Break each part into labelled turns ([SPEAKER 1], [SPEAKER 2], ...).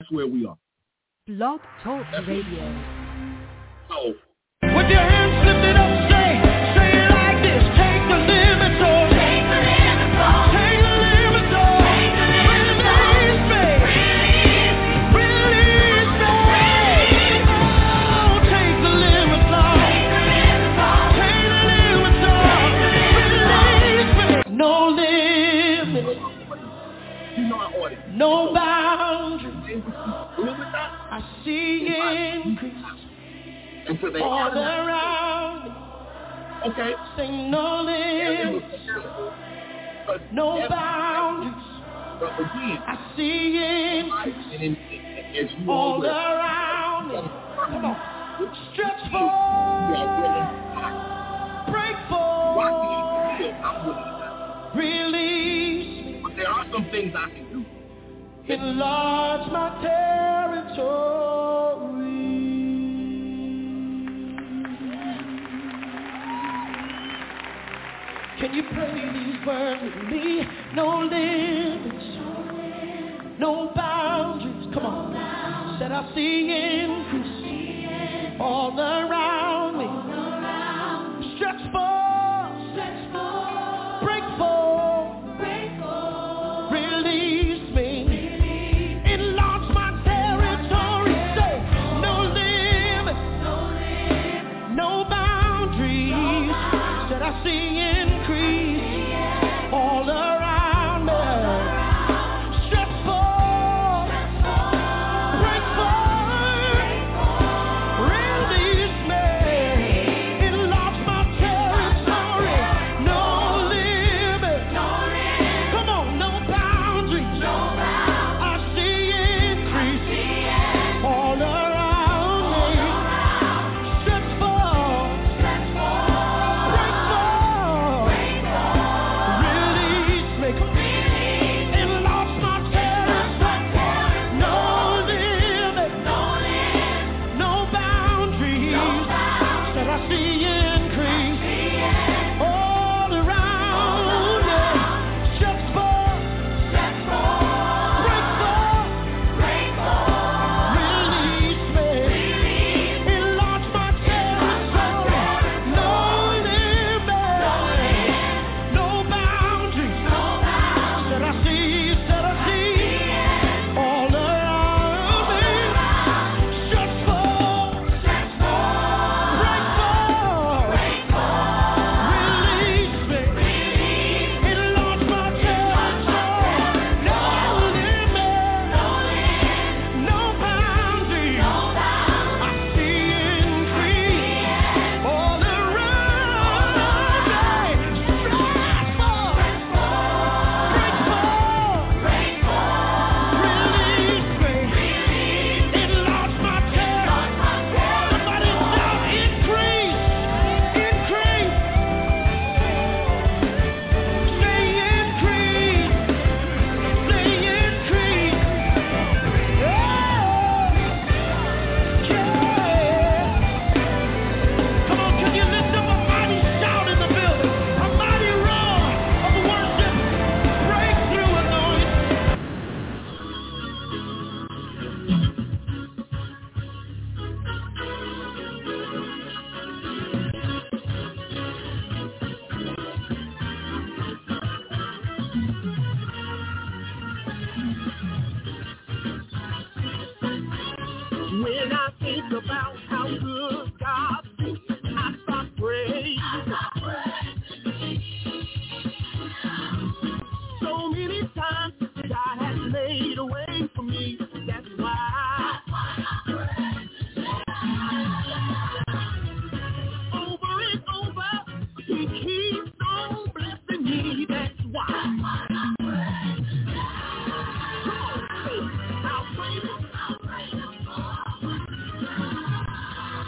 [SPEAKER 1] That's where we are.
[SPEAKER 2] Blog Talk Radio.
[SPEAKER 1] So
[SPEAKER 3] With your hands lifted up, say, say it like this. Take the limits off. Take the limits off. Take the oh. limits off. Take oh. the limits off. Release me. Release me. Release me. Oh, take the oh. limits off. Take the limits off. Take the oh. limits off. Release me. No limit,
[SPEAKER 1] you know our audience.
[SPEAKER 3] no boundary.
[SPEAKER 1] Remember that?
[SPEAKER 3] I see increase
[SPEAKER 1] And so they
[SPEAKER 3] all around.
[SPEAKER 1] okay.
[SPEAKER 3] Say no limits,
[SPEAKER 1] But-
[SPEAKER 3] no
[SPEAKER 1] yes,
[SPEAKER 3] boundaries.
[SPEAKER 1] But again,
[SPEAKER 3] I see
[SPEAKER 1] I-
[SPEAKER 3] it
[SPEAKER 1] and, and, and as you all
[SPEAKER 3] all
[SPEAKER 1] will,
[SPEAKER 3] around. me. Come on, stretch
[SPEAKER 1] you are
[SPEAKER 3] forward,
[SPEAKER 1] willing, rock,
[SPEAKER 3] break
[SPEAKER 1] rock
[SPEAKER 3] forward,
[SPEAKER 1] me, I'm willing.
[SPEAKER 3] release me,
[SPEAKER 1] But there are some things I can do.
[SPEAKER 3] enlarge my territory. Can you pray these words with me? No limits, no boundaries. Come on. Said I see increase all around me. Stretch forth, break forth, release me. Enlarge my territory. Say no limits, no boundaries. Said I see increase all around me. Stretch forth, break forth, release me, enlarge my territory. No limits, come on, no boundaries. I see increase all around me. Stretch forth, break forth, release me. Come on. Enlarge my territory, no limits, no boundaries. That I see increase all around me. Stretch forth, break forth, release me. Enlarge my territory, no limits, no boundaries. Said I see, said I see all around me. Stretch forth, break forth, release me. Enlarge my territory. No limits, no boundaries. I see increase all around me. Stretch forth. Break forth, release me, enlarge my territory. Somebody shout, increase, increase. Say increase, say increase. Oh, yeah. Come on, can you lift up a mighty shout in the building? A mighty roar of worship. Breakthrough anointing.
[SPEAKER 1] When I think about how good God is, I stop praying. So many times God has made a way for me. That's why. Over and over, He keeps on blessing me. That's why. Come on, say, I'll praise Him.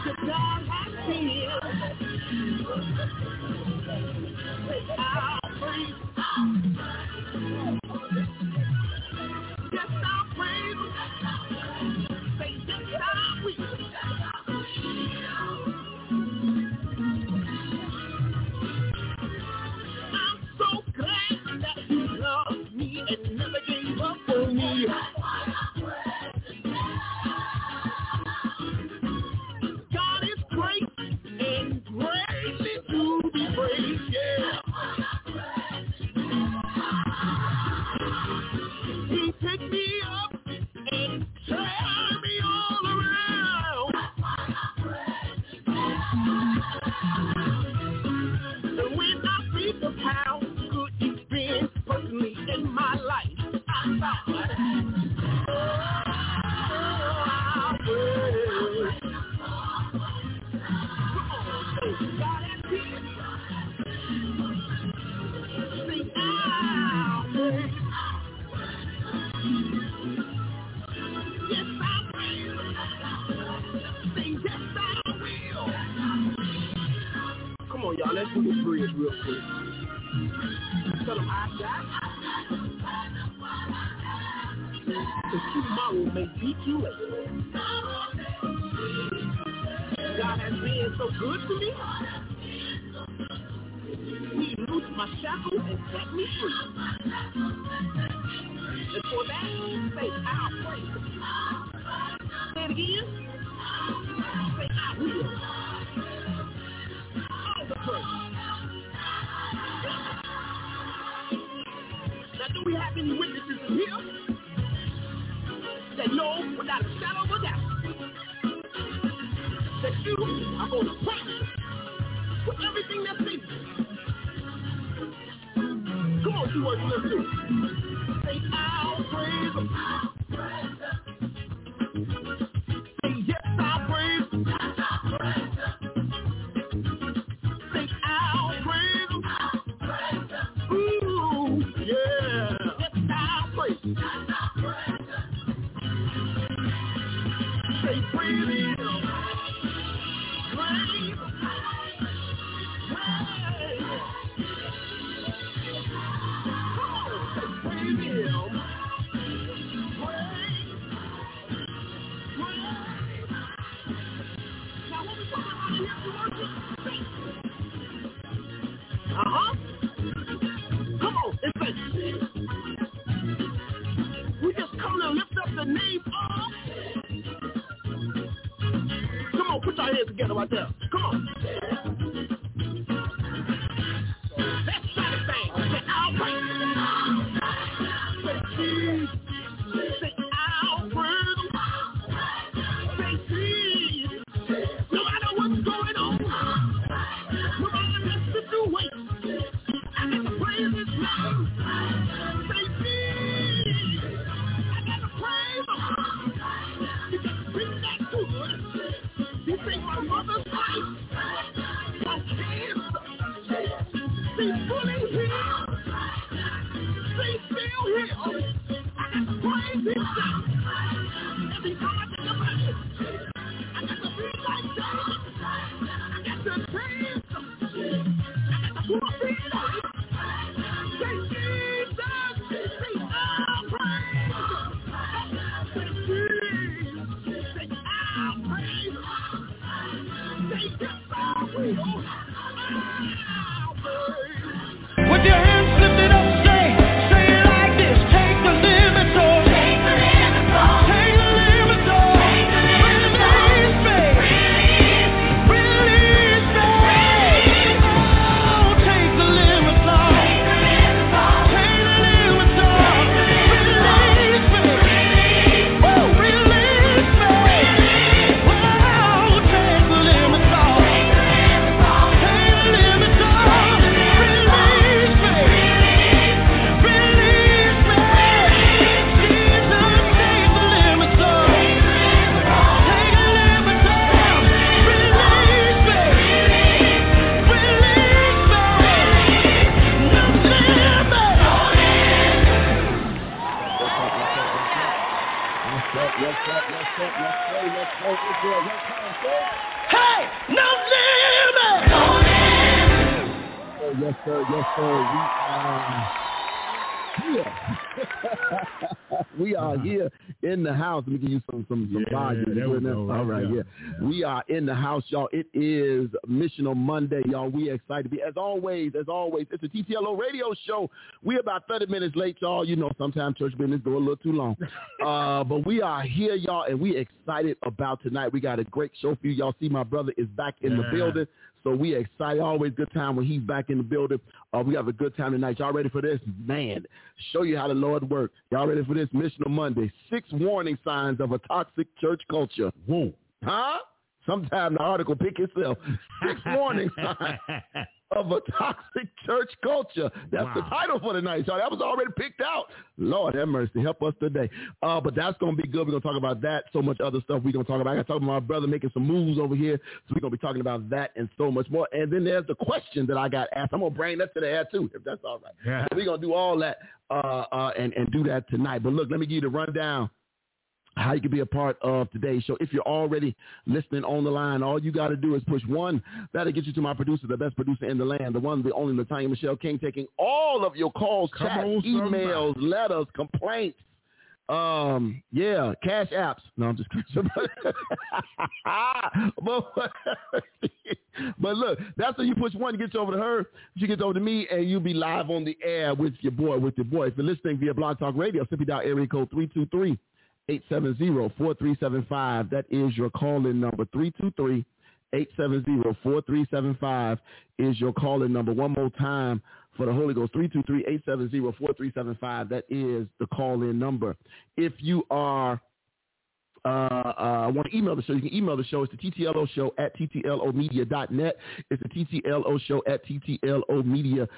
[SPEAKER 1] The God has healed. I'll praise. Yes, I'll praise. Say, yes, I will. I'm so glad that He loved me and never gave up on me. "Oh, real quick. Tell them I got Cause tomorrow may beat you later. God has been so good to me. He loosed my shackles and set me free. And for that, say, I'll praise him. Say it again. Say, I will. All the praise. Now, do we have any witnesses in here? that know without a shadow of a doubt that you are going to prosper with everything that's in you. Come on, you words, let's do it. Say, I'll praise him. Say, yes, I'll praise him. Say, I'll praise him. Ooh, yeah. Yes, I'll praise him. Say, praise him. Praise him. Uh-huh. Come on, it's like we just come to lift up the name of Come on, put your hands together right there. Come on. Let's try to sing. Say, I'll praise. Say, I'll praise. Say, Jesus. No matter what's going on, no matter the situation, I got to praise His name. Say, Jesus. I got to praise Him. You got to bring that to us. You think my mother's life, my kids, they fully healed, they still healed. I got to praise him every time I think about it. I got to be like David. I got to praise him. I got to put my feet on him. Say Jesus, say I'll praise him. Say Jesus, say I'll praise him.
[SPEAKER 3] With your hands lifted up, say, say it like this. Take the limits off. Take the limits off. Take the limits off. Take the oh. limits off. Release me. Release me. Oh, take the limits off. Take the limits off. Take the oh. limits off. Release me. Oh, release me. Oh, take the limits off. Take the limits off. Release me. Release me, Jesus. Take the limits off. Take the limits off. Release me. Release me. No limit. Hey, no limit.
[SPEAKER 4] Yes, sir. Yes, sir. We are here. we are here in the house. Let me give you some some, some
[SPEAKER 5] Yeah,
[SPEAKER 4] volume.
[SPEAKER 5] there
[SPEAKER 4] You
[SPEAKER 5] we
[SPEAKER 4] hear that?
[SPEAKER 5] go, right
[SPEAKER 4] All right,
[SPEAKER 5] there.
[SPEAKER 4] yeah. We are in the house, y'all. It is Missional Monday, y'all. We excited to be as always, as always. It's a TTLO radio show. We about thirty minutes late, y'all. You know, sometimes church business go a little too long, uh, but we are here, y'all, and we excited about tonight. We got a great show for you, y'all. See, my brother is back in the
[SPEAKER 5] Yeah.
[SPEAKER 4] building. So we excited. Always good time when he's back in the building. Uh, we have a good time tonight. Y'all ready for this? Man, show you how the Lord works. Y'all ready for this? Mission on Monday. Six warning signs of a toxic church culture.
[SPEAKER 5] Whoa.
[SPEAKER 4] Huh? Sometime the article pick itself. Six warning signs of a toxic church culture. That's the
[SPEAKER 5] Wow.
[SPEAKER 4] title for tonight, y'all. That was already picked out. Lord have mercy. Help us today. Uh, but that's going to be good. We're going to talk about that. So much other stuff we're going to talk about. I got to talk about my brother making some moves over here. So we're going to be talking about that and so much more. And then there's the question that I got asked. I'm going to bring that to the air, too, if that's all right.
[SPEAKER 5] Yeah.
[SPEAKER 4] So we're going to do all that uh, uh, and, and do that tonight. But look, let me give you the rundown
[SPEAKER 6] how you can be a part of today's show. If you're already listening on the line, all you got to do is push one. That'll get you to my producer, the best producer in the land, the one, the only Latanya Michelle King, taking all of your calls,
[SPEAKER 7] Come
[SPEAKER 6] chats,
[SPEAKER 7] on, somebody.
[SPEAKER 6] emails, letters, complaints. Um, yeah, cash apps. No, I'm just kidding. but, but look, that's when you push one, you get over to her, she gets over to me, and you'll be live on the air with your boy, with your boy. If you're listening via Blog Talk Radio, simply dial area code 323 870-4375. That is your call-in number. 323-870-4375 is your call-in number. One more time for the Holy Ghost. 323-870-4375. That is the call-in number. If you are uh, uh, want to email the show, you can email the show. It's the TTLO show at TTLOmedia.net. It's the TTLO show at TTLOmedia.net.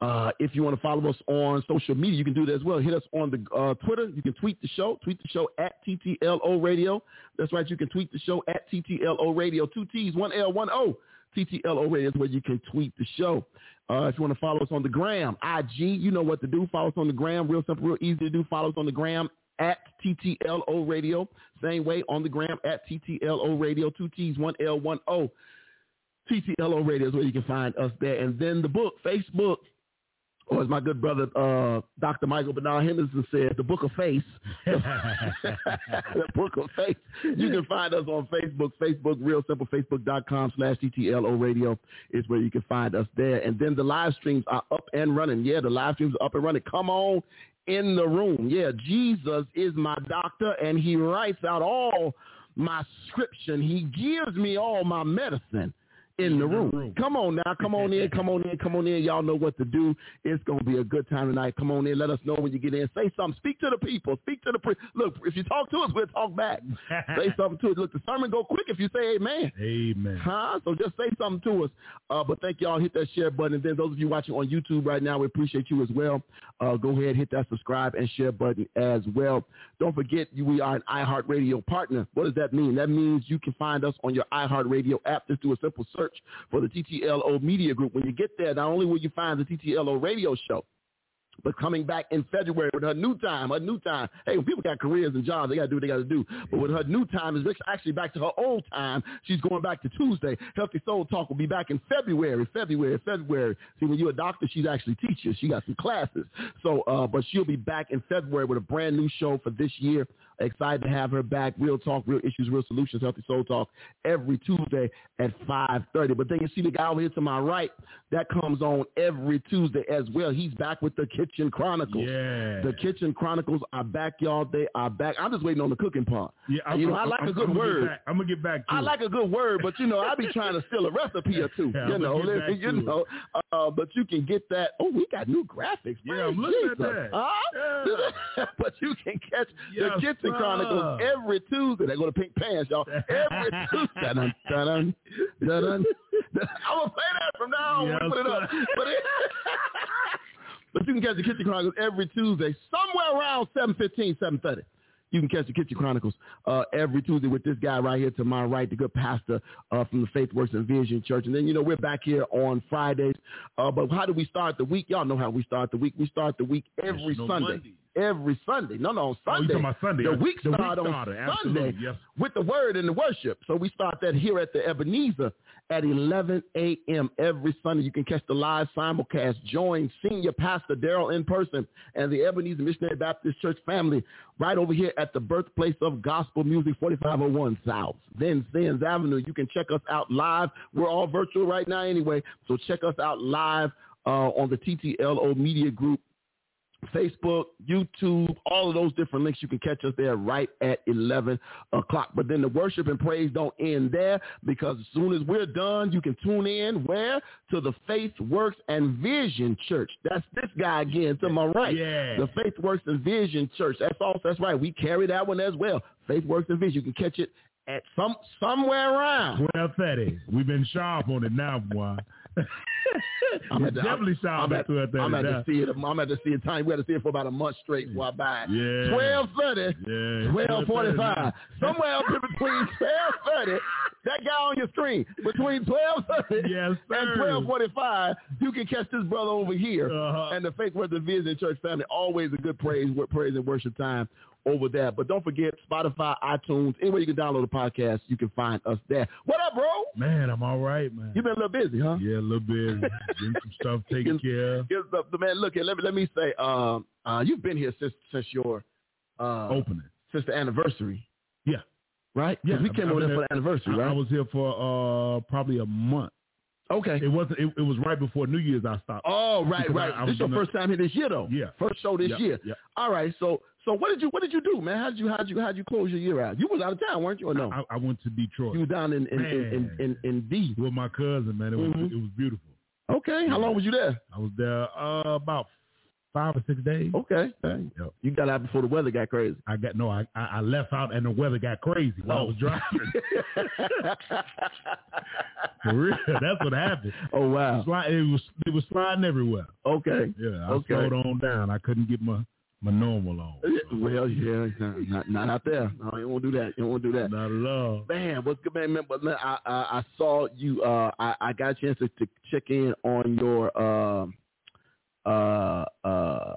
[SPEAKER 6] Uh, if you want to follow us on social media, you can do that as well. Hit us on the uh, Twitter. You can tweet the show. Tweet the show at TTLO Radio. That's right. You can tweet the show at TTLO Radio. Two T's, one L, one O. TTLO Radio is where you can tweet the show. Uh, if you want to follow us on the gram, IG, you know what to do. Follow us on the gram. Real simple, real easy to do. Follow us on the gram at TTLO Radio. Same way on the gram at TTLO Radio. Two T's, one L, one O. TTLO Radio is where you can find us there. And then the book, Facebook, or as my good brother, uh, Dr. Michael Bernard Henderson said, the book of face. the book of faith. You can find us on Facebook, Facebook, real simple, facebook.com slash TTLO radio is where you can find us there. And then the live streams are up and running. Yeah, the live streams are up and running. Come on in the room. Yeah, Jesus is my doctor and he writes out all my scription. He gives me all my medicine in the room. Come on now, come on in, come on in, come on in. Y'all know what to do. It's gonna be a good time tonight. Come on in. Let us know when you get in. Say something. Speak to the people. Speak to the pre- look. If you talk to us, we'll talk back. say something to us. Look, the sermon go quick if you say Amen.
[SPEAKER 7] Amen.
[SPEAKER 6] Huh? So just say something to us. Uh, but thank y'all. Hit that share button. And then those of you watching on YouTube right now, we appreciate you as well. Uh, go ahead, hit that subscribe and share button as well. Don't forget, you- we are an iHeartRadio partner. What does that mean? That means you can find us on your iHeartRadio app. Just do a simple search for the TTLO Media Group. When you get there, not only will you find the TTLO Radio Show, but coming back in February with her new time, her new time. Hey, when people got careers and jobs, they got to do what they got to do. But with her new time, is actually back to her old time. She's going back to Tuesday. Healthy Soul Talk will be back in February, February, February. See, when you're a doctor, she's actually teaches. She got some classes. So, uh, but she'll be back in February with a brand new show for this year. Excited to have her back. Real talk, real issues, real solutions. Healthy Soul Talk every Tuesday at 5:30. But then you see the guy over here to my right. That comes on every Tuesday as well. He's back with the Kitchen Chronicles.
[SPEAKER 7] Yeah.
[SPEAKER 6] The Kitchen Chronicles are back, y'all. They are back. I'm just waiting on the cooking part.
[SPEAKER 7] yeah, I'm,
[SPEAKER 6] you know,
[SPEAKER 7] gonna-
[SPEAKER 6] I like
[SPEAKER 7] I'm,
[SPEAKER 6] a good
[SPEAKER 7] I'm
[SPEAKER 6] word.
[SPEAKER 7] I'm gonna get back to
[SPEAKER 6] I
[SPEAKER 7] it.
[SPEAKER 6] like a good word, but you know, I be trying to steal a recipe or two.
[SPEAKER 7] Yeah,
[SPEAKER 6] you
[SPEAKER 7] I'ma
[SPEAKER 6] know,
[SPEAKER 7] get back
[SPEAKER 6] listen, you
[SPEAKER 7] to it.
[SPEAKER 6] know. Uh, but you can get that. Oh, we got new graphics.
[SPEAKER 7] Yeah,
[SPEAKER 6] Praise
[SPEAKER 7] I'm looking at
[SPEAKER 6] Jesus.
[SPEAKER 7] that.
[SPEAKER 6] Huh? but you can catch
[SPEAKER 7] Yes,
[SPEAKER 6] the Kitchen
[SPEAKER 7] sir.
[SPEAKER 6] Chronicles every Tuesday. They go to Pink Pants, y'all. Every Tuesday. Dun, dun, dun, dun, dun. I'm gonna play that from now on. when we
[SPEAKER 7] Yes,
[SPEAKER 6] put it up. But it- But you can catch the Kitchen Chronicles every Tuesday, somewhere around 7.15, 7.30. You can catch the Kitchen Chronicles uh, every Tuesday with this guy right here to my right, the good pastor uh, from the Faith Works and Vision Church. And then, you know, we're back here on Fridays. Uh, but how do we start the week? Y'all know how we start the week. We start the week every
[SPEAKER 7] National
[SPEAKER 6] Sunday.
[SPEAKER 7] Monday.
[SPEAKER 6] Every Sunday. No, no, on
[SPEAKER 7] Oh, you
[SPEAKER 6] Sunday.
[SPEAKER 7] talking about Sunday?
[SPEAKER 6] The week
[SPEAKER 7] the
[SPEAKER 6] start on
[SPEAKER 7] started.
[SPEAKER 6] Sunday
[SPEAKER 7] Absolutely. Yes.
[SPEAKER 6] with the word and the worship. So we start that here at the Ebenezer at 11 a.m. every Sunday. You can catch the live simulcast. Join Senior Pastor Daryl in person and the Ebenezer Missionary Baptist Church family right over here at the birthplace of gospel music, 4501 South. Then Sands Avenue. You can check us out live. We're all virtual right now anyway. So check us out live uh, on the TTLO Media Group Facebook, YouTube, all of those different links. You can catch us there right at 11 o'clock. But then the worship and praise don't end there because as soon as we're done, you can tune in where? To the Faith Works and Vision Church. That's this guy again to my right.
[SPEAKER 7] Yeah.
[SPEAKER 6] The Faith Works and Vision Church. That's all. That's right. We carry that one as well. Faith Works and Vision. You can catch it at some somewhere around.
[SPEAKER 7] Twelve thirty. We've been sharp on it now, boy.
[SPEAKER 6] I'm at the-
[SPEAKER 7] definitely sharp
[SPEAKER 6] I'm
[SPEAKER 7] at
[SPEAKER 6] at,
[SPEAKER 7] twelve thirty.
[SPEAKER 6] I'm at to see it. I'm at to see it time. We had to see it for about a month straight before I buy it.
[SPEAKER 7] Yeah.
[SPEAKER 6] 1230.
[SPEAKER 7] Yeah.
[SPEAKER 6] Twelve forty-five, somewhere up in between twelve thirty That guy on your screen between twelve
[SPEAKER 4] Yes,
[SPEAKER 6] and
[SPEAKER 4] sir.
[SPEAKER 6] twelve forty-five, you can catch this brother over here.
[SPEAKER 4] Uh-huh.
[SPEAKER 6] And the Faith Worth the Vision Church family always a good praise, wor- praise and worship time over there. But don't forget Spotify, iTunes, anywhere you can download a podcast, you can find us there. What up, bro?
[SPEAKER 4] Man, I'm all right, man.
[SPEAKER 6] You been a little busy, huh?
[SPEAKER 4] Yeah, a little bit. Getting some stuff taken
[SPEAKER 6] Getting-
[SPEAKER 4] care of.
[SPEAKER 6] Here's the, the man. Look, here, let me let me say, um, uh, you've been here since since your uh,
[SPEAKER 4] Opening.
[SPEAKER 6] since the anniversary.
[SPEAKER 4] Oh. Yeah.
[SPEAKER 6] Right. 'Cause
[SPEAKER 4] Yeah,
[SPEAKER 6] we
[SPEAKER 4] I've-
[SPEAKER 6] came
[SPEAKER 4] I've
[SPEAKER 6] over
[SPEAKER 4] been
[SPEAKER 6] there for
[SPEAKER 4] there-
[SPEAKER 6] the anniversary,
[SPEAKER 4] I, I
[SPEAKER 6] right?
[SPEAKER 4] was here for uh probably a month.
[SPEAKER 6] okay.
[SPEAKER 4] It wasn't. It, it was right before New Year's. I stopped.
[SPEAKER 6] Oh, right,
[SPEAKER 4] Because
[SPEAKER 6] right.
[SPEAKER 4] I- I
[SPEAKER 6] this
[SPEAKER 4] was
[SPEAKER 6] your
[SPEAKER 4] in the-
[SPEAKER 6] first time here this year, though.
[SPEAKER 4] Yeah.
[SPEAKER 6] First show this
[SPEAKER 4] Yeah,
[SPEAKER 6] year.
[SPEAKER 4] yeah.
[SPEAKER 6] All right. So, so what did you what did you do, man? How did you how did you how did you close your year out? You was out of town, weren't you? Or no?
[SPEAKER 4] I, I went to Detroit
[SPEAKER 6] you were down in in in, in, in, in D.
[SPEAKER 4] with my cousin. Man, it was
[SPEAKER 6] Mhm.
[SPEAKER 4] it was beautiful.
[SPEAKER 6] Okay. How long was you there?
[SPEAKER 4] I was there uh, about five or six days.
[SPEAKER 6] Okay.
[SPEAKER 4] Yep.
[SPEAKER 6] You got out before the weather got crazy.
[SPEAKER 4] I got no. I, I I left out and the weather got crazy while I
[SPEAKER 6] Oh.
[SPEAKER 4] was driving. For real, that's what happened.
[SPEAKER 6] oh wow.
[SPEAKER 4] Slide, it was it was sliding everywhere.
[SPEAKER 6] Okay.
[SPEAKER 4] Yeah, I
[SPEAKER 6] Okay.
[SPEAKER 4] slowed on down. I couldn't get my my normal on.
[SPEAKER 6] Well, yeah, not not out there. No, you won't do that. You won't do that.
[SPEAKER 4] Not at all.
[SPEAKER 6] Man, what's good, man? man, But man, I, I I saw you. Uh, I I got a chance to, to check in on your um uh uh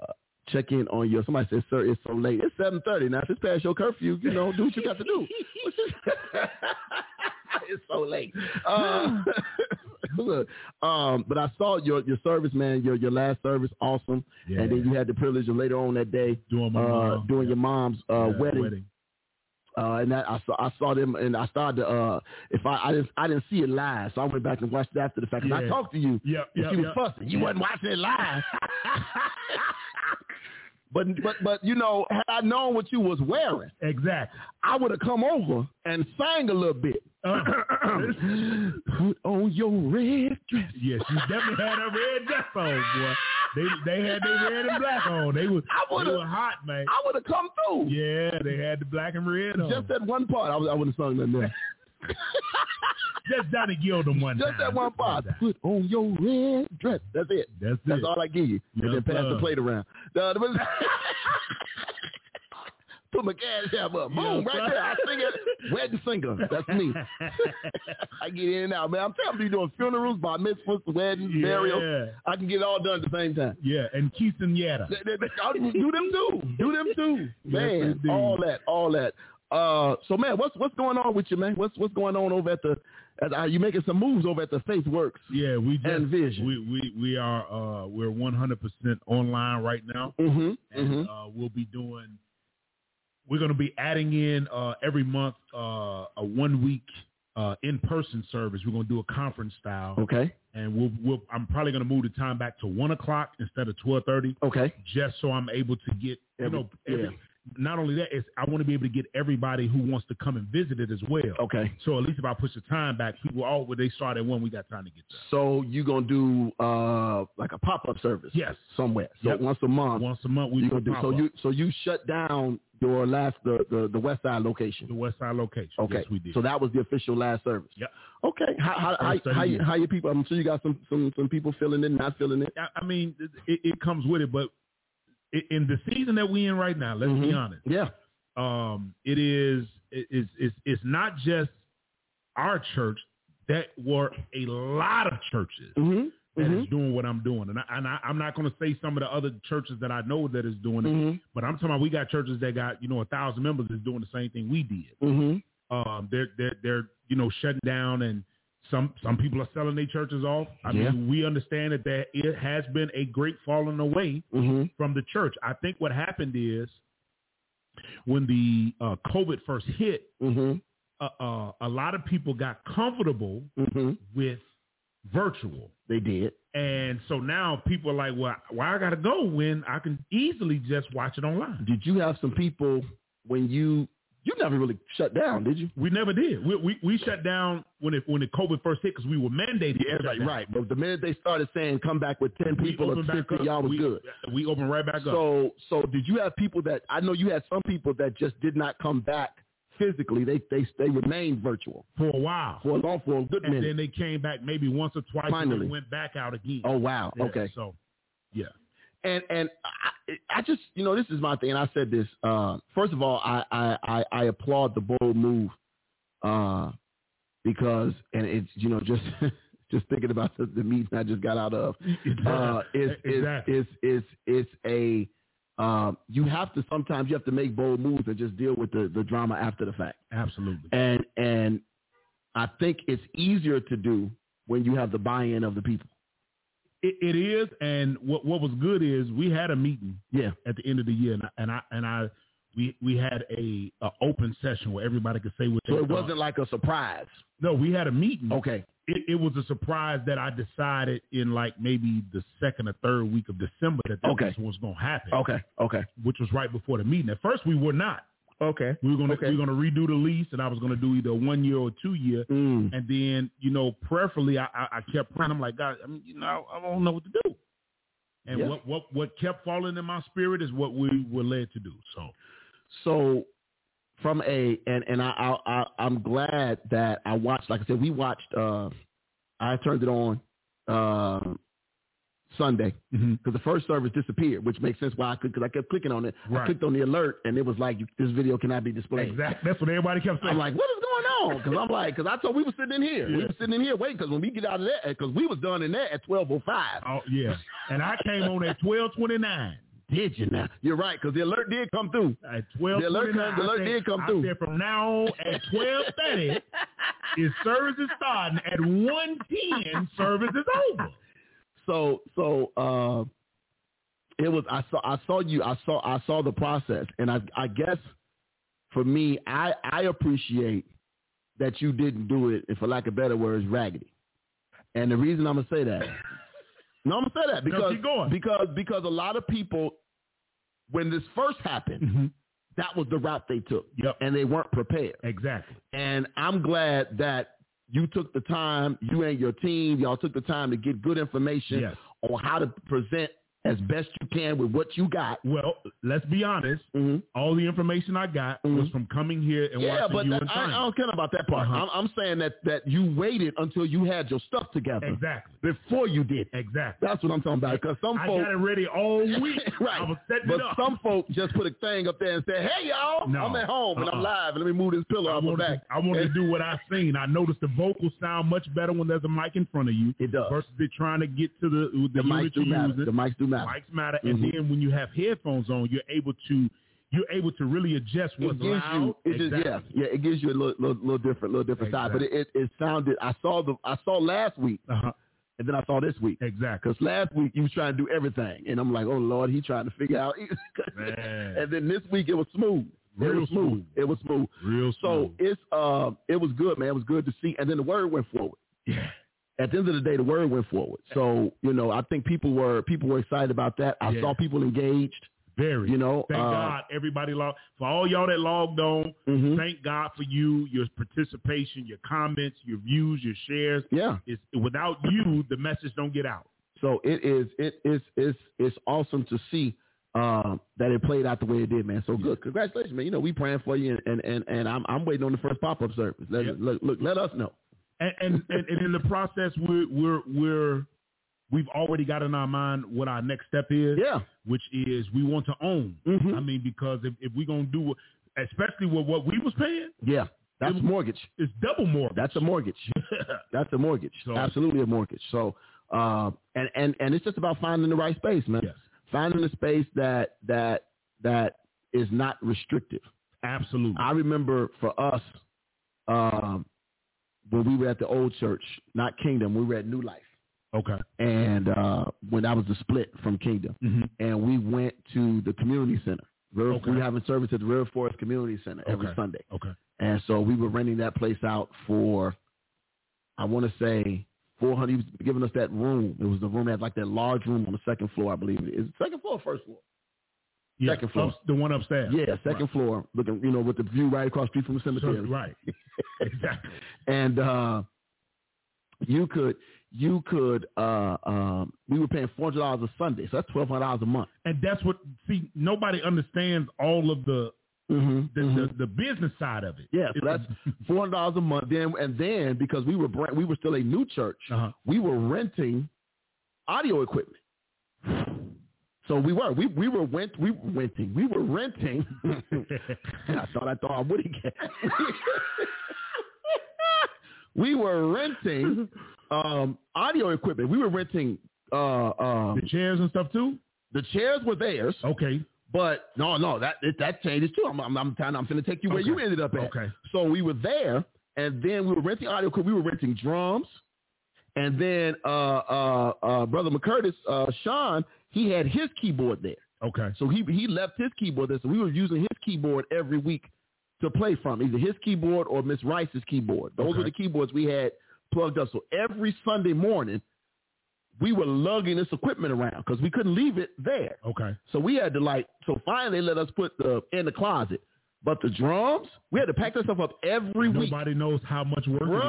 [SPEAKER 6] check in on your. Somebody said, "Sir, it's so late. It's seven thirty now. If it's past your curfew, you know, do what you got to do." it's so late. Uh, look, um, but I saw your your service, man. Your your last service, awesome.
[SPEAKER 4] Yeah,
[SPEAKER 6] And then you had the privilege of later on that day
[SPEAKER 4] doing my
[SPEAKER 6] uh,
[SPEAKER 4] mom.
[SPEAKER 6] doing
[SPEAKER 4] Yeah,
[SPEAKER 6] your mom's uh,
[SPEAKER 4] yeah,
[SPEAKER 6] wedding uh, and that I saw I saw them and I started to, uh if I I didn't I didn't see it live so I went back and watched it after the fact and I
[SPEAKER 4] Yeah.
[SPEAKER 6] talked to you
[SPEAKER 4] Yep,
[SPEAKER 6] and
[SPEAKER 4] yep,
[SPEAKER 6] she was
[SPEAKER 4] yep.
[SPEAKER 6] fussing you
[SPEAKER 4] Yeah.
[SPEAKER 6] wasn't watching it live but but but you know had I known what you was wearing
[SPEAKER 4] Exactly.
[SPEAKER 6] I would have come over and sang a little bit
[SPEAKER 4] Uh,
[SPEAKER 6] put on your red dress
[SPEAKER 4] yeah, she definitely had her red dress on, boy. They they had their red and black on. They was
[SPEAKER 6] I
[SPEAKER 4] they
[SPEAKER 6] would've-
[SPEAKER 4] were hot, man.
[SPEAKER 6] I would have come through
[SPEAKER 4] Yeah, they had the black and red on.
[SPEAKER 6] just that one part I, was, I would have sung that there
[SPEAKER 4] Just Johnny Gildem one
[SPEAKER 6] just
[SPEAKER 4] time.
[SPEAKER 6] that one part
[SPEAKER 4] That's
[SPEAKER 6] put on your red dress that's it
[SPEAKER 4] it.
[SPEAKER 6] That's all I give you.
[SPEAKER 4] Yes,
[SPEAKER 6] and then pass
[SPEAKER 4] sir.
[SPEAKER 6] the plate around. The- the- Put my cash app up. Boom,
[SPEAKER 4] Yes,
[SPEAKER 6] right
[SPEAKER 4] sir.
[SPEAKER 6] there. I sing it. Wedding singer. That's me. I get in and out, man. I'm telling you, doing funerals, bar mitzvahs, weddings,
[SPEAKER 4] yeah.
[SPEAKER 6] burials. I can get it all done at the same time.
[SPEAKER 4] Yeah, and Keith and Yetta.
[SPEAKER 6] Th- th- th- I'll do them too. Do them too.
[SPEAKER 4] Yes,
[SPEAKER 6] Man,
[SPEAKER 4] indeed.
[SPEAKER 6] all that, all that. Uh, so man, what's what's going on with you, man? What's what's going on over at the? At, are you making some moves over at the Faith Works?
[SPEAKER 4] Yeah, we just
[SPEAKER 6] And Vision.
[SPEAKER 4] We we we are uh we're one hundred percent online right now,
[SPEAKER 6] Mm-hmm.
[SPEAKER 4] and
[SPEAKER 6] Mm-hmm.
[SPEAKER 4] uh, we'll be doing. We're going to be adding in uh every month uh a one week uh in person service. We're going to do a conference style,
[SPEAKER 6] Okay.
[SPEAKER 4] and we'll we'll I'm probably going to move the time back to one o'clock instead of twelve thirty,
[SPEAKER 6] Okay.
[SPEAKER 4] just so I'm able to get you
[SPEAKER 6] Every-
[SPEAKER 4] know. Every,
[SPEAKER 6] yeah.
[SPEAKER 4] Not only that, it's, I want to be able to get everybody who wants to come and visit it as well.
[SPEAKER 6] Okay.
[SPEAKER 4] So at least if I push the time back, people all when they start at one, we got time to get there.
[SPEAKER 6] So you gonna do uh like a pop up service?
[SPEAKER 4] Yes.
[SPEAKER 6] Somewhere. So
[SPEAKER 4] Yep.
[SPEAKER 6] once a month
[SPEAKER 4] Once a month, we
[SPEAKER 6] Uh, you gonna do. So
[SPEAKER 4] pop-up
[SPEAKER 6] you so you shut down your last the the, the West Side
[SPEAKER 4] the
[SPEAKER 6] location.
[SPEAKER 4] West Side location.
[SPEAKER 6] Okay.
[SPEAKER 4] Yes, we did.
[SPEAKER 6] So that was the official last service.
[SPEAKER 4] Yep.
[SPEAKER 6] Okay. How how
[SPEAKER 4] First
[SPEAKER 6] how,
[SPEAKER 4] thirty
[SPEAKER 6] how, you,
[SPEAKER 4] minutes.
[SPEAKER 6] how your people? I'm sure you got some some some people feeling it, not feeling it.
[SPEAKER 4] I, I mean, it, it comes with it, but i- in the season that we in right now, let's be
[SPEAKER 6] Mhm.
[SPEAKER 4] honest.
[SPEAKER 6] Yeah.
[SPEAKER 4] Um, it is it is it's, it's not just our church. That were a lot of churches
[SPEAKER 6] Mhm.
[SPEAKER 4] that is
[SPEAKER 6] Mhm.
[SPEAKER 4] doing what I'm doing, and, I, and I, I'm not going to say some of the other churches that I know that is doing it,
[SPEAKER 6] Mhm.
[SPEAKER 4] but I'm talking about we got churches that got you know a thousand members is doing the same thing we did.
[SPEAKER 6] Mhm.
[SPEAKER 4] um, they're they're they're you know shutting down and some some people are selling their churches off. I
[SPEAKER 6] Yeah.
[SPEAKER 4] mean, we understand that there it has been a great falling away
[SPEAKER 6] Mhm.
[SPEAKER 4] from the church. I think what happened is when the uh, COVID first hit,
[SPEAKER 6] Mhm.
[SPEAKER 4] uh, uh, a lot of people got comfortable
[SPEAKER 6] Mhm.
[SPEAKER 4] with virtual.
[SPEAKER 6] They did.
[SPEAKER 4] And so now people are like, well, why I got to go when I can easily just watch it online?
[SPEAKER 6] Did you have some people when you you never really shut down, did you?
[SPEAKER 4] We never did. We we, we shut down when it when the COVID first hit because we were mandated. to
[SPEAKER 6] Yeah,
[SPEAKER 4] shut
[SPEAKER 6] right,
[SPEAKER 4] down.
[SPEAKER 6] right. But the minute they started saying come back with ten
[SPEAKER 4] We
[SPEAKER 6] people or
[SPEAKER 4] opened back
[SPEAKER 6] fifty,
[SPEAKER 4] up.
[SPEAKER 6] y'all was
[SPEAKER 4] we,
[SPEAKER 6] good.
[SPEAKER 4] We open right back up.
[SPEAKER 6] So, so did you have people that I know you had some people that just did not come back physically? They they they remained virtual
[SPEAKER 4] for a while.
[SPEAKER 6] for a long for a good
[SPEAKER 4] and
[SPEAKER 6] minute.
[SPEAKER 4] then they came back maybe once or twice and
[SPEAKER 6] Finally.
[SPEAKER 4] then went back out again.
[SPEAKER 6] oh wow,
[SPEAKER 4] Yeah,
[SPEAKER 6] okay.
[SPEAKER 4] So
[SPEAKER 6] and and I, I just you know this is my thing. And I said this uh, first of all. I, I I I applaud the bold move uh, because and it's you know just just thinking about the, the meeting I just got out of uh, it's,
[SPEAKER 7] Exactly.
[SPEAKER 6] it's, it's, it's, it's a, um, you have to, sometimes you have to make bold moves and just deal with the, the drama after the fact.
[SPEAKER 7] Absolutely.
[SPEAKER 6] And, and I think it's easier to do when you have the buy-in of the people.
[SPEAKER 7] It, it is, and what what was good is we had a meeting
[SPEAKER 6] Yeah.
[SPEAKER 7] at the end of the year, and I and I, and I we we had a, a open session where everybody could say what.
[SPEAKER 6] So
[SPEAKER 7] they
[SPEAKER 6] it
[SPEAKER 7] thought.
[SPEAKER 6] wasn't like a surprise.
[SPEAKER 7] No, we had a meeting.
[SPEAKER 6] Okay.
[SPEAKER 7] It, it was a surprise that I decided in like maybe the second or third week of December that that
[SPEAKER 6] Okay.
[SPEAKER 7] was what's going to happen,
[SPEAKER 6] Okay. Okay.
[SPEAKER 7] which was right before the meeting. At first, we were not.
[SPEAKER 6] Okay.
[SPEAKER 7] We were gonna
[SPEAKER 6] Okay.
[SPEAKER 7] we were gonna redo the lease, and I was gonna do either a one year or two year.
[SPEAKER 6] Mm.
[SPEAKER 7] And then, you know, prayerfully, I, I, I kept praying. I'm like, God, I mean, you know, I, I don't know what to do. And
[SPEAKER 6] Yeah.
[SPEAKER 7] what, what, what kept falling in my spirit is what we were led to do. So,
[SPEAKER 6] So from a, and, and I, I, I, I'm glad that I watched, like I said, we watched, uh, I turned it on, um, Sunday. because the first service disappeared, which makes sense why I could because I kept clicking on it. I
[SPEAKER 7] Right.
[SPEAKER 6] clicked on the alert and it was like you- this video cannot be displayed.
[SPEAKER 7] exactly. That's what everybody kept saying.
[SPEAKER 6] I'm like, what is going on? Because I'm like, because I thought we were sitting in here, we
[SPEAKER 7] Yeah.
[SPEAKER 6] were sitting in here waiting. Because when we get out of there, because we was done in there at 12:05.
[SPEAKER 7] oh yeah. And I came on at 1229.
[SPEAKER 6] Did you now? You're right, because the alert did come through.
[SPEAKER 7] At 1229.
[SPEAKER 6] The alert come- the
[SPEAKER 7] I
[SPEAKER 6] alert
[SPEAKER 7] said-
[SPEAKER 6] did come
[SPEAKER 7] I
[SPEAKER 6] through.
[SPEAKER 7] said from now on at 1230 is service is starting. At 110, service is over.
[SPEAKER 6] So so uh, it was. I saw I saw you. I saw I saw the process, and I I guess for me, I I appreciate that you didn't do it, and for lack of better words, raggedy. And the reason I'm gonna say that, no, I'm gonna say that because
[SPEAKER 7] keep going.
[SPEAKER 6] because because a lot of people, when this first happened, that was the route they took,
[SPEAKER 7] Mm-hmm. Yep.
[SPEAKER 6] and they weren't prepared.
[SPEAKER 7] Exactly.
[SPEAKER 6] And I'm glad that you took the time, you and your team, y'all took the time to get good information
[SPEAKER 7] Yes.
[SPEAKER 6] on how to present as best you can with what you got.
[SPEAKER 7] Well, let's be honest.
[SPEAKER 6] Mm-hmm.
[SPEAKER 7] all the information I got was from coming here and
[SPEAKER 6] Yeah,
[SPEAKER 7] watching
[SPEAKER 6] but
[SPEAKER 7] you
[SPEAKER 6] that,
[SPEAKER 7] in
[SPEAKER 6] I, I
[SPEAKER 7] China.
[SPEAKER 6] don't care about that part.
[SPEAKER 7] Uh-huh.
[SPEAKER 6] I'm, I'm saying that, that you waited until you had your stuff together
[SPEAKER 7] exactly,
[SPEAKER 6] before you did. it.
[SPEAKER 7] exactly.
[SPEAKER 6] That's what I'm talking about. Because some
[SPEAKER 7] I
[SPEAKER 6] folks,
[SPEAKER 7] got it ready all week.
[SPEAKER 6] right,
[SPEAKER 7] I was setting
[SPEAKER 6] but
[SPEAKER 7] it up.
[SPEAKER 6] some folk just put a thing up there and said, "Hey y'all,
[SPEAKER 7] No.
[SPEAKER 6] I'm at home and
[SPEAKER 7] Uh-uh.
[SPEAKER 6] I'm live, and let me move this pillow
[SPEAKER 7] I
[SPEAKER 6] off my
[SPEAKER 7] wanted, to,
[SPEAKER 6] back."
[SPEAKER 7] I wanted to do what I seen. I noticed the vocals sound much better when there's a mic in front of you
[SPEAKER 6] It does.
[SPEAKER 7] versus it trying to get to the
[SPEAKER 6] The
[SPEAKER 7] the,
[SPEAKER 6] mics
[SPEAKER 7] unit
[SPEAKER 6] do
[SPEAKER 7] you're
[SPEAKER 6] matter.
[SPEAKER 7] using.
[SPEAKER 6] The mics do matter.
[SPEAKER 7] Mics matter,
[SPEAKER 6] Mhm.
[SPEAKER 7] and then when you have headphones on, you're able to you're able to really adjust what's
[SPEAKER 6] it gives
[SPEAKER 7] loud.
[SPEAKER 6] you, it just,
[SPEAKER 7] exactly.
[SPEAKER 6] yeah, yeah, it gives you a little, little, little different, little different side. But it, it, it sounded. I saw the, I saw last week,
[SPEAKER 7] Uh-huh.
[SPEAKER 6] and then I saw this week.
[SPEAKER 7] Exactly.
[SPEAKER 6] Because last week you was trying to do everything, and I'm like, oh Lord, he trying to figure out.
[SPEAKER 7] Man,
[SPEAKER 6] and then this week it was smooth. it
[SPEAKER 7] Real
[SPEAKER 6] was smooth.
[SPEAKER 7] smooth.
[SPEAKER 6] It was smooth.
[SPEAKER 7] real
[SPEAKER 6] So
[SPEAKER 7] smooth.
[SPEAKER 6] it's, uh, it was good, man. It was good to see. And then the word went forward.
[SPEAKER 7] Yeah.
[SPEAKER 6] At the end of the day, the word went forward. So you know, I think people were people were excited about that. I
[SPEAKER 7] Yeah.
[SPEAKER 6] saw people engaged.
[SPEAKER 7] Very.
[SPEAKER 6] You know,
[SPEAKER 7] Thank
[SPEAKER 6] uh,
[SPEAKER 7] God everybody logged. For all y'all that logged on,
[SPEAKER 6] Mhm.
[SPEAKER 7] thank God for you, your participation, your comments, your views, your shares.
[SPEAKER 6] Yeah.
[SPEAKER 7] It's, without you, the message don't get out.
[SPEAKER 6] So it is it is it's it's awesome to see um, that it played out the way it did, man. So good, congratulations, man. You know we praying for you, and and and, and I'm I'm waiting on the first pop up service. Let,
[SPEAKER 7] Yep.
[SPEAKER 6] look, look, let us know.
[SPEAKER 7] And and, and, and in the process, we're we're we're we've already got in our mind what our next step is,
[SPEAKER 6] Yeah,
[SPEAKER 7] which is we want to own.
[SPEAKER 6] Mhm.
[SPEAKER 7] I mean, because if, if we're gonna do, what- especially with what we was paying,
[SPEAKER 6] yeah. That's
[SPEAKER 7] Yep.
[SPEAKER 6] mortgage.
[SPEAKER 7] it's double more.
[SPEAKER 6] That's a mortgage. That's a mortgage.
[SPEAKER 7] So-
[SPEAKER 6] Absolutely a mortgage. So uh, and and and it's just about finding the right space, man.
[SPEAKER 7] yes,
[SPEAKER 6] Finding the space that that that is not restrictive.
[SPEAKER 7] absolutely.
[SPEAKER 6] I remember for us um, when we were at the old church, not Kingdom, we were at New Life.
[SPEAKER 7] okay.
[SPEAKER 6] and uh, when that was the split from Kingdom,
[SPEAKER 7] Mhm.
[SPEAKER 6] and we went to the community center. River,
[SPEAKER 7] Okay.
[SPEAKER 6] We were having service at the River Forest Community Center every
[SPEAKER 7] Okay.
[SPEAKER 6] Sunday,
[SPEAKER 7] Okay.
[SPEAKER 6] and so we were renting that place out for, I want to say, four hundred. He was giving us that room. It was the room that had like that large room on the second floor, I believe it is. Second floor, or first floor.
[SPEAKER 7] Yeah,
[SPEAKER 6] Second floor.
[SPEAKER 7] ups- the one upstairs.
[SPEAKER 6] Yeah, second floor, looking you know with the view right across the street from the cemetery.
[SPEAKER 7] So- right. exactly.
[SPEAKER 6] and uh, you could you could uh, um, we were paying four hundred dollars a Sunday, so that's twelve hundred dollars a month.
[SPEAKER 7] And that's what see nobody understands all of the
[SPEAKER 6] Mm-hmm.
[SPEAKER 7] the, the, the business side of it.
[SPEAKER 6] yeah, so
[SPEAKER 7] It's
[SPEAKER 6] that's four hundred dollars a month. Then and then because we were brand, we were still a new church,
[SPEAKER 7] Uh-huh.
[SPEAKER 6] we were renting audio equipment. So we were we we were rent we were renting we were renting. I thought I thought I would again. we were renting um, audio equipment. We were renting uh, um,
[SPEAKER 7] The chairs and stuff too.
[SPEAKER 6] the chairs were theirs,
[SPEAKER 7] Okay.
[SPEAKER 6] but no, no, that it, that changes too. I'm I'm I'm, trying, I'm finna take you where
[SPEAKER 7] Okay.
[SPEAKER 6] you ended up at.
[SPEAKER 7] Okay.
[SPEAKER 6] So we were there, and then we were renting audio equipment. We were renting drums, and then uh, uh, uh, brother McCurtis, uh, Sean, he had his keyboard there.
[SPEAKER 7] Okay.
[SPEAKER 6] So he he left his keyboard there. So we were using his keyboard every week to play from, either his keyboard or Miss Rice's keyboard. Those were
[SPEAKER 7] Okay.
[SPEAKER 6] the keyboards we had plugged up. So every Sunday morning, we were lugging this equipment around because we couldn't leave it there.
[SPEAKER 7] Okay.
[SPEAKER 6] So we had to like, so finally they let us put the in the closet. But the drums, we had to pack this stuff up every week.
[SPEAKER 7] Nobody knows how much work it is. It's a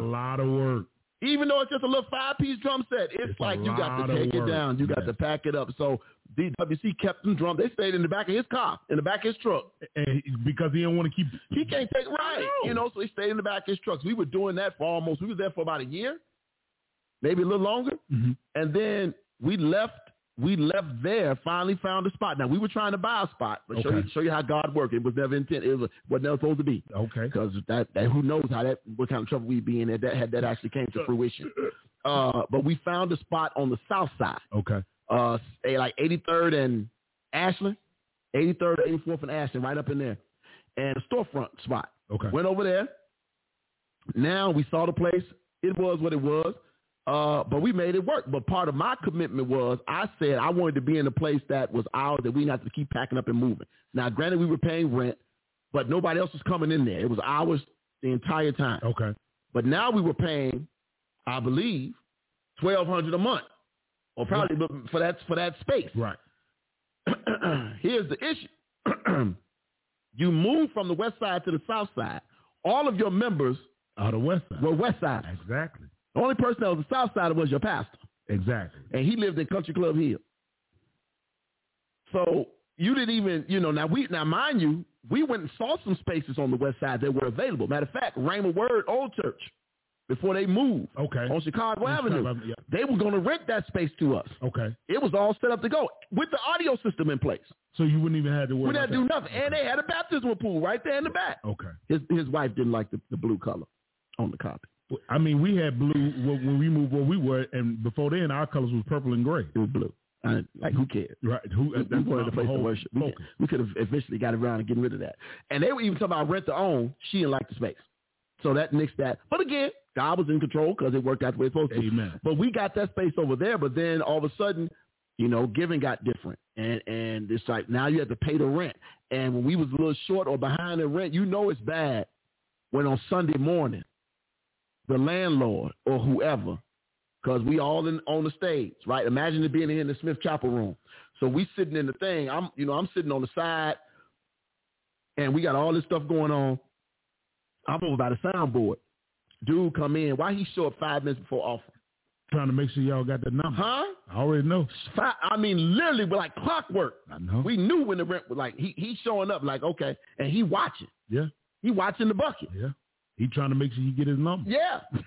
[SPEAKER 6] Bruh.
[SPEAKER 7] lot of work.
[SPEAKER 6] Even though it's just a little five-piece drum set, it's,
[SPEAKER 7] It's a
[SPEAKER 6] like you got
[SPEAKER 7] lot
[SPEAKER 6] to
[SPEAKER 7] of
[SPEAKER 6] take it
[SPEAKER 7] work.
[SPEAKER 6] down. You got
[SPEAKER 7] Yes.
[SPEAKER 6] to pack it up. So DWC kept them drums. They stayed in the back of his car, in the back of his truck.
[SPEAKER 7] And because he didn't want to keep
[SPEAKER 6] He can't take right.
[SPEAKER 7] No.
[SPEAKER 6] You know, so he stayed in the back of his trucks. We were doing that for almost, we were there for about a year, maybe a little longer.
[SPEAKER 7] Mhm.
[SPEAKER 6] And then we left, we left there, finally found a spot. Now, we were trying to buy a spot, but show,
[SPEAKER 7] Okay.
[SPEAKER 6] you, show you how God worked. It was never intent. It was, was never supposed to be.
[SPEAKER 7] Okay.
[SPEAKER 6] Because that, that, who knows how that, what kind of trouble we'd be in if that had that actually came to fruition. Uh, but we found a spot on the south side,
[SPEAKER 7] Okay.
[SPEAKER 6] uh, say like 83rd and Ashland, 83rd, 84th and Ashland, right up in there, and a storefront spot.
[SPEAKER 7] Okay.
[SPEAKER 6] Went over there. Now we saw the place. It was what it was. Uh, but we made it work. But part of my commitment was I said I wanted to be in a place that was ours that we didn't have to keep packing up and moving. Now, granted, we were paying rent, but nobody else was coming in there. It was ours the entire time.
[SPEAKER 7] Okay.
[SPEAKER 6] But now we were paying, I believe, twelve hundred a month, or probably for that for that space.
[SPEAKER 7] Right.
[SPEAKER 6] here's the issue. you move from the west side to the south side. All of your members
[SPEAKER 7] Out of West Side.
[SPEAKER 6] were west side.
[SPEAKER 7] Exactly.
[SPEAKER 6] The only person that was the south side was your pastor,
[SPEAKER 7] Exactly.
[SPEAKER 6] and he lived in Country Club Hill. So you didn't even, you know, now we now mind you, we went and saw some spaces on the west side that were available. Matter of fact, Rhema Word Old Church, before they moved
[SPEAKER 7] Okay.
[SPEAKER 6] on Chicago Avenue,
[SPEAKER 7] Yeah. Oh.
[SPEAKER 6] they were going to rent that space to us.
[SPEAKER 7] Okay.
[SPEAKER 6] It was all set up to go with the audio system in place.
[SPEAKER 7] So you wouldn't even have to worry
[SPEAKER 6] We didn't
[SPEAKER 7] about
[SPEAKER 6] do
[SPEAKER 7] that.
[SPEAKER 6] nothing. And they had a baptismal pool right there in the back.
[SPEAKER 7] Okay.
[SPEAKER 6] His his wife didn't like the, the blue color on the copy.
[SPEAKER 7] I mean, we had blue when when we moved where we were, and before then, our colors was purple and gray.
[SPEAKER 6] It was blue. I, like who cares?
[SPEAKER 7] Right. Who?
[SPEAKER 6] We, we
[SPEAKER 7] that's
[SPEAKER 6] wanted
[SPEAKER 7] not
[SPEAKER 6] a place
[SPEAKER 7] the
[SPEAKER 6] to
[SPEAKER 7] whole
[SPEAKER 6] worship. We,
[SPEAKER 7] focus.
[SPEAKER 6] we could have eventually got around to getting rid of that. And they were even talking about rent to own. She didn't like the space. So that nixed that. But again, God was in control because it worked out the way it's supposed to.
[SPEAKER 7] Amen.
[SPEAKER 6] But we got that space over there. But then all of a sudden, you know, giving got different, and and it's like now you have to pay the rent. And when we was a little short or behind the rent, you know it's bad when on Sunday morning, the landlord or whoever, because we all in on the stage, right? Imagine it being here in the Smith Chapel room. So we sitting in the thing. I'm you know I'm sitting on the side, and we got all this stuff going on. I'm over by the soundboard. Dude, come in. Why he show up five minutes before offering?
[SPEAKER 7] Trying to make sure y'all got the number.
[SPEAKER 6] Huh?
[SPEAKER 7] I already know.
[SPEAKER 6] Fi- I mean, literally, we're like clockwork.
[SPEAKER 7] I know.
[SPEAKER 6] We knew when the rent was like he he showing up, like okay, and he watching.
[SPEAKER 7] Yeah.
[SPEAKER 6] he watching the bucket.
[SPEAKER 7] yeah. He trying to make sure he get his number.
[SPEAKER 6] Yeah,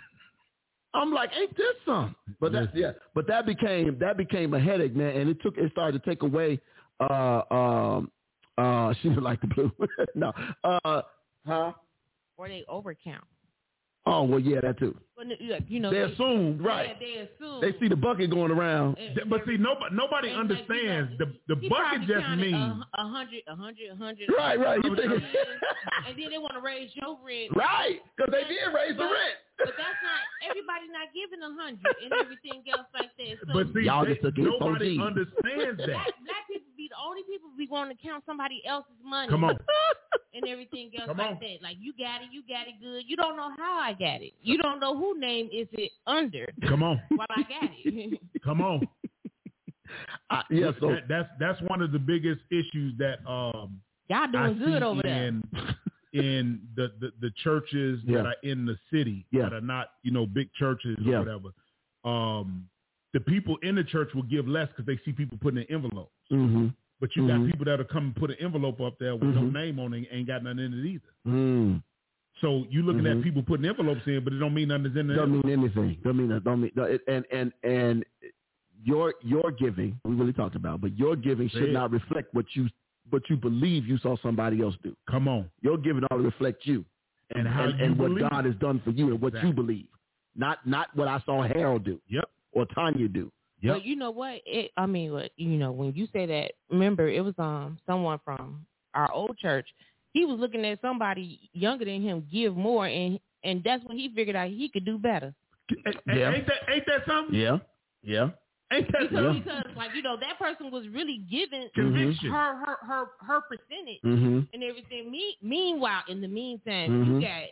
[SPEAKER 6] I'm like, ain't this some? But that yeah, but that became that became a headache, man, and it took it started to take away. Uh, um, uh, she didn't like the blue. no, uh, huh?
[SPEAKER 8] or they overcount.
[SPEAKER 6] Oh well, yeah, that too.
[SPEAKER 8] But n- like, you know,
[SPEAKER 6] They assumed right.
[SPEAKER 8] They, they assume.
[SPEAKER 6] They see the bucket going around.
[SPEAKER 8] and-
[SPEAKER 7] Th- But see, nobody nobody
[SPEAKER 8] and like, you know,
[SPEAKER 7] understands the the
[SPEAKER 8] he probably
[SPEAKER 7] bucket
[SPEAKER 8] uh,
[SPEAKER 7] just
[SPEAKER 8] counted
[SPEAKER 7] means
[SPEAKER 8] a, a hundred, a hundred, a hundred.
[SPEAKER 6] Right, right. You
[SPEAKER 8] And
[SPEAKER 6] thinking,
[SPEAKER 8] then they want to raise your rent,
[SPEAKER 6] right? Because they did raise the
[SPEAKER 8] but
[SPEAKER 6] rent.
[SPEAKER 8] that's not everybody not giving a hundred and everything else like that. So
[SPEAKER 7] But see,
[SPEAKER 6] Y'all
[SPEAKER 7] they-
[SPEAKER 6] just took it from G.
[SPEAKER 7] nobody understands that.
[SPEAKER 8] black, black people be the only people be wanting to count somebody else's money
[SPEAKER 7] Come on.
[SPEAKER 8] and everything else
[SPEAKER 7] Come
[SPEAKER 8] like
[SPEAKER 7] on.
[SPEAKER 8] that. Like you got it, you got it good. You don't know how I got it. You don't know who name is it under
[SPEAKER 7] Come on.
[SPEAKER 8] while I got it.
[SPEAKER 7] Come on.
[SPEAKER 6] I, yeah, so
[SPEAKER 7] That- that's that's one of the biggest issues that um
[SPEAKER 8] Y'all
[SPEAKER 7] I
[SPEAKER 8] doing good
[SPEAKER 7] see
[SPEAKER 8] over there.
[SPEAKER 7] in, in the, the, the churches
[SPEAKER 6] Yeah.
[SPEAKER 7] that are in the city
[SPEAKER 6] Yeah.
[SPEAKER 7] that are not, you know, big churches
[SPEAKER 6] Yeah.
[SPEAKER 7] or whatever. Um, the people in the church will give less because they see people putting in envelopes.
[SPEAKER 6] hmm
[SPEAKER 7] But you
[SPEAKER 6] Mhm.
[SPEAKER 7] got people that'll come and put an envelope up there with no
[SPEAKER 6] Mhm.
[SPEAKER 7] name on it and ain't got nothing in it either.
[SPEAKER 6] mm.
[SPEAKER 7] So you looking
[SPEAKER 6] Mhm.
[SPEAKER 7] at people putting envelopes in, but it don't mean nothing's in there.
[SPEAKER 6] don't mean anything. Don't mean that. Don't mean no, it- and and and your your giving. We really talked about, but your giving should
[SPEAKER 7] Yeah.
[SPEAKER 6] not reflect what you what you believe you saw somebody else do.
[SPEAKER 7] Come on.
[SPEAKER 6] Your giving ought to reflect you.
[SPEAKER 7] And how
[SPEAKER 6] and,
[SPEAKER 7] you
[SPEAKER 6] and what
[SPEAKER 7] believe.
[SPEAKER 6] God has done for you and what
[SPEAKER 7] Exactly.
[SPEAKER 6] you believe, not not what I saw Harold do
[SPEAKER 7] Yep.
[SPEAKER 6] or Tanya do.
[SPEAKER 7] Yep.
[SPEAKER 8] But you know what? It, I mean, what you know when you say that. Remember, it was um someone from our old church. He was looking at somebody younger than him give more, and and that's when he figured out he could do better.
[SPEAKER 7] A- a-
[SPEAKER 6] Yeah.
[SPEAKER 7] Ain't that ain't that something?
[SPEAKER 6] Yeah, yeah.
[SPEAKER 7] Ain't that
[SPEAKER 8] Because,
[SPEAKER 7] something?
[SPEAKER 8] because like you know that person was really giving
[SPEAKER 7] Conviction.
[SPEAKER 8] her her her her percentage
[SPEAKER 6] Mm-hmm.
[SPEAKER 8] and everything. Me, meanwhile, in the meantime,
[SPEAKER 6] Mhm.
[SPEAKER 8] you got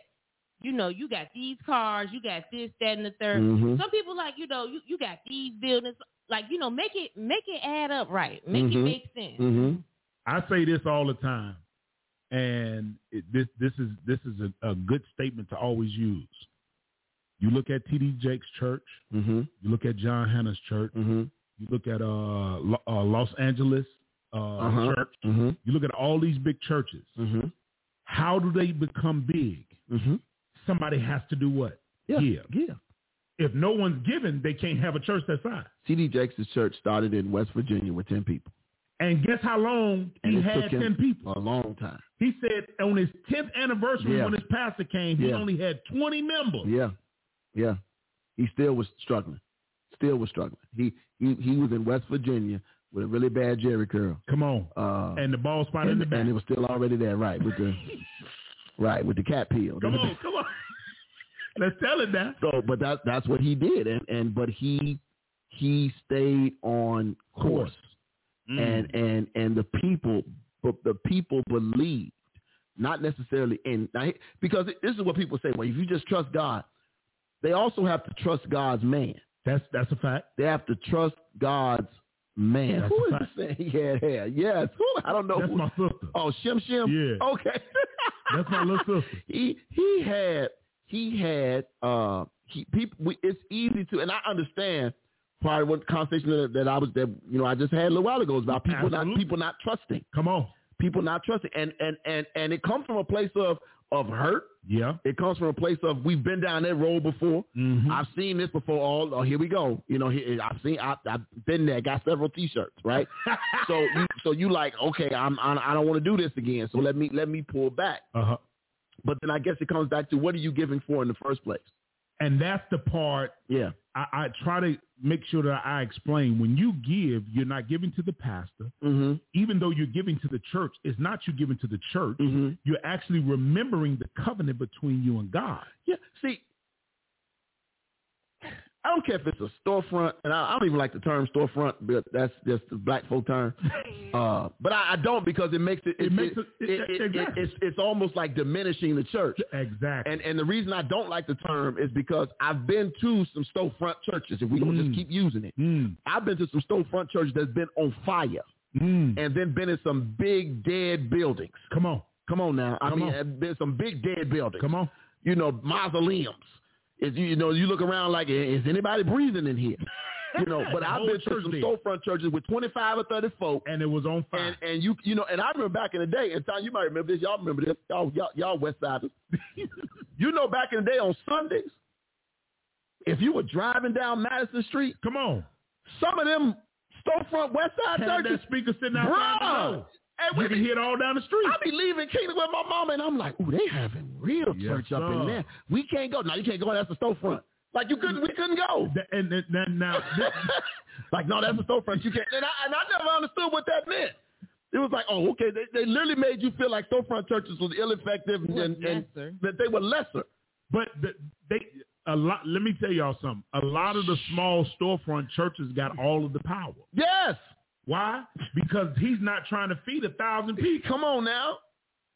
[SPEAKER 8] you know you got these cars, you got this, that, and the 3rd
[SPEAKER 6] Mhm.
[SPEAKER 8] Some people like you know you you got these buildings. Like you know, make it make it add up right. Make
[SPEAKER 6] Mhm.
[SPEAKER 8] it make sense.
[SPEAKER 6] Mm-hmm.
[SPEAKER 7] I say this all the time, and it, this this is this is a, a good statement to always use. You look at T.D. Jake's church.
[SPEAKER 6] Mm-hmm.
[SPEAKER 7] You look at John Hanna's church.
[SPEAKER 6] Mm-hmm.
[SPEAKER 7] You look at uh, Lo- uh Los Angeles uh,
[SPEAKER 6] Uh-huh.
[SPEAKER 7] church.
[SPEAKER 6] Mm-hmm.
[SPEAKER 7] You look at all these big churches.
[SPEAKER 6] Mm-hmm.
[SPEAKER 7] How do they become big?
[SPEAKER 6] Mm-hmm.
[SPEAKER 7] Somebody has to do what?
[SPEAKER 6] Yeah.
[SPEAKER 7] Give.
[SPEAKER 6] Yeah.
[SPEAKER 7] If no one's giving, they can't have a church that size.
[SPEAKER 6] C.D. Jakes' church started in West Virginia with ten people.
[SPEAKER 7] And guess how long
[SPEAKER 6] And
[SPEAKER 7] he
[SPEAKER 6] it
[SPEAKER 7] had
[SPEAKER 6] took him
[SPEAKER 7] ten people?
[SPEAKER 6] a long time.
[SPEAKER 7] He said on his 10th anniversary
[SPEAKER 6] Yeah.
[SPEAKER 7] when his pastor came, he
[SPEAKER 6] Yeah.
[SPEAKER 7] only had 20 members.
[SPEAKER 6] Yeah, yeah. He still was struggling. Still was struggling. He he he was in West Virginia with a really bad Jerry curl.
[SPEAKER 7] Come on.
[SPEAKER 6] Uh,
[SPEAKER 7] And the ball spot in
[SPEAKER 6] and,
[SPEAKER 7] the back.
[SPEAKER 6] and it was still already there, right? With the right with the cat peel.
[SPEAKER 7] Come on, come on. Let's tell it now.
[SPEAKER 6] So, but that that's what he did, and and but he he stayed on course, and and and the people, but the people believed, not necessarily in now, because this is what people say. Well, if you just trust God, they also have to trust God's man.
[SPEAKER 7] that's that's a fact.
[SPEAKER 6] They have to trust God's man.
[SPEAKER 7] That's
[SPEAKER 6] Who
[SPEAKER 7] a
[SPEAKER 6] is saying he had hair? Yes. Who? I don't know.
[SPEAKER 7] That's
[SPEAKER 6] who-
[SPEAKER 7] my sister.
[SPEAKER 6] oh, Shim Shim.
[SPEAKER 7] Yeah.
[SPEAKER 6] Okay.
[SPEAKER 7] That's my little sister.
[SPEAKER 6] he he had he had uh he people. We, it's easy to, and I understand part of what conversation that, that I was that you know I just had a little while ago is about people not
[SPEAKER 7] Absolutely.
[SPEAKER 6] people not trusting,
[SPEAKER 7] Come on.
[SPEAKER 6] people not trusting, and and and and it comes from a place of of hurt.
[SPEAKER 7] Yeah.
[SPEAKER 6] It comes from a place of we've been down that road before.
[SPEAKER 7] Mhm.
[SPEAKER 6] I've seen this before. All oh, here we go. You know, here, I've seen. I, I've been there. Got several T-shirts, right? so, you, so you like, okay, I'm. I, I don't want to do this again. So let me let me pull back.
[SPEAKER 7] Uh-huh.
[SPEAKER 6] But then I guess it comes back to what are you giving for in the first place?
[SPEAKER 7] And that's the part
[SPEAKER 6] Yeah.
[SPEAKER 7] I, I try to make sure that I explain. When you give, you're not giving to the pastor.
[SPEAKER 6] Mm-hmm.
[SPEAKER 7] Even though you're giving to the church, it's not you giving to the church.
[SPEAKER 6] Mm-hmm.
[SPEAKER 7] You're actually remembering the covenant between you and God.
[SPEAKER 6] Yeah. See, I don't care if it's a storefront, and I, I don't even like the term storefront, but that's just the black folk term. Uh, but I, I don't because it makes it
[SPEAKER 7] It makes it- it- exactly.
[SPEAKER 6] it's it's almost like diminishing the church.
[SPEAKER 7] Exactly.
[SPEAKER 6] And and the reason I don't like the term is because I've been to some storefront churches, if we don't
[SPEAKER 7] Mm.
[SPEAKER 6] just keep using it.
[SPEAKER 7] Mm,
[SPEAKER 6] I've been to some storefront churches that's been on fire
[SPEAKER 7] mm.
[SPEAKER 6] and then been in some big dead buildings.
[SPEAKER 7] Come on.
[SPEAKER 6] Come on now. I
[SPEAKER 7] Come
[SPEAKER 6] mean,
[SPEAKER 7] on.
[SPEAKER 6] uh, there's some big dead buildings.
[SPEAKER 7] Come on.
[SPEAKER 6] You know, mausoleums. Is you know, you look around like, is anybody breathing in here? You know, but
[SPEAKER 7] The
[SPEAKER 6] I've
[SPEAKER 7] whole
[SPEAKER 6] been to
[SPEAKER 7] church
[SPEAKER 6] some
[SPEAKER 7] did.
[SPEAKER 6] storefront churches with 25 or 30 folk.
[SPEAKER 7] And it was on fire.
[SPEAKER 6] And and you you know, and I remember back in the day, and Tom, you might remember this. Y'all remember this? Y'all y'all, y'all West Siders. you know, back in the day on Sundays, if you were driving down Madison Street,
[SPEAKER 7] Come on.
[SPEAKER 6] some of them storefront West Side
[SPEAKER 7] Had that
[SPEAKER 6] churches,
[SPEAKER 7] speaker sitting outside the
[SPEAKER 6] bruh.
[SPEAKER 7] door.
[SPEAKER 6] And
[SPEAKER 7] You
[SPEAKER 6] we
[SPEAKER 7] can
[SPEAKER 6] be,
[SPEAKER 7] hear it all down the street.
[SPEAKER 6] I be leaving Kingdom with my mama, and I'm like, ooh, they having real
[SPEAKER 7] Yes,
[SPEAKER 6] church up
[SPEAKER 7] sir.
[SPEAKER 6] in there. We can't go. No, you can't go. That's the storefront. Like you couldn't, we couldn't go.
[SPEAKER 7] Th- And, and, and now, th-
[SPEAKER 6] like no, that's the storefront. You can't. And I, and I never understood what that meant. It was like, oh, okay. They, they literally made you feel like storefront churches was ineffective and,
[SPEAKER 8] Well,
[SPEAKER 6] and,
[SPEAKER 8] yes, sir.
[SPEAKER 6] that they were lesser.
[SPEAKER 7] but the, they a lot. Let me tell y'all something. A lot of the small storefront churches got all of the power.
[SPEAKER 6] Yes.
[SPEAKER 7] Why? Because he's not trying to feed a thousand people.
[SPEAKER 6] Come on now.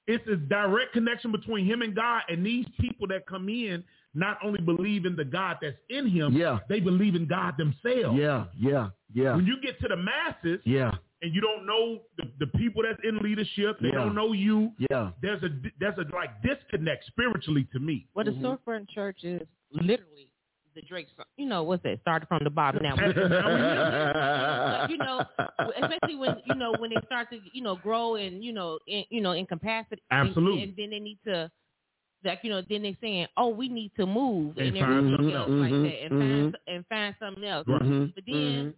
[SPEAKER 7] It's a direct connection between him and God, and these people that come in not only believe in the God that's in him,
[SPEAKER 6] Yeah.
[SPEAKER 7] they believe in God themselves.
[SPEAKER 6] Yeah. Yeah. Yeah.
[SPEAKER 7] When you get to the masses
[SPEAKER 6] Yeah.
[SPEAKER 7] and you don't know the, the people that's in leadership, they
[SPEAKER 6] Yeah.
[SPEAKER 7] don't know you.
[SPEAKER 6] Yeah.
[SPEAKER 7] There's a there's a like disconnect spiritually to me.
[SPEAKER 8] Well, the storefront church is literally the Drake song. You know, what's that? Started from the bottom. Now, we're- But, you know, especially when you know when they start to you know grow and you know in you know in capacity. and-
[SPEAKER 7] Absolutely.
[SPEAKER 8] And, then they need to, like you know, then they saying, oh, we need to move
[SPEAKER 7] And
[SPEAKER 8] and,
[SPEAKER 7] find
[SPEAKER 8] everything
[SPEAKER 7] something
[SPEAKER 8] else Mm-hmm.
[SPEAKER 6] else.
[SPEAKER 8] like that, and
[SPEAKER 6] Mhm,
[SPEAKER 8] find and find something else.
[SPEAKER 6] Mhm,
[SPEAKER 8] But then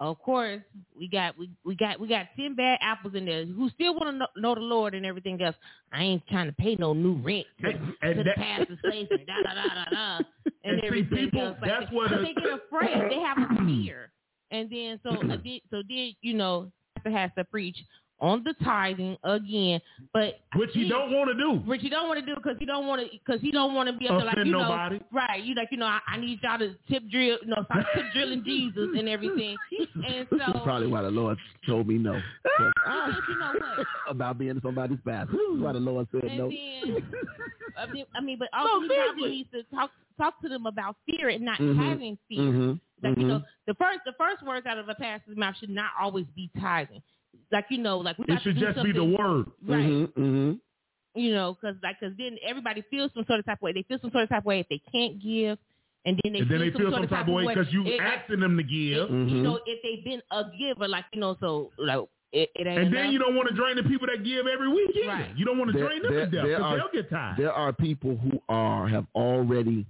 [SPEAKER 8] Of course, we got we, we got we got ten bad apples in there who still want to know, know the Lord and everything else. I ain't trying to pay no new rent to,
[SPEAKER 7] And-
[SPEAKER 8] to
[SPEAKER 7] and
[SPEAKER 8] the
[SPEAKER 7] that-
[SPEAKER 8] pastor's place and da da da da da.
[SPEAKER 7] And
[SPEAKER 8] And,
[SPEAKER 7] see,
[SPEAKER 8] everything
[SPEAKER 7] people-
[SPEAKER 8] else like
[SPEAKER 7] that's
[SPEAKER 8] that.
[SPEAKER 7] what
[SPEAKER 8] But
[SPEAKER 7] it-
[SPEAKER 8] they get afraid. They have a fear, and then so I did- so then you know pastor has to preach on the tithing again, but
[SPEAKER 7] which you
[SPEAKER 8] he-
[SPEAKER 7] don't want to do.
[SPEAKER 8] which you don't want to do because you don't want to because he don't want to be up there like
[SPEAKER 7] Offend
[SPEAKER 8] you know
[SPEAKER 7] nobody.
[SPEAKER 8] right you like you know I, I need y'all to tip drill you know stop tip drilling Jesus and everything and
[SPEAKER 6] This is
[SPEAKER 8] so
[SPEAKER 6] probably why the Lord told me no 'Cause
[SPEAKER 8] but
[SPEAKER 6] I-
[SPEAKER 8] you know what
[SPEAKER 6] about being somebody's pastor. This is why the Lord said
[SPEAKER 8] and
[SPEAKER 6] no.
[SPEAKER 8] then I mean, I mean but also he probably needs to talk talk to them about fear and not
[SPEAKER 6] Mhm.
[SPEAKER 8] having fear
[SPEAKER 6] Mhm,
[SPEAKER 8] like you
[SPEAKER 6] mhm.
[SPEAKER 7] Mm-hmm.
[SPEAKER 8] know the first the first words out of a pastor's mouth should not always be tithing like you know like we got
[SPEAKER 7] It should
[SPEAKER 8] to do
[SPEAKER 7] just be
[SPEAKER 8] something
[SPEAKER 7] the Mm-hmm. word.
[SPEAKER 8] right
[SPEAKER 6] Mhm, mhm.
[SPEAKER 8] you know, because then everybody feels some sort of type of way. They feel some sort of type of way if they can't give, and then they
[SPEAKER 7] and
[SPEAKER 8] feel
[SPEAKER 7] then they
[SPEAKER 8] some
[SPEAKER 7] feel
[SPEAKER 8] sort
[SPEAKER 7] some
[SPEAKER 8] of
[SPEAKER 7] type of way because you Mm-hmm.
[SPEAKER 8] it-
[SPEAKER 7] asking them to
[SPEAKER 8] it-
[SPEAKER 7] give,
[SPEAKER 8] you
[SPEAKER 6] Mhm.
[SPEAKER 8] know, if they've been a giver, like you know, so like it, it ain't.
[SPEAKER 7] and then
[SPEAKER 8] enough.
[SPEAKER 7] you don't want to drain the people that give every week. either.
[SPEAKER 8] Right.
[SPEAKER 7] You don't want to
[SPEAKER 6] There-
[SPEAKER 7] drain them
[SPEAKER 6] there-
[SPEAKER 7] to death
[SPEAKER 6] there
[SPEAKER 7] because
[SPEAKER 6] are-
[SPEAKER 7] they'll get tired.
[SPEAKER 6] There are people who are have already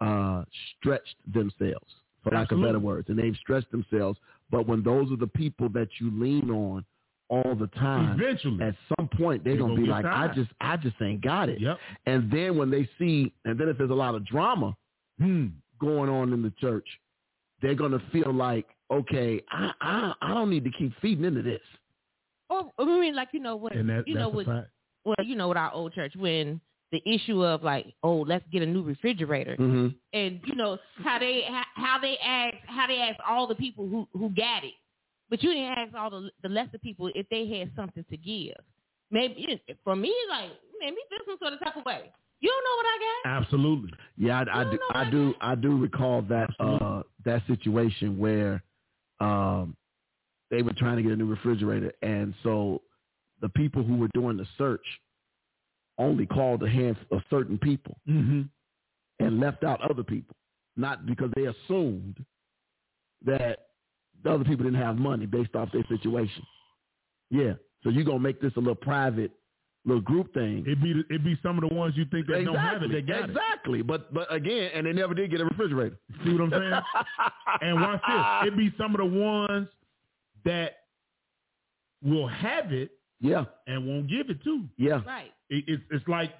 [SPEAKER 6] uh, stretched themselves, for lack of
[SPEAKER 7] Absolutely.
[SPEAKER 6] better words, and they've stretched themselves. But when those are the people that you lean on all the time,
[SPEAKER 7] Eventually.
[SPEAKER 6] at some point they're
[SPEAKER 7] They're
[SPEAKER 6] gonna
[SPEAKER 7] gonna
[SPEAKER 6] be
[SPEAKER 7] get
[SPEAKER 6] like, I
[SPEAKER 7] tired.
[SPEAKER 6] just, I just ain't got it.
[SPEAKER 7] Yep.
[SPEAKER 6] And then when they see, and then if there's a lot of drama
[SPEAKER 7] Hmm.
[SPEAKER 6] going on in the church, they're gonna feel like, okay, I, I, I don't need to keep feeding into this.
[SPEAKER 8] or I mean, like you know what
[SPEAKER 7] And that,
[SPEAKER 8] you
[SPEAKER 7] that's
[SPEAKER 8] know
[SPEAKER 7] a
[SPEAKER 8] with
[SPEAKER 7] fact.
[SPEAKER 8] well, you know, with our old church when the issue of like, oh, let's get a new refrigerator,
[SPEAKER 6] Mm-hmm.
[SPEAKER 8] and you know how they how, how they ask how they ask all the people who who got it, but you didn't ask all the the lesser people if they had something to give. Maybe for me, like man, me feel some sort of type of way. You don't know what I got.
[SPEAKER 7] Absolutely.
[SPEAKER 6] Yeah, I, I
[SPEAKER 8] No,
[SPEAKER 6] do.
[SPEAKER 8] no,
[SPEAKER 6] I
[SPEAKER 8] I
[SPEAKER 6] do.
[SPEAKER 8] don't.
[SPEAKER 6] I do recall that uh,
[SPEAKER 7] Absolutely.
[SPEAKER 6] that situation where um, they were trying to get a new refrigerator, and so the people who were doing the search only called a hand of certain people
[SPEAKER 7] Mm-hmm.
[SPEAKER 6] and left out other people, not because they assumed that the other people didn't have money based off their situation. Yeah, so you're gonna make this a little private, little group thing.
[SPEAKER 7] It be it be some of the ones you think that don't have it. They got it.
[SPEAKER 6] exactly. But but again, and they never did get a refrigerator.
[SPEAKER 7] See what I'm saying? and watch this. It be some of the ones that will have it
[SPEAKER 6] Yeah,
[SPEAKER 7] and won't give it to.
[SPEAKER 6] yeah.
[SPEAKER 8] Right.
[SPEAKER 7] It, it's it's like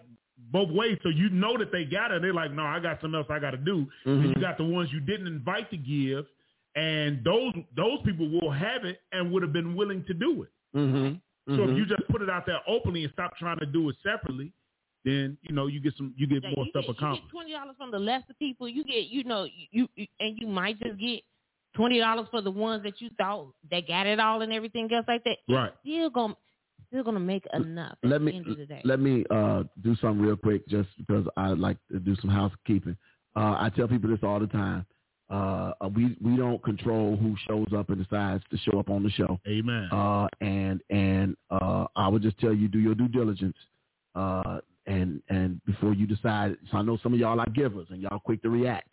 [SPEAKER 7] both ways. So you know that they got it. They're like, no, I got something else I got to do. And you
[SPEAKER 6] Mhm.
[SPEAKER 7] got the ones you didn't invite to give, and those those people will have it and would have been willing to do it.
[SPEAKER 6] Mhm.
[SPEAKER 7] So if
[SPEAKER 6] Mhm.
[SPEAKER 7] you just put it out there openly and stop trying to do it separately, then you know you get some you get
[SPEAKER 8] Like,
[SPEAKER 7] more
[SPEAKER 8] you
[SPEAKER 7] stuff
[SPEAKER 8] get, you get
[SPEAKER 7] accomplished.
[SPEAKER 8] twenty dollars from the lesser people. You get you know you, you and you might just get twenty dollars for the ones that you thought that got it all and everything else like that.
[SPEAKER 7] Right.
[SPEAKER 8] Still gonna still gonna make enough. At
[SPEAKER 6] let
[SPEAKER 8] the
[SPEAKER 6] me-
[SPEAKER 8] end of the day.
[SPEAKER 6] Let me uh, do something real quick, just because I like to do some housekeeping. Uh, I tell people this all the time. Uh, we we don't control who shows up and decides to show up on the show.
[SPEAKER 7] Amen.
[SPEAKER 6] Uh, and and uh, I would just tell you do your due diligence. Uh, and and before you decide, so I know some of y'all are givers and y'all quick to react.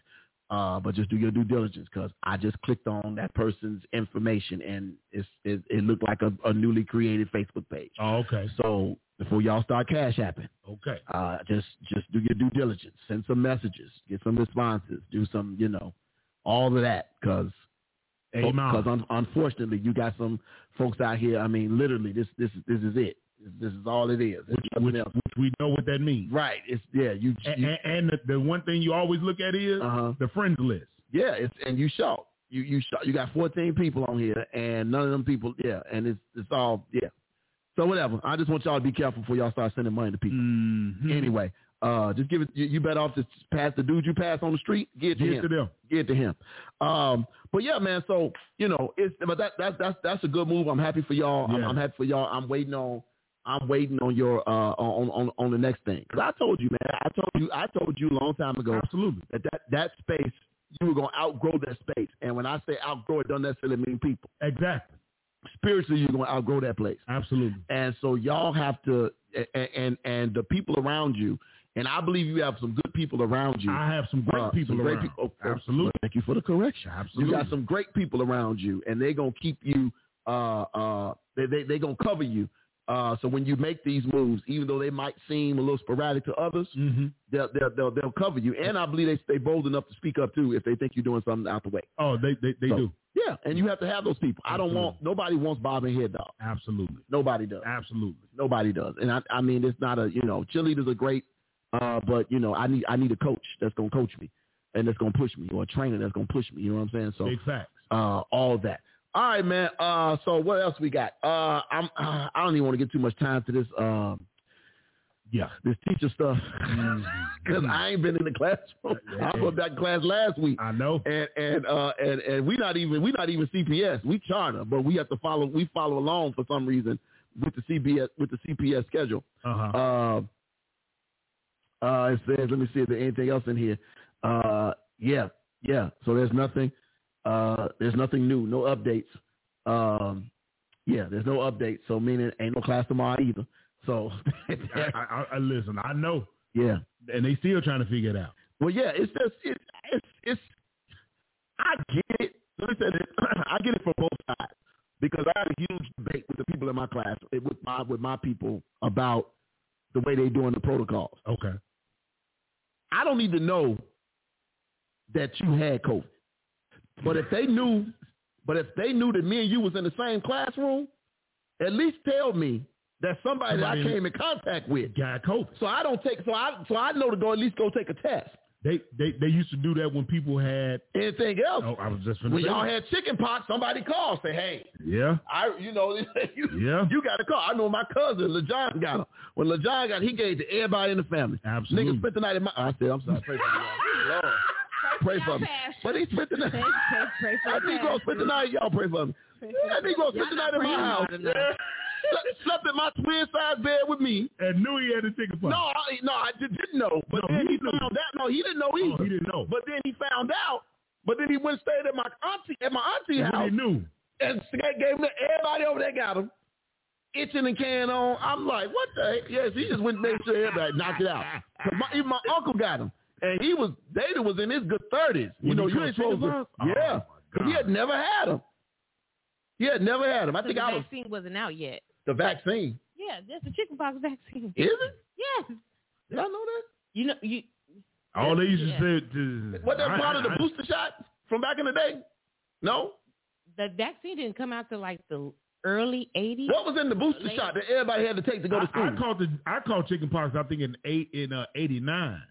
[SPEAKER 6] Uh, but just do your due diligence because I just clicked on that person's information and it's, it, it looked like a, a newly created Facebook page.
[SPEAKER 7] oh, okay.
[SPEAKER 6] So before y'all start cash apping,
[SPEAKER 7] Okay.
[SPEAKER 6] uh, just just do your due diligence. Send some messages, get some responses, do some you know, all of that because
[SPEAKER 7] Amen.
[SPEAKER 6] because un- unfortunately you got some folks out here. I mean, literally this this this is it. This is all it is. There's nothing
[SPEAKER 7] which,
[SPEAKER 6] else.
[SPEAKER 7] which we know what that means.
[SPEAKER 6] Right. It's yeah. You,
[SPEAKER 7] And,
[SPEAKER 6] you
[SPEAKER 7] and, and the, the one thing you always look at is
[SPEAKER 6] uh-huh.
[SPEAKER 7] the friends list.
[SPEAKER 6] yeah. It's and you show you you show you got 14 people on here and none of them people yeah and it's it's all yeah. So whatever. I just want y'all to be careful before y'all start sending money to people.
[SPEAKER 7] Mm-hmm.
[SPEAKER 6] Anyway, uh, just give it. You, you better off to pass the dude you pass on the street. Get to
[SPEAKER 7] Get to
[SPEAKER 6] him.
[SPEAKER 7] them.
[SPEAKER 6] Get to him. Um, but yeah, man. So you know, it's but that that's that's that's a good move. I'm happy for y'all. I'm,
[SPEAKER 7] Yeah.
[SPEAKER 6] I'm happy for y'all. I'm waiting on. I'm waiting on your uh on on on the next thing because I told you, man. I told you. I told you a long time ago
[SPEAKER 7] Absolutely.
[SPEAKER 6] that that that space you were gonna outgrow that space. And when I say outgrow, it do not necessarily mean people.
[SPEAKER 7] Exactly.
[SPEAKER 6] Spiritually, you're gonna outgrow that place.
[SPEAKER 7] Absolutely.
[SPEAKER 6] And so y'all have to, and and, and the people around you, and I believe you have some good people around you.
[SPEAKER 7] I have some great
[SPEAKER 6] Uh, some
[SPEAKER 7] people
[SPEAKER 6] great
[SPEAKER 7] around.
[SPEAKER 6] people- oh, oh,
[SPEAKER 7] Absolutely.
[SPEAKER 6] Thank you for the correction.
[SPEAKER 7] Absolutely.
[SPEAKER 6] You got some great people around you, and they're gonna keep you. Uh, uh, they they they gonna cover you Uh, so when you make these moves, even though they might seem a little sporadic to others,
[SPEAKER 7] Mm-hmm.
[SPEAKER 6] they'll, they'll, they'll, they'll cover you. And I believe they stay bold enough to speak up too if they think you're doing something out the way.
[SPEAKER 7] Oh, they they, they
[SPEAKER 6] So-
[SPEAKER 7] do
[SPEAKER 6] Yeah, and you have to have those people. I don't want nobody wants Bob and Head Dog.
[SPEAKER 7] absolutely,
[SPEAKER 6] Nobody does.
[SPEAKER 7] absolutely.
[SPEAKER 6] Nobody does. And I, I mean, it's not a you know cheerleaders are great, uh, but you know I need I need a coach that's gonna coach me and that's gonna push me, or a trainer that's gonna push me. You know what I'm saying? So
[SPEAKER 7] Big facts.
[SPEAKER 6] uh, all that. All right, man. Uh, so what else we got? Uh, I'm uh, I don't even want to get too much time to this. Um, yeah, this teacher stuff because I ain't been in the classroom. I was back in class last week,
[SPEAKER 7] I know.
[SPEAKER 6] and and uh and and we not even we not even CPS. We charter, but we have to follow we follow along for some reason with the CBS with the CPS schedule.
[SPEAKER 7] Uh huh.
[SPEAKER 6] Uh, uh, it says, let me see if there's anything else in here. Uh, yeah, yeah. So there's nothing. Uh, there's nothing new. No updates. Um, yeah, there's no updates. So meaning ain't no class tomorrow either. So
[SPEAKER 7] I, I, I listen. I know,
[SPEAKER 6] yeah.
[SPEAKER 7] and they still trying to figure it out.
[SPEAKER 6] Well, yeah. It's just it, it's it's. I get it. Let me say this. I get it from both sides because I had a huge debate with the people in my class eh, with my with my people about the way they doing the protocols.
[SPEAKER 7] Okay.
[SPEAKER 6] I don't need to know that you had COVID. But if they knew, but if they knew that me and you was in the same classroom, at least tell me that somebody that I
[SPEAKER 7] Somebody-
[SPEAKER 6] came in contact with.
[SPEAKER 7] Got COVID.
[SPEAKER 6] So I don't take. So I so I know to go at least go take a test.
[SPEAKER 7] They they they used to do that when people had.
[SPEAKER 6] Anything else?
[SPEAKER 7] Oh, I was just finna
[SPEAKER 6] When
[SPEAKER 7] say
[SPEAKER 6] y'all
[SPEAKER 7] that.
[SPEAKER 6] had chicken pox, somebody called say, "Hey,
[SPEAKER 7] Yeah.
[SPEAKER 6] I, you know, you,
[SPEAKER 7] Yeah.
[SPEAKER 6] you got a call." I know my cousin LeJohn got him. When LeJohn got, he gave to everybody in the family.
[SPEAKER 7] Absolutely.
[SPEAKER 6] Nigga spent the night in my. I said, "I'm sorry, pray for me, y'all." Lord. Pray for me. But he spent the night.
[SPEAKER 4] Pray, pray, pray for
[SPEAKER 6] That
[SPEAKER 4] the
[SPEAKER 6] Negro spent the night. Y'all pray for me. That Negro spent the night in my house. Slept- Slept in my twin size bed with me.
[SPEAKER 7] And knew he had a chicken pox.
[SPEAKER 6] No, I, no, I di- didn't know. But
[SPEAKER 7] No,
[SPEAKER 6] then
[SPEAKER 7] he
[SPEAKER 6] he
[SPEAKER 7] knew.
[SPEAKER 6] found out. No, he didn't know
[SPEAKER 7] Oh,
[SPEAKER 6] either.
[SPEAKER 7] he didn't know.
[SPEAKER 6] But then he found out. But then he went and stayed at my auntie at my auntie
[SPEAKER 7] But
[SPEAKER 6] house
[SPEAKER 7] he knew.
[SPEAKER 6] and they gave him to everybody over there got him itching and can on. I'm like, what the? Heck? Yes, he just went and made sure everybody knocked it out. 'Cause My, even my uncle got him, and he was Data was in his good thirties. You
[SPEAKER 7] When
[SPEAKER 6] know,
[SPEAKER 7] he
[SPEAKER 6] you
[SPEAKER 7] caught
[SPEAKER 6] ain't supposed to.
[SPEAKER 7] chickenpox? Oh,
[SPEAKER 6] yeah,
[SPEAKER 7] my
[SPEAKER 6] 'Cause he had
[SPEAKER 7] God.
[SPEAKER 6] never had him. He had never had him. I
[SPEAKER 8] the
[SPEAKER 6] think I was
[SPEAKER 8] vaccine wasn't out yet.
[SPEAKER 6] the vaccine.
[SPEAKER 8] Yeah, that's the chickenpox vaccine.
[SPEAKER 6] Is it?
[SPEAKER 8] Yes.
[SPEAKER 6] Did I know that?
[SPEAKER 8] You know, you
[SPEAKER 7] All they used
[SPEAKER 8] Yeah.
[SPEAKER 7] to say. To,
[SPEAKER 6] What that
[SPEAKER 7] I-
[SPEAKER 6] part of
[SPEAKER 7] I-
[SPEAKER 6] the booster shot from back in the day? No.
[SPEAKER 8] the vaccine didn't come out till like the early '80s.
[SPEAKER 6] What was in the booster shot that everybody had to take to go to
[SPEAKER 7] I, I
[SPEAKER 6] school?
[SPEAKER 7] caught the I caught chicken pox. I think in eight in uh, 89,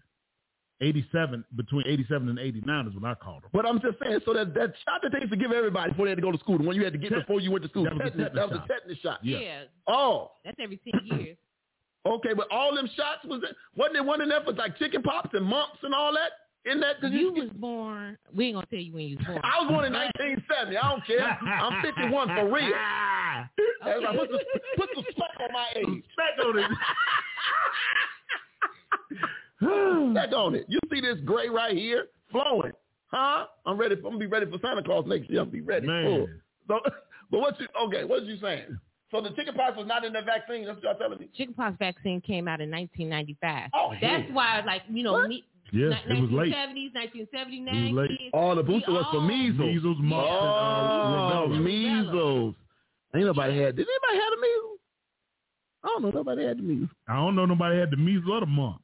[SPEAKER 7] 87 between eighty seven and eighty nine is when I caught them.
[SPEAKER 6] But I'm just saying, so that that shot that they used to give everybody before they had to go to school, the one you had to get
[SPEAKER 7] Tet-
[SPEAKER 6] before you went to school,
[SPEAKER 7] that was a
[SPEAKER 6] tetanus,
[SPEAKER 7] tetanus
[SPEAKER 6] that was
[SPEAKER 7] shot.
[SPEAKER 6] a tetanus shot.
[SPEAKER 7] Yeah.
[SPEAKER 6] Oh,
[SPEAKER 8] that's every ten years.
[SPEAKER 6] okay, but all them shots was it, wasn't there one in there for like chicken pops and mumps and all that in that? 'Cause
[SPEAKER 8] you was born. We ain't gonna tell you when you was born.
[SPEAKER 6] I was born in 1970. I don't care. I'm 51 for real. That's like, put, the, put the smack on my age.
[SPEAKER 7] Back on it.
[SPEAKER 6] Smack on it. You see this gray right here flowing, huh? I'm ready. For, I'm gonna be ready for Santa Claus next year. I'm gonna be ready. Full.
[SPEAKER 7] Man,
[SPEAKER 6] So, but what you okay? What you saying? So the chicken pox was not in the vaccine. That's what y'all telling me.
[SPEAKER 8] Chickenpox vaccine came out in 1995.
[SPEAKER 6] Oh, hell.
[SPEAKER 8] that's why, like you know,
[SPEAKER 6] What?
[SPEAKER 8] me,
[SPEAKER 7] yeah,
[SPEAKER 8] ni-
[SPEAKER 7] it was late.
[SPEAKER 8] 1970s, 1979.
[SPEAKER 7] It was late.
[SPEAKER 8] kids,
[SPEAKER 6] Oh, the
[SPEAKER 8] we
[SPEAKER 6] booster was for
[SPEAKER 8] all-
[SPEAKER 6] measles.
[SPEAKER 7] Measles, mumps,
[SPEAKER 6] Oh,
[SPEAKER 7] and, uh, rubella.
[SPEAKER 6] measles. Ain't nobody had. Did anybody have the measles? I don't know. Nobody had the measles.
[SPEAKER 7] I don't know nobody had the measles or the mumps.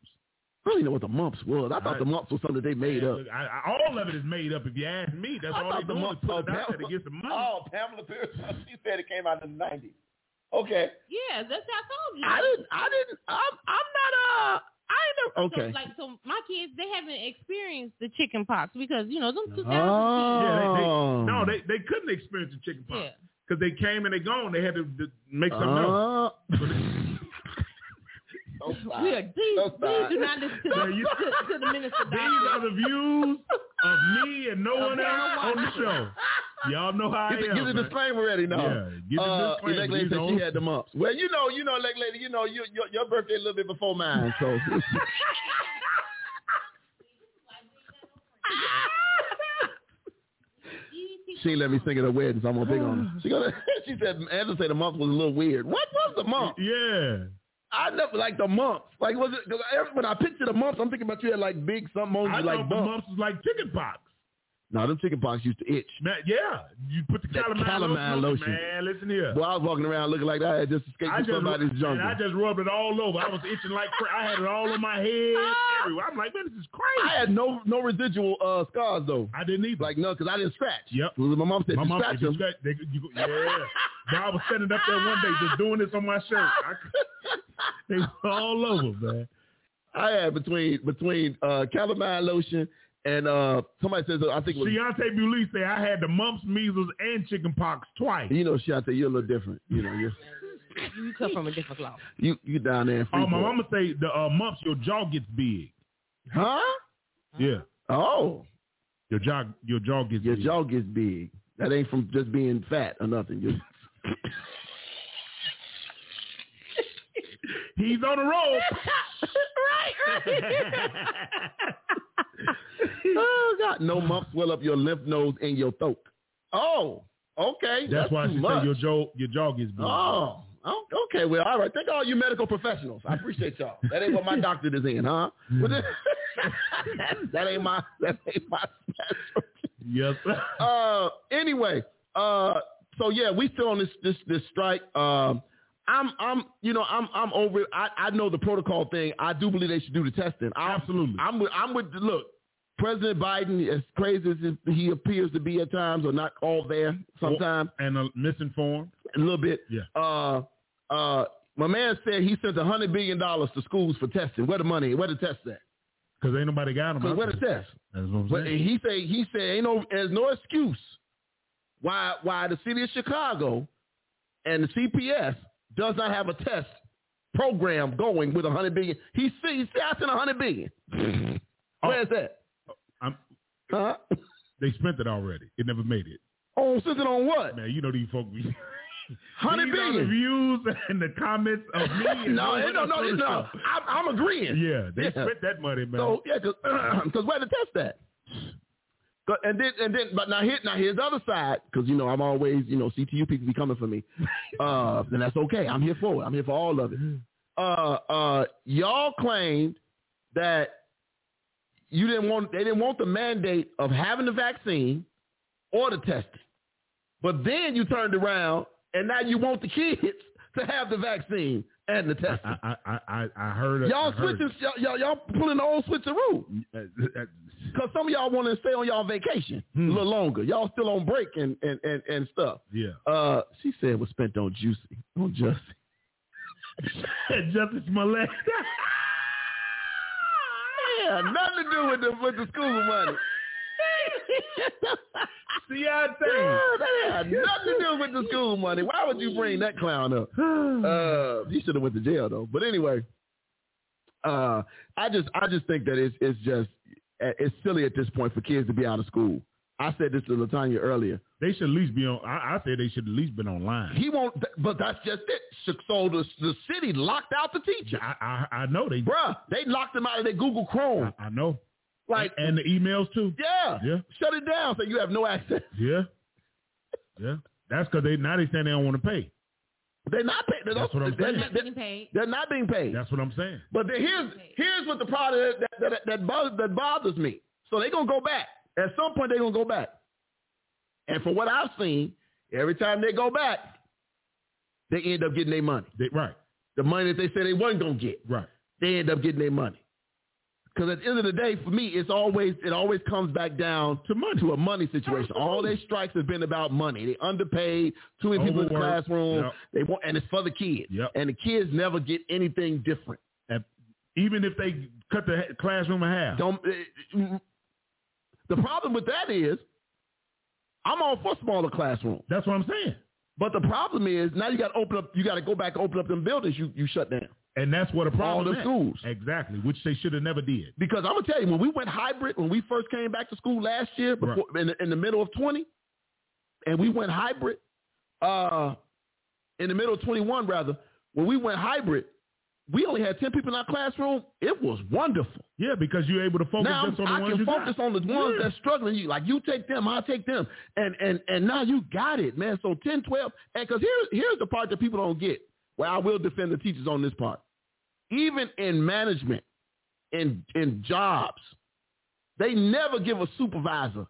[SPEAKER 6] I don't even know what the mumps was. I thought
[SPEAKER 7] I-
[SPEAKER 6] the mumps was something they made up.
[SPEAKER 7] Look, I, I, all of it is made up. If you ask me, that's
[SPEAKER 6] I
[SPEAKER 7] all
[SPEAKER 6] thought
[SPEAKER 7] they
[SPEAKER 6] the
[SPEAKER 7] do is
[SPEAKER 6] mumps-
[SPEAKER 7] put
[SPEAKER 6] oh,
[SPEAKER 7] it out there to
[SPEAKER 6] that-
[SPEAKER 7] get some money.
[SPEAKER 6] Oh, Pamela Pierce. She said it came out in the nineties. Okay.
[SPEAKER 8] Yeah, that's how I told you.
[SPEAKER 6] I didn't. I didn't. I'm. I'm not. Uh. I ain't never. Okay.
[SPEAKER 8] So, like, so my kids, they haven't experienced the chicken pox because, you know, them 2000
[SPEAKER 6] Oh.
[SPEAKER 7] Yeah, they- they-
[SPEAKER 6] Oh.
[SPEAKER 7] no, they they couldn't experience the chicken
[SPEAKER 8] kids.
[SPEAKER 7] pox
[SPEAKER 8] Yeah.
[SPEAKER 7] because they came and they gone. They had to, to make something else.
[SPEAKER 6] Uh, Oh.
[SPEAKER 8] We are, please, please
[SPEAKER 6] Don't stop.
[SPEAKER 8] do not listen to,
[SPEAKER 7] Yeah,
[SPEAKER 8] the-
[SPEAKER 7] you-
[SPEAKER 8] to, to the minister.
[SPEAKER 7] These are the views of me and no one else on the show. Y'all know how I
[SPEAKER 6] Get the,
[SPEAKER 7] am.
[SPEAKER 6] get the
[SPEAKER 7] man.
[SPEAKER 6] disclaimer ready now.
[SPEAKER 7] Yeah, get the
[SPEAKER 6] uh,
[SPEAKER 7] disclaimer.
[SPEAKER 6] Elect Lady
[SPEAKER 7] These
[SPEAKER 6] said
[SPEAKER 7] are
[SPEAKER 6] she
[SPEAKER 7] on-
[SPEAKER 6] had the mumps. Well, you know, you know, Elect Lady, you know, you, your, your birthday a little bit before mine, so. she ain't let me sing at her wedding, so I'm gonna pick on her. She, gonna, she said, Angela said the mumps was a little weird. What was the mump?
[SPEAKER 7] Yeah.
[SPEAKER 6] I never like the mumps. Like was it? Cause I, when I picture the mumps, I'm thinking about you had like big something on
[SPEAKER 7] I
[SPEAKER 6] you, like
[SPEAKER 7] thought the
[SPEAKER 6] bumps.
[SPEAKER 7] mumps was like chicken pox.
[SPEAKER 6] Now them chicken pox used to itch.
[SPEAKER 7] Man, yeah, you put the
[SPEAKER 6] That
[SPEAKER 7] calamine,
[SPEAKER 6] calamine
[SPEAKER 7] lotion,
[SPEAKER 6] lotion.
[SPEAKER 7] on it, man. Listen here.
[SPEAKER 6] Boy, I was walking around looking like that. I had just escaped
[SPEAKER 7] I
[SPEAKER 6] from
[SPEAKER 7] just,
[SPEAKER 6] somebody's
[SPEAKER 7] and
[SPEAKER 6] jungle.
[SPEAKER 7] I just rubbed it all over. I was itching like cra I had it all on my head, everywhere. I'm like, man, this is
[SPEAKER 6] I
[SPEAKER 7] crazy.
[SPEAKER 6] had no no residual uh, scars though.
[SPEAKER 7] I, didn't even.
[SPEAKER 6] Like no, because I didn't scratch.
[SPEAKER 7] Yep.
[SPEAKER 6] My mom said
[SPEAKER 7] my
[SPEAKER 6] you
[SPEAKER 7] mom,
[SPEAKER 6] scratch
[SPEAKER 7] if you
[SPEAKER 6] them.
[SPEAKER 7] got, they, you, yeah. Now I was standing up there one day just doing this on my shirt. I, could- they were all over, man.
[SPEAKER 6] I had between between uh, calamine lotion and uh, somebody says uh, I think it was
[SPEAKER 7] Deontay Bewley said I had the mumps, measles, and chickenpox twice.
[SPEAKER 6] you know Shante, you're a little different. You know you're
[SPEAKER 8] You come from a different cloth.
[SPEAKER 6] you you down there. In
[SPEAKER 7] Oh, my
[SPEAKER 6] Freeport.
[SPEAKER 7] mama say the uh, mumps, your jaw gets big.
[SPEAKER 6] Huh?
[SPEAKER 7] Yeah,
[SPEAKER 6] Oh,
[SPEAKER 7] your jaw, your jaw gets
[SPEAKER 6] your
[SPEAKER 7] big.
[SPEAKER 6] jaw gets big. That ain't from just being fat or nothing. Just,
[SPEAKER 7] He's on the road.
[SPEAKER 8] right,
[SPEAKER 6] oh God, no mumps swell up your lymph nodes and your throat. Oh, okay.
[SPEAKER 7] That's why
[SPEAKER 6] too
[SPEAKER 7] she
[SPEAKER 6] much.
[SPEAKER 7] said your jaw, your jaw gets big.
[SPEAKER 6] Oh, oh, okay. Well, all right. Thank all you medical professionals. I appreciate y'all. That ain't what my doctor is in, huh? Well, that, that ain't my that ain't my specialty.
[SPEAKER 7] Yes.
[SPEAKER 6] Uh, anyway, uh, so yeah, we still on this this this strike. Um, I'm I'm you know I'm I'm over. It. I I know the protocol thing. I do believe they should do the testing. I,
[SPEAKER 7] Absolutely.
[SPEAKER 6] I'm with, I'm with look. President Biden, as crazy as he appears to be at times, or not all there sometimes,
[SPEAKER 7] and uh, misinformed.
[SPEAKER 6] a little bit.
[SPEAKER 7] Yeah.
[SPEAKER 6] Uh, uh, my man said he sent a hundred billion dollars to schools for testing. Where the money? Where the test at?
[SPEAKER 7] Because ain't nobody got them.
[SPEAKER 6] Cause where the test?
[SPEAKER 7] That's what I'm
[SPEAKER 6] But
[SPEAKER 7] saying.
[SPEAKER 6] he say he said ain't no there's no excuse why why the city of Chicago and the CPS does not have a test program going with a hundred billion. He see he said I sent a hundred billion. Where's that?
[SPEAKER 7] Oh, I'm-
[SPEAKER 6] Huh?
[SPEAKER 7] They spent it already. It never made it.
[SPEAKER 6] On sent it on what?
[SPEAKER 7] Man, you know these folk. be-
[SPEAKER 6] Hundred
[SPEAKER 7] These are the
[SPEAKER 6] billion.
[SPEAKER 7] views and the comments of me. and
[SPEAKER 6] No,
[SPEAKER 7] all that
[SPEAKER 6] no, no, no.
[SPEAKER 7] other stuff.
[SPEAKER 6] I, I'm agreeing.
[SPEAKER 7] Yeah, they
[SPEAKER 6] Yeah.
[SPEAKER 7] spent that money, man.
[SPEAKER 6] So yeah, because where to test that? But, and then and then but now here now here's the other side because you know I'm always you know CTU people be coming for me, uh, and that's okay. I'm here for it. I'm here for all of it. Uh, uh, y'all claimed that you didn't want they didn't want the mandate of having the vaccine or the testing, but then you turned around and now you want the kids to have the vaccine and the testing.
[SPEAKER 7] I, I, I, I- I heard.
[SPEAKER 6] Y'all
[SPEAKER 7] I heard-
[SPEAKER 6] switching y'all y'all, y'all pulling the old switcheroo.
[SPEAKER 7] Uh, uh,
[SPEAKER 6] Because some of y'all want to stay on y'all vacation
[SPEAKER 7] Hmm.
[SPEAKER 6] a little longer. Y'all still on break and, and, and, and stuff.
[SPEAKER 7] yeah.
[SPEAKER 6] Uh, she said was spent on juicy, on juicy.
[SPEAKER 7] Justice Smollett.
[SPEAKER 6] Yeah, nothing to do with the with the school money.
[SPEAKER 7] See,
[SPEAKER 6] Yeah,
[SPEAKER 7] I think.
[SPEAKER 6] that had nothing to do with the school money. Why would you bring that clown up? Uh, you should have went to jail though. But anyway, uh, I just I just think that it's it's just it's silly at this point for kids to be out of school. I said this to Latanya earlier.
[SPEAKER 7] They should at least be on. I, I said they should at least been online.
[SPEAKER 6] He won't, but that's just it. So the, the city locked out the teacher.
[SPEAKER 7] I, I, I know they.
[SPEAKER 6] Bruh, they locked him out of their Google Chrome.
[SPEAKER 7] I, I know.
[SPEAKER 6] Like,
[SPEAKER 7] and the emails too.
[SPEAKER 6] yeah,
[SPEAKER 7] Yeah.
[SPEAKER 6] shut it down so you have no access.
[SPEAKER 7] Yeah. Yeah. That's because they now they saying they don't want to pay.
[SPEAKER 6] They're not paid. They're,
[SPEAKER 7] That's what I'm
[SPEAKER 6] they're,
[SPEAKER 7] saying.
[SPEAKER 8] not
[SPEAKER 6] they're-
[SPEAKER 8] getting paid.
[SPEAKER 6] they're not being paid.
[SPEAKER 7] That's what I'm saying.
[SPEAKER 6] But then here's here's what the problem that that, that, that, bothers, that bothers me. So they're gonna go back. At some point, they're gonna go back. And from what I've seen, every time they go back, they end up getting their money.
[SPEAKER 7] They, right.
[SPEAKER 6] The money that they said they wasn't gonna get.
[SPEAKER 7] Right.
[SPEAKER 6] they end up getting their money. Because at the end of the day, for me, it's always it always comes back down to money, to a money situation. All their strikes have been about money. They underpaid, too many people in the
[SPEAKER 7] Overworked.
[SPEAKER 6] classroom.
[SPEAKER 7] Yep.
[SPEAKER 6] They want, and it's for the kids.
[SPEAKER 7] Yep.
[SPEAKER 6] And the kids never get anything different.
[SPEAKER 7] And even if they cut the he- classroom in half.
[SPEAKER 6] Don't. eh, The problem with that is, I'm all for smaller classrooms.
[SPEAKER 7] That's what I'm saying.
[SPEAKER 6] But the problem is now you got to open up. You got to go back and open up them buildings. You you shut down.
[SPEAKER 7] And that's what a problem
[SPEAKER 6] All the
[SPEAKER 7] is.
[SPEAKER 6] schools.
[SPEAKER 7] Exactly, which they should have never did.
[SPEAKER 6] Because I'm gonna tell you, when we went hybrid, when we first came back to school last year, before in, the, in the middle of 20, and we went hybrid, uh, in the middle of 21 rather, when we went hybrid, we only had 10 people in our classroom. It was wonderful.
[SPEAKER 7] Yeah, because you're able to focus
[SPEAKER 6] now
[SPEAKER 7] just on the
[SPEAKER 6] I
[SPEAKER 7] ones
[SPEAKER 6] can
[SPEAKER 7] you
[SPEAKER 6] focus
[SPEAKER 7] got.
[SPEAKER 6] on the ones
[SPEAKER 7] Yeah.
[SPEAKER 6] that's struggling. You like you take them, I take them, and and and now you got it, man. So 10, 12, and because here's here's the part that people don't get. Well, I will defend the teachers on this part. Even in management, in in jobs, they never give a supervisor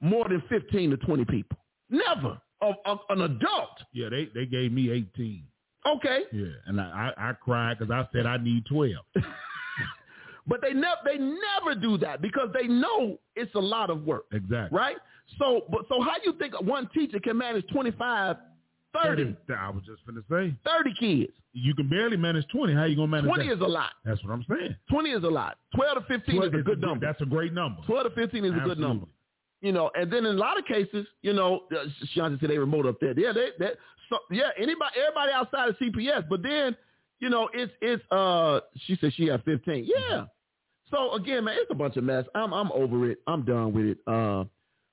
[SPEAKER 6] more than 15 to 20 people. Never. Of, of an adult.
[SPEAKER 7] Yeah, they, they gave me 18.
[SPEAKER 6] Okay.
[SPEAKER 7] Yeah, and I, I, I cried because I said I need 12.
[SPEAKER 6] But they never they never do that because they know it's a lot of work.
[SPEAKER 7] Exactly.
[SPEAKER 6] Right? So but so how you think one teacher can manage 25, 30,
[SPEAKER 7] I was just going to say.
[SPEAKER 6] 30 kids?
[SPEAKER 7] You can barely manage 20. How you going to manage
[SPEAKER 6] 20
[SPEAKER 7] that?
[SPEAKER 6] is a lot.
[SPEAKER 7] That's what I'm saying.
[SPEAKER 6] 20 is a lot. 12 to 15
[SPEAKER 7] 12
[SPEAKER 6] is a good
[SPEAKER 7] gr-
[SPEAKER 6] number.
[SPEAKER 7] That's a great number.
[SPEAKER 6] 12 to 15 is a good
[SPEAKER 7] Absolutely.
[SPEAKER 6] number. You know, and then in a lot of cases, you know, uh, Shanta said they remote up there. Yeah, they, that so, yeah, anybody, everybody outside of CPS. But then, you know, it's it's uh, she said she had 15. Yeah. So again, man, it's a bunch of mess. I'm I'm over it. I'm done with it. Uh,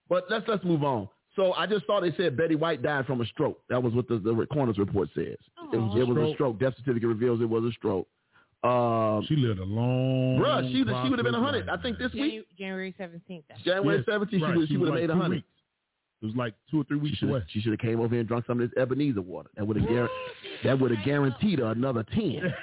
[SPEAKER 6] but let's let's move on. So I just saw they said Betty White died from a stroke. That was what the, the coroner's report says. It was,
[SPEAKER 8] Aw.
[SPEAKER 6] it was a
[SPEAKER 7] Stroke.
[SPEAKER 6] stroke. Death certificate reveals it was a stroke. Um,
[SPEAKER 7] She lived a long
[SPEAKER 6] bruh, she she would have been
[SPEAKER 7] prosperous
[SPEAKER 6] 100. I
[SPEAKER 7] life,
[SPEAKER 6] think
[SPEAKER 7] man.
[SPEAKER 6] this week
[SPEAKER 8] Janu- January 17th. that's-
[SPEAKER 6] January
[SPEAKER 7] Yes,
[SPEAKER 6] seventeenth,
[SPEAKER 7] right,
[SPEAKER 6] she, would- she
[SPEAKER 7] was
[SPEAKER 6] would have
[SPEAKER 7] like
[SPEAKER 6] made a
[SPEAKER 7] two
[SPEAKER 6] hundred.
[SPEAKER 7] weeks. It was like two or three
[SPEAKER 6] She
[SPEAKER 7] weeks
[SPEAKER 6] should
[SPEAKER 7] away.
[SPEAKER 6] have she should have came over here and drunk some of this Ebenezer water. That would have guar- that would have guaranteed her another ten,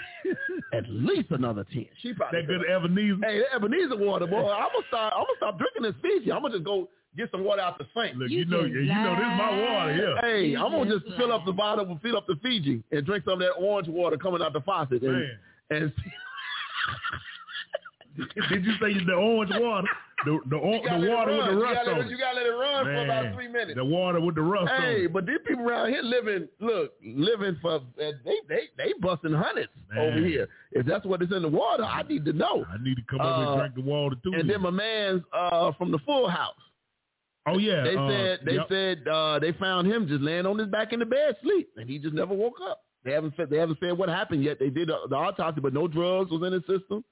[SPEAKER 6] at least another ten. She probably
[SPEAKER 7] That good Ebenezer.
[SPEAKER 6] hey that Ebenezer water, boy. I'm gonna start. I'm gonna stop drinking this Fiji. I'm gonna just go get some water out the sink.
[SPEAKER 7] Look,
[SPEAKER 8] You
[SPEAKER 7] you, know,
[SPEAKER 8] just
[SPEAKER 7] you know, this is my water. Yeah.
[SPEAKER 6] Hey, I'm gonna
[SPEAKER 8] Jesus.
[SPEAKER 6] just fill up the bottle and fill up the Fiji and drink some of that orange water coming out the faucet. And,
[SPEAKER 7] Man.
[SPEAKER 6] and
[SPEAKER 7] Did you say the orange water? The the, or,
[SPEAKER 6] You gotta
[SPEAKER 7] the
[SPEAKER 6] let it
[SPEAKER 7] water with
[SPEAKER 6] run.
[SPEAKER 7] the
[SPEAKER 6] You
[SPEAKER 7] rust
[SPEAKER 6] gotta let
[SPEAKER 7] on
[SPEAKER 6] it-
[SPEAKER 7] it.
[SPEAKER 6] You gotta let it run for about
[SPEAKER 7] Man,
[SPEAKER 6] three minutes.
[SPEAKER 7] The water with the rust on
[SPEAKER 6] Hey,
[SPEAKER 7] it.
[SPEAKER 6] but these people around here living, look, living for uh, they they they busting hundreds
[SPEAKER 7] Man.
[SPEAKER 6] over here. If that's what is in the water, I need to know.
[SPEAKER 7] I need to come over
[SPEAKER 6] Uh,
[SPEAKER 7] and drink the water too.
[SPEAKER 6] And then my man's uh from the Full House.
[SPEAKER 7] oh yeah,
[SPEAKER 6] They
[SPEAKER 7] uh,
[SPEAKER 6] said they
[SPEAKER 7] yep.
[SPEAKER 6] said uh they found him just laying on his back in the bed asleep, and he just never woke up. They haven't said they haven't said what happened yet. They did uh, the autopsy, but no drugs was in his system,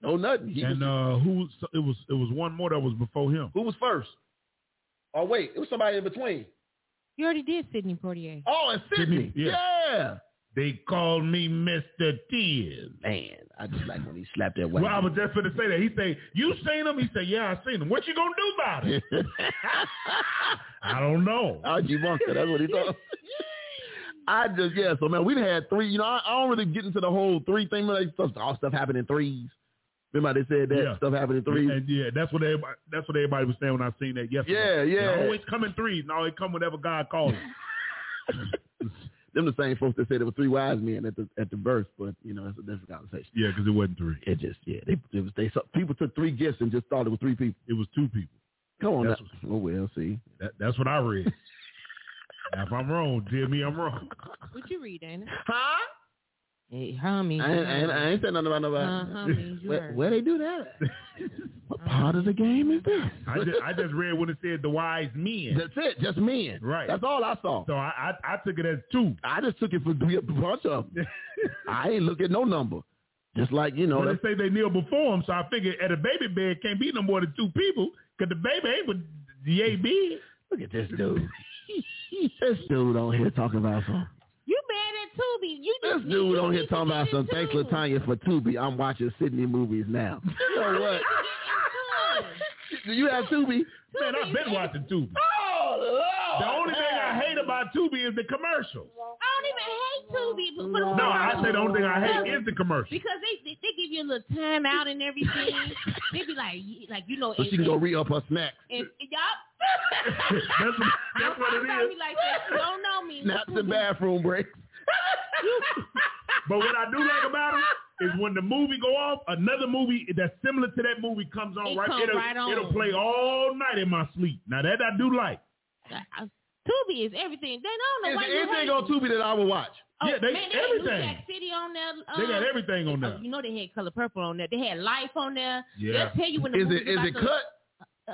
[SPEAKER 6] no nothing. He
[SPEAKER 7] And
[SPEAKER 6] just-
[SPEAKER 7] uh, who? so It was it was one more that was before him.
[SPEAKER 6] who was first? Oh wait, it was somebody in between.
[SPEAKER 8] You already did Sydney Portier.
[SPEAKER 6] Oh, and Sydney.
[SPEAKER 7] Sydney, yeah.
[SPEAKER 6] yeah.
[SPEAKER 7] They called me Mister Tears.
[SPEAKER 6] Man, I just like when he slapped that white.
[SPEAKER 7] Well, I was just gonna say that. He said, "You seen him?" He said, "Yeah, I seen him." What you gonna do about it? I don't know.
[SPEAKER 6] Al Bunker. That's what he thought. I just yeah. So man, we done had three. You know, I, I don't really get into the whole three thing. Like stuff, all stuff happened in threes. Remember they said that
[SPEAKER 7] Yeah.
[SPEAKER 6] stuff happened in threes.
[SPEAKER 7] And yeah, that's what everybody. That's what everybody was saying when I seen that yesterday.
[SPEAKER 6] yeah, yeah.
[SPEAKER 7] They always come in threes. No, it come whenever God calls. it.
[SPEAKER 6] Them the same folks that said there were three wise men at the at the birth, but you know that's a different conversation.
[SPEAKER 7] yeah, because it wasn't three.
[SPEAKER 6] It just yeah, they it was, they so- people took three gifts and just thought it was three people.
[SPEAKER 7] It was two people.
[SPEAKER 6] Come on,
[SPEAKER 7] That's
[SPEAKER 6] now. oh well, see.
[SPEAKER 7] That, that's what I read. now, if I'm wrong, tell me I'm wrong.
[SPEAKER 8] What you read, Dana?
[SPEAKER 6] Huh?
[SPEAKER 8] Hey, homie.
[SPEAKER 6] I ain't, I ain't, I ain't said nothing about nobody.
[SPEAKER 8] Uh-huh, man, you
[SPEAKER 6] where,
[SPEAKER 8] heard.
[SPEAKER 6] where they do that? at? what part of the game is this?
[SPEAKER 7] I just, I just read when it said the wise men.
[SPEAKER 6] That's it, just men.
[SPEAKER 7] Right.
[SPEAKER 6] That's all I saw.
[SPEAKER 7] So I, I, I took it as two.
[SPEAKER 6] I just took it for a bunch of them. I ain't look at no number. Just like, you know,
[SPEAKER 7] But
[SPEAKER 6] Oh, that's,
[SPEAKER 7] they say they kneel before him, so I figured at a baby bed can't be no more than two people because the baby ain't but yay big.
[SPEAKER 6] look at this dude. this dude on here talking about some.
[SPEAKER 8] You mad at Tubi? You
[SPEAKER 6] This
[SPEAKER 8] just
[SPEAKER 6] dude
[SPEAKER 8] you
[SPEAKER 6] on here
[SPEAKER 8] need to
[SPEAKER 6] talking
[SPEAKER 8] get
[SPEAKER 6] about some.
[SPEAKER 8] into
[SPEAKER 6] Thanks,
[SPEAKER 8] it.
[SPEAKER 6] Latanya, for Tubi. I'm watching Sydney movies now. You know what?
[SPEAKER 8] Get into it.
[SPEAKER 6] Do you have Tubi?
[SPEAKER 7] Man, I've been watching Tubi.
[SPEAKER 8] Oh,
[SPEAKER 7] The only thing I hate about Tubi is the commercials.
[SPEAKER 8] I don't even hate Tubi, but for the
[SPEAKER 7] No, I say the only thing I hate is the commercials.
[SPEAKER 8] because they, they they give you a little time out and everything. they be like y- like you know
[SPEAKER 6] So
[SPEAKER 8] if,
[SPEAKER 6] she can go re-up her snacks.
[SPEAKER 8] if, if y'all
[SPEAKER 7] That's, that's what
[SPEAKER 8] Sometimes I
[SPEAKER 7] it
[SPEAKER 8] be
[SPEAKER 7] is.
[SPEAKER 8] like that. You don't know me.
[SPEAKER 6] Snaps and bathroom breaks.
[SPEAKER 7] But what I do like about it is when the movie go off, another movie that's similar to that movie comes on
[SPEAKER 8] It
[SPEAKER 7] right.
[SPEAKER 8] come
[SPEAKER 7] it'll,
[SPEAKER 8] right on.
[SPEAKER 7] it'll play all night in my sleep. Now that I do like.
[SPEAKER 8] I- I- Tubi is everything. They don't know
[SPEAKER 6] Is
[SPEAKER 8] why
[SPEAKER 6] there anything
[SPEAKER 8] you
[SPEAKER 6] on Tubi that I will watch?
[SPEAKER 8] Oh,
[SPEAKER 7] Yeah, they-
[SPEAKER 8] man, they
[SPEAKER 7] everything.
[SPEAKER 8] Had New Jack City on there. Uh,
[SPEAKER 7] They got everything on there.
[SPEAKER 8] You know they had Color Purple on there. They had Life on there.
[SPEAKER 7] Yeah.
[SPEAKER 8] They'll tell you when the
[SPEAKER 6] Is
[SPEAKER 8] movie's
[SPEAKER 6] it is
[SPEAKER 8] about
[SPEAKER 6] it
[SPEAKER 8] to-
[SPEAKER 6] cut?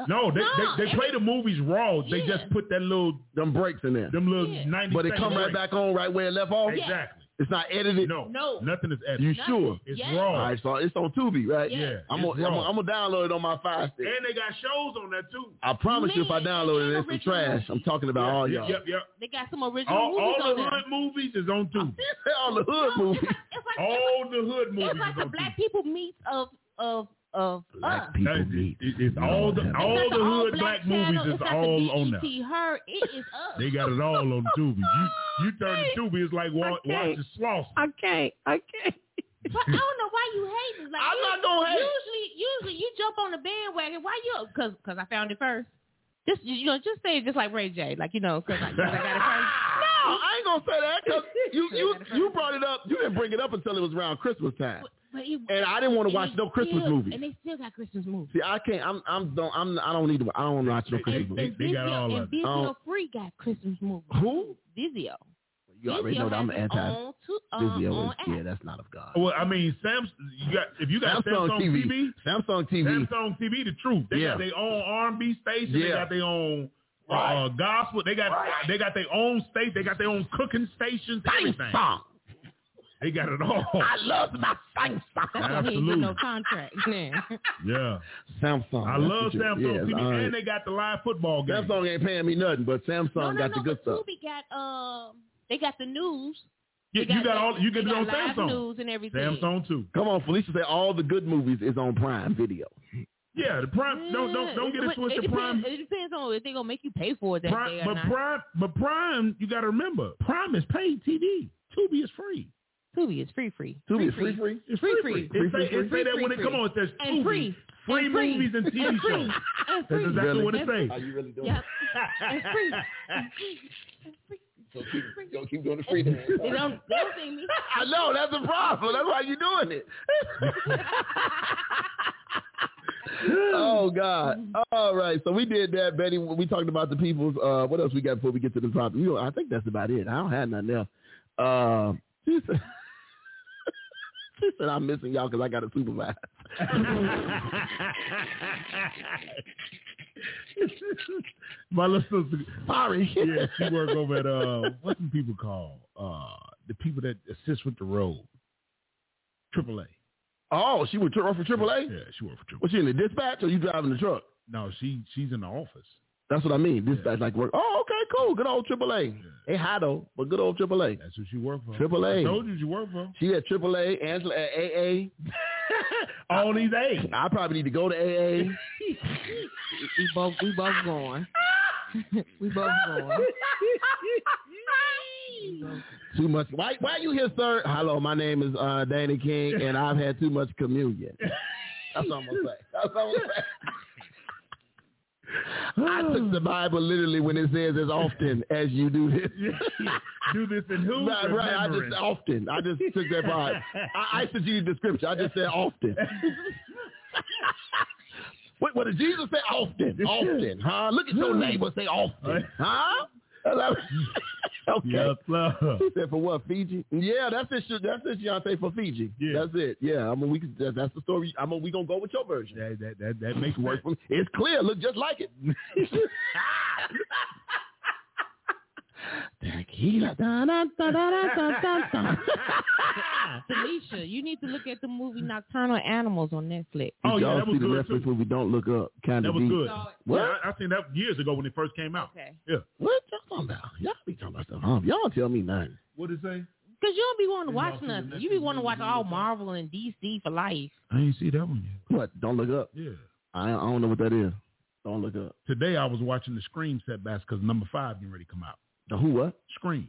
[SPEAKER 7] No, they
[SPEAKER 8] No,
[SPEAKER 7] they, they play the movies raw. They
[SPEAKER 8] Yeah.
[SPEAKER 7] just put that little
[SPEAKER 6] Them breaks in there.
[SPEAKER 7] them little
[SPEAKER 8] Yeah.
[SPEAKER 7] ninety.
[SPEAKER 6] But it
[SPEAKER 7] second
[SPEAKER 6] come right
[SPEAKER 7] break.
[SPEAKER 6] back on right where it left off?
[SPEAKER 8] Yeah.
[SPEAKER 7] Exactly.
[SPEAKER 6] It's not edited?
[SPEAKER 7] No,
[SPEAKER 8] No.
[SPEAKER 7] nothing is edited.
[SPEAKER 6] You
[SPEAKER 8] Nothing.
[SPEAKER 6] sure?
[SPEAKER 7] it's
[SPEAKER 8] Yes.
[SPEAKER 7] raw.
[SPEAKER 6] All right, so it's on Tubi, right?
[SPEAKER 8] Yeah.
[SPEAKER 7] Yeah,
[SPEAKER 6] I'm gonna
[SPEAKER 7] it's
[SPEAKER 6] I'm
[SPEAKER 7] raw.
[SPEAKER 6] gonna I'm gonna download it on my Fire Stick.
[SPEAKER 7] and they got shows on that too.
[SPEAKER 6] I promise you, if I
[SPEAKER 8] Man,
[SPEAKER 6] download it,
[SPEAKER 8] and
[SPEAKER 6] it's some
[SPEAKER 8] original
[SPEAKER 6] trash.
[SPEAKER 8] movies.
[SPEAKER 6] I'm talking about all
[SPEAKER 7] yep,
[SPEAKER 6] y'all.
[SPEAKER 7] Yep, yep.
[SPEAKER 8] They got some original
[SPEAKER 7] All,
[SPEAKER 8] movies
[SPEAKER 7] all
[SPEAKER 8] on
[SPEAKER 7] the
[SPEAKER 8] there.
[SPEAKER 7] hood movies is on Tubi.
[SPEAKER 6] all the hood
[SPEAKER 8] No,
[SPEAKER 6] movies.
[SPEAKER 8] It's like, it's like,
[SPEAKER 7] All the hood movies
[SPEAKER 8] it's like
[SPEAKER 7] is
[SPEAKER 8] the
[SPEAKER 7] on
[SPEAKER 8] black
[SPEAKER 7] Tubi.
[SPEAKER 8] people meets of of of us.
[SPEAKER 6] Black
[SPEAKER 7] That-
[SPEAKER 6] people
[SPEAKER 7] it-
[SPEAKER 6] need.
[SPEAKER 7] it- It's all the
[SPEAKER 8] It's
[SPEAKER 7] all
[SPEAKER 8] not
[SPEAKER 7] the hood black
[SPEAKER 8] channel,
[SPEAKER 7] movies is
[SPEAKER 8] it's not the
[SPEAKER 7] all on
[SPEAKER 8] BET
[SPEAKER 7] there.
[SPEAKER 8] Her, it is us.
[SPEAKER 7] They got it all on Tubi. You you turn to Tubi, it's like wa-
[SPEAKER 8] Okay.
[SPEAKER 7] watching Sloss.
[SPEAKER 8] Okay, okay. But I don't know why you hating. Like,
[SPEAKER 6] I'm not gonna hate.
[SPEAKER 8] Usually, usually you jump on the bandwagon. Why you? Because cause I found it first. Just you know, just say it just like Ray J, like you know, 'cause I, 'cause I gotta
[SPEAKER 6] No, I ain't gonna say that 'cause you you you brought it up. You didn't bring it up until it was around Christmas time.
[SPEAKER 8] pray. But it-
[SPEAKER 6] And I didn't wanna
[SPEAKER 8] and
[SPEAKER 6] watch
[SPEAKER 8] they
[SPEAKER 6] no Christmas
[SPEAKER 8] still-
[SPEAKER 6] movies.
[SPEAKER 8] And they still got Christmas movies.
[SPEAKER 6] See, I can't. I'm I'm don't I'm I don't need to. I don't watch no Christmas
[SPEAKER 7] They-
[SPEAKER 8] And
[SPEAKER 6] movies.
[SPEAKER 7] they got
[SPEAKER 8] Vizio-
[SPEAKER 7] all
[SPEAKER 8] and
[SPEAKER 7] of
[SPEAKER 6] it.
[SPEAKER 8] Vizio
[SPEAKER 6] Um,
[SPEAKER 8] Free got Christmas movies.
[SPEAKER 6] Who?
[SPEAKER 8] Vizio.
[SPEAKER 6] You already
[SPEAKER 8] Vizio
[SPEAKER 6] know that I'm
[SPEAKER 8] has its
[SPEAKER 6] anti.
[SPEAKER 8] own to- uh,
[SPEAKER 6] Vizio
[SPEAKER 8] own
[SPEAKER 6] is yeah,
[SPEAKER 8] app.
[SPEAKER 6] that's not of God.
[SPEAKER 7] Well, I mean, Samsung. You got if you got Samsung, TV,
[SPEAKER 6] Samsung TV.
[SPEAKER 7] Samsung TV, the truth. They
[SPEAKER 6] Yeah.
[SPEAKER 7] got their own R&B station. They
[SPEAKER 6] Yeah.
[SPEAKER 7] got their own uh, gospel. They got they got their own state. They got their own cooking stations. Everything.
[SPEAKER 6] Samsung.
[SPEAKER 7] They got it all.
[SPEAKER 6] I love my Samsung.
[SPEAKER 8] That's why he ain't get
[SPEAKER 7] Absolutely.
[SPEAKER 8] no contract. man.
[SPEAKER 7] Yeah,
[SPEAKER 6] Samsung.
[SPEAKER 7] I
[SPEAKER 6] that's
[SPEAKER 7] love
[SPEAKER 6] what you-
[SPEAKER 7] Samsung
[SPEAKER 6] yes,
[SPEAKER 7] TV,
[SPEAKER 6] all right.
[SPEAKER 7] and they got the live football game.
[SPEAKER 6] Samsung ain't paying me nothing, but Samsung
[SPEAKER 8] no, no,
[SPEAKER 6] got
[SPEAKER 8] no,
[SPEAKER 6] the good
[SPEAKER 8] but
[SPEAKER 6] stuff.
[SPEAKER 8] Tubi got um, they got the news.
[SPEAKER 7] Yeah,
[SPEAKER 8] They got
[SPEAKER 7] you got
[SPEAKER 8] the-
[SPEAKER 7] all. You get
[SPEAKER 8] they
[SPEAKER 7] it on
[SPEAKER 8] got live
[SPEAKER 7] Samsung.
[SPEAKER 8] news and everything.
[SPEAKER 7] Samsung too.
[SPEAKER 6] Come on, Felicia said all the good movies is on Prime Video.
[SPEAKER 7] Yeah, the prime. Don't don't don't get
[SPEAKER 8] Mm.
[SPEAKER 7] it
[SPEAKER 8] But
[SPEAKER 7] twisted.
[SPEAKER 8] depends-
[SPEAKER 7] prime
[SPEAKER 8] It depends on if they gonna make you pay for it that
[SPEAKER 7] Prime,
[SPEAKER 8] day or
[SPEAKER 7] but
[SPEAKER 8] not.
[SPEAKER 7] Prime, but Prime, you got to remember, Prime is paid TV. Tubi is free.
[SPEAKER 8] Tubi is free, free,
[SPEAKER 6] Tubi is free free.
[SPEAKER 7] It's
[SPEAKER 8] Free,
[SPEAKER 7] free.
[SPEAKER 8] free.
[SPEAKER 7] It
[SPEAKER 6] Free,
[SPEAKER 7] say,
[SPEAKER 6] free,
[SPEAKER 7] it
[SPEAKER 8] free,
[SPEAKER 6] free,
[SPEAKER 7] say that
[SPEAKER 8] free,
[SPEAKER 7] when it
[SPEAKER 8] free.
[SPEAKER 7] come on, it says
[SPEAKER 8] and
[SPEAKER 7] Tubi.
[SPEAKER 8] free,
[SPEAKER 7] Free
[SPEAKER 8] and free,
[SPEAKER 7] movies and TV
[SPEAKER 8] and free,
[SPEAKER 7] shows.
[SPEAKER 8] and
[SPEAKER 7] That's
[SPEAKER 8] free.
[SPEAKER 7] exactly
[SPEAKER 6] Really?
[SPEAKER 7] what it
[SPEAKER 8] That's-
[SPEAKER 7] says.
[SPEAKER 6] Are you really doing
[SPEAKER 8] Yep,
[SPEAKER 6] it?
[SPEAKER 8] and free, and free, and free.
[SPEAKER 6] So keep, yo, keep doing the free dance.
[SPEAKER 8] They don't, they don't see me.
[SPEAKER 6] I know that's the problem. That's why you're doing it. oh God! All right, so we did that, Betty. We talked about the people's. Uh, what else we got before we get to the topic? You know, I think that's about it. I don't have nothing else. Uh, she said, she said I'm missing y'all because I got to supervise.
[SPEAKER 7] My little sister,
[SPEAKER 6] Sorry.
[SPEAKER 7] yeah, she work over at uh, what do people call uh, the people that assist with the road, AAA.
[SPEAKER 6] Oh, she was work for AAA.
[SPEAKER 7] Yeah, she work for AAA.
[SPEAKER 6] Was she in the dispatch or you driving the truck?
[SPEAKER 7] No, she she's in the office.
[SPEAKER 6] That's what I mean. Dispatch like work. Oh, okay, cool. Good old AAA. They high though, but good old AAA.
[SPEAKER 7] That's who she work for.
[SPEAKER 6] AAA.
[SPEAKER 7] I told you she work for.
[SPEAKER 6] She at AAA, Angela at AA.
[SPEAKER 7] All these A's.
[SPEAKER 6] I probably need to go to AA.
[SPEAKER 8] We both, we both going. we both going.
[SPEAKER 6] too much. Why, why you here, sir? Hello, my name is uh, Danny King, and I've had too much communion. That's what I'm gonna say. That's what I'm gonna say. I took the Bible literally when it says as often as you do this.
[SPEAKER 7] Do this in who?
[SPEAKER 6] Right, right. I just
[SPEAKER 7] Remembrance.
[SPEAKER 6] often. I just took that part. I exegeted the scripture. I just said often. Wait, what did Jesus say? Often, often, huh? Look at your neighbor. Say often, huh? okay.
[SPEAKER 7] Yes, love.
[SPEAKER 6] He said for what Fiji? Yeah, that's it. Sh- That's it, Deontay for Fiji.
[SPEAKER 7] Yeah.
[SPEAKER 6] That's it. Yeah, I mean we. could- That, that's the story. I mean we gonna go with your version.
[SPEAKER 7] That, that, that, that makes it
[SPEAKER 6] Work
[SPEAKER 7] work.
[SPEAKER 6] for me. It's clear. Look just like it. Tequila. Dun, dun, dun, dun, dun, dun, dun.
[SPEAKER 8] Felicia, you need to look at the movie Nocturnal Animals on Netflix.
[SPEAKER 7] Oh,
[SPEAKER 6] Did
[SPEAKER 7] yeah,
[SPEAKER 6] y'all
[SPEAKER 7] that was
[SPEAKER 6] see the
[SPEAKER 7] good,
[SPEAKER 6] Netflix
[SPEAKER 7] too.
[SPEAKER 6] movie Don't Look Up. Kind
[SPEAKER 7] That
[SPEAKER 6] of
[SPEAKER 7] was good.
[SPEAKER 6] What?
[SPEAKER 7] Yeah, I, I seen that years ago when it first came out.
[SPEAKER 8] Okay.
[SPEAKER 6] What y'all talking about? Y'all be talking about stuff. Huh? Y'all don't tell me nothing.
[SPEAKER 7] What did it say?
[SPEAKER 8] Because you don't be wanting to
[SPEAKER 7] Didn't y'all
[SPEAKER 8] watch
[SPEAKER 7] see the
[SPEAKER 8] nothing.
[SPEAKER 7] Netflix
[SPEAKER 8] You be wanting to
[SPEAKER 7] movie
[SPEAKER 8] watch
[SPEAKER 7] with
[SPEAKER 8] all
[SPEAKER 7] that?
[SPEAKER 8] Marvel and DC for life.
[SPEAKER 7] I ain't see that one yet.
[SPEAKER 6] What? Don't look up.
[SPEAKER 7] Yeah.
[SPEAKER 6] I, I don't know what that is. Don't look up.
[SPEAKER 7] Today I was watching the Scream setbacks because number five getting ready to come out.
[SPEAKER 6] The who? What?
[SPEAKER 7] Scream.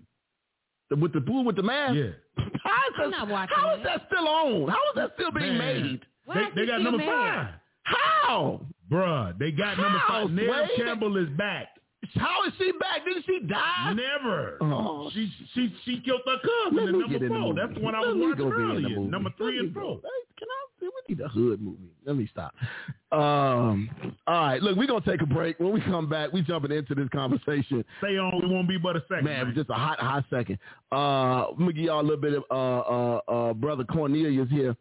[SPEAKER 6] The, with the boo with the mask.
[SPEAKER 7] Yeah.
[SPEAKER 6] How is that,
[SPEAKER 8] I'm not watching
[SPEAKER 6] how is
[SPEAKER 8] that.
[SPEAKER 6] that still on? How is that still being
[SPEAKER 7] Man.
[SPEAKER 6] made?
[SPEAKER 8] Why
[SPEAKER 7] They,
[SPEAKER 8] is
[SPEAKER 7] they
[SPEAKER 8] he
[SPEAKER 7] got
[SPEAKER 8] still
[SPEAKER 7] number
[SPEAKER 8] mad?
[SPEAKER 7] five.
[SPEAKER 6] How?
[SPEAKER 7] Bruh, they got number
[SPEAKER 6] How,
[SPEAKER 7] five. Nev
[SPEAKER 6] Sway?
[SPEAKER 7] Campbell is back.
[SPEAKER 6] How is she back? Didn't she die?
[SPEAKER 7] Never.
[SPEAKER 6] Oh,
[SPEAKER 7] She she she killed her cousin
[SPEAKER 6] let
[SPEAKER 7] in
[SPEAKER 6] me
[SPEAKER 7] number
[SPEAKER 6] get in the
[SPEAKER 7] four.
[SPEAKER 6] movie.
[SPEAKER 7] That's the one I
[SPEAKER 6] Let
[SPEAKER 7] was
[SPEAKER 6] me
[SPEAKER 7] watching
[SPEAKER 6] go be in the
[SPEAKER 7] earlier.
[SPEAKER 6] movie.
[SPEAKER 7] Number
[SPEAKER 6] Let
[SPEAKER 7] three
[SPEAKER 6] me
[SPEAKER 7] and
[SPEAKER 6] go.
[SPEAKER 7] four.
[SPEAKER 6] Hey, Can I? We need a hood movie. Let me stop. Um. All right. Look, we're gonna take a break. When we come back, we jumping into this conversation.
[SPEAKER 7] Stay on. It won't be but a second.
[SPEAKER 6] Man, just a hot, hot second. Uh, I'm gonna give y'all a little bit of uh, uh, uh, brother Cornelius here,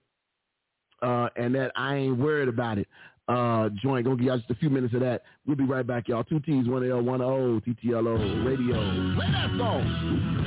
[SPEAKER 6] uh, and that I ain't worried about it. Uh, joint, gonna give y'all just a few minutes of that. We'll be right back, y'all. Two T's, one L, one O, TTLO Radio. Play that song.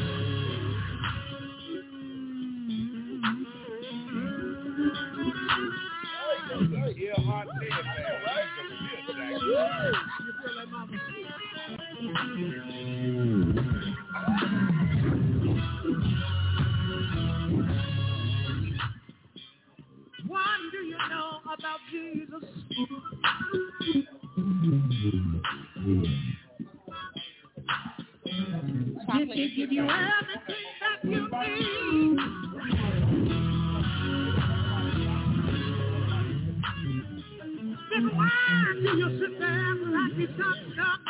[SPEAKER 1] What do you know about Jesus?
[SPEAKER 8] Chocolate.
[SPEAKER 1] Give you everything that you need. Then why do you sit there and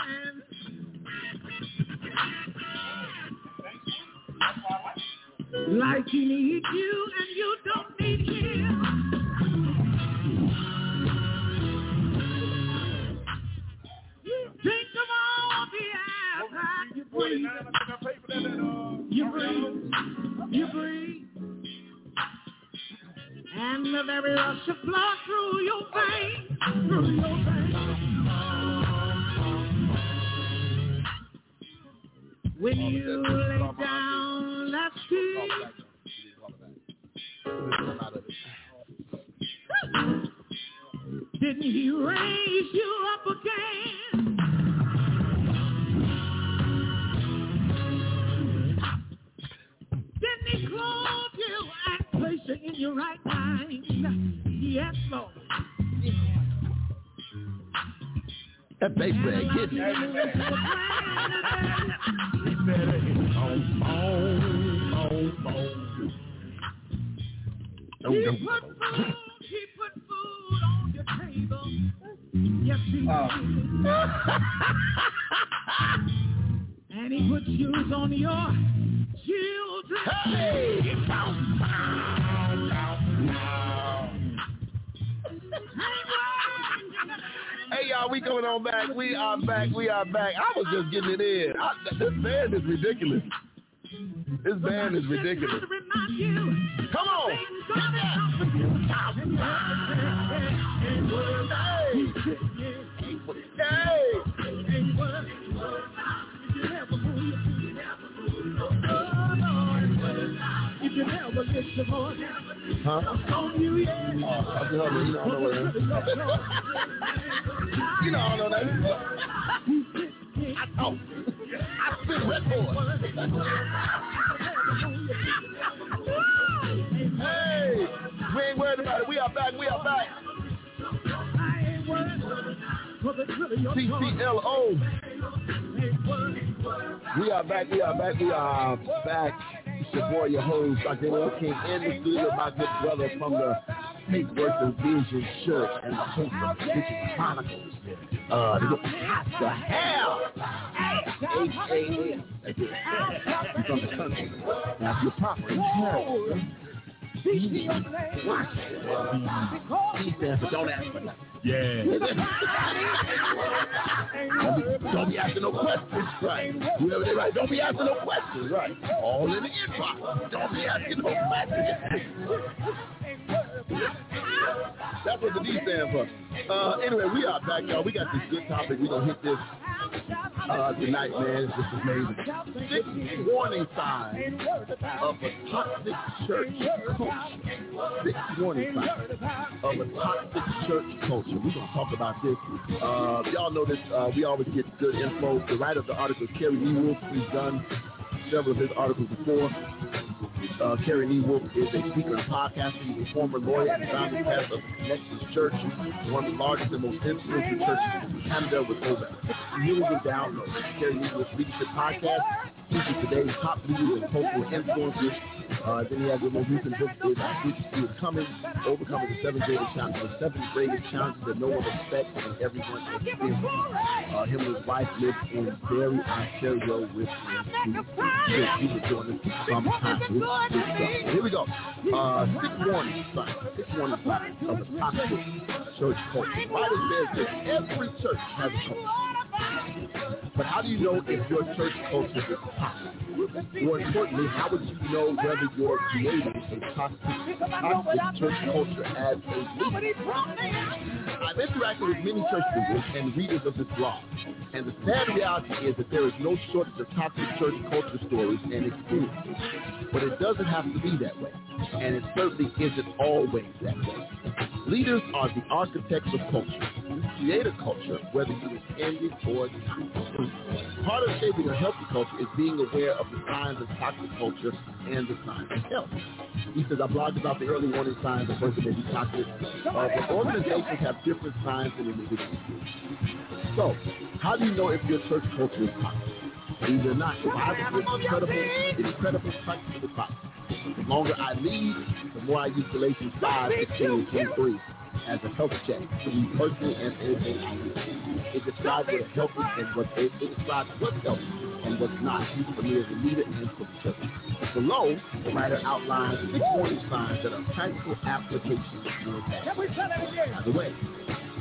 [SPEAKER 1] Like he needs you and you don't need him. You Take them off the outside. You breathe. You breathe. You breathe. And the very rush of blood through your veins. Through your veins. When you lay down, that's it. Didn't he raise you up again? Didn't he clothe you and place you in your right mind? Yes, Lord.
[SPEAKER 6] That bass man getting it.
[SPEAKER 1] He put food, he put food on your table. Yes, he did. and he put shoes on your children.
[SPEAKER 6] Hey y'all, we coming on back. We are back. We are back. I was just getting it in. I, this band is ridiculous. This band is ridiculous. Come on. Hey. Huh? Oh, You know, I don't know. I talk. I spit Red Bull. Hey, we ain't worried about it. We are back. We are back. CCLO. We are back. We are back. We are back. It's your boy, your host, Dr. L. King, in the studio, my good brother from the Faith Workers Vision Church and the Faith Vision Chronicles. Uh, they go, what the hell? H-A-A. That's it. He's from the country. Now, if you're proper in character, you watch it. He stands for don't ask for nothing.
[SPEAKER 7] Yeah.
[SPEAKER 6] Don't be, don't be asking no questions, right? Whoever they write, don't be asking no questions, right? All in the inbox. Don't be asking no questions. That's what the D stand for. Uh, anyway, we are back, y'all. We got this good topic. We're going to hit this uh, tonight, man. This is amazing. Six warning signs of a toxic church culture. Six warning signs of a toxic church culture. We're going to talk about this. Uh, y'all know this. Uh, we always get good info. The writer of the article, Kerry E. Wolf, we've done several of his articles before. Uh, Kerry E. Wolf is a speaker and podcaster. He's a former lawyer and founding pastor of Nexus Church, one of the largest and most influential churches in Canada with over a million downloads. Kerry E. Wolf's leadership podcast features today's top leaders and cultural influencers. Uh, then he has a most recent book is Outreach Coming, Overcoming the Seven Greatest Challenges, the Seven Greatest Challenges That No One Respects and Everyone Experiences. Uh, him and his wife live in Barrie, Ontario with He was doing this for some time. This is good stuff. Here we go. Uh, six warning signs. Six warning signs of the toxic church culture. Bible says that every church has a culture. But how do you know if your church culture is toxic? More importantly, how would you know whether you're creating a toxic, toxic church culture as a leader? I've interacted with many church leaders and readers of this blog, and the sad reality is that there is no shortage of toxic church culture stories and experiences. But it doesn't have to be that way, and it certainly isn't always that way. Leaders are the architects of culture. You create a culture whether you intend it or not. Part of shaping a healthy culture is being aware of the signs of toxic culture and the signs of health. He says, I blogged about the early warning signs of person that be toxic. Uh, but organizations have different signs than individuals do. So, how do you know if your church culture is toxic? Either not. The Bible is incredible, incredible toxic to toxic. The longer I lead, the more I use Galatians 5, 16, 23. as a health check. To me personally, and it, it, it describes what is healthy and what it, it describes what's healthy and what's not for me as a leader and for the church. Below, the writer outlines six warning signs that are practical applications of your faith. By the way,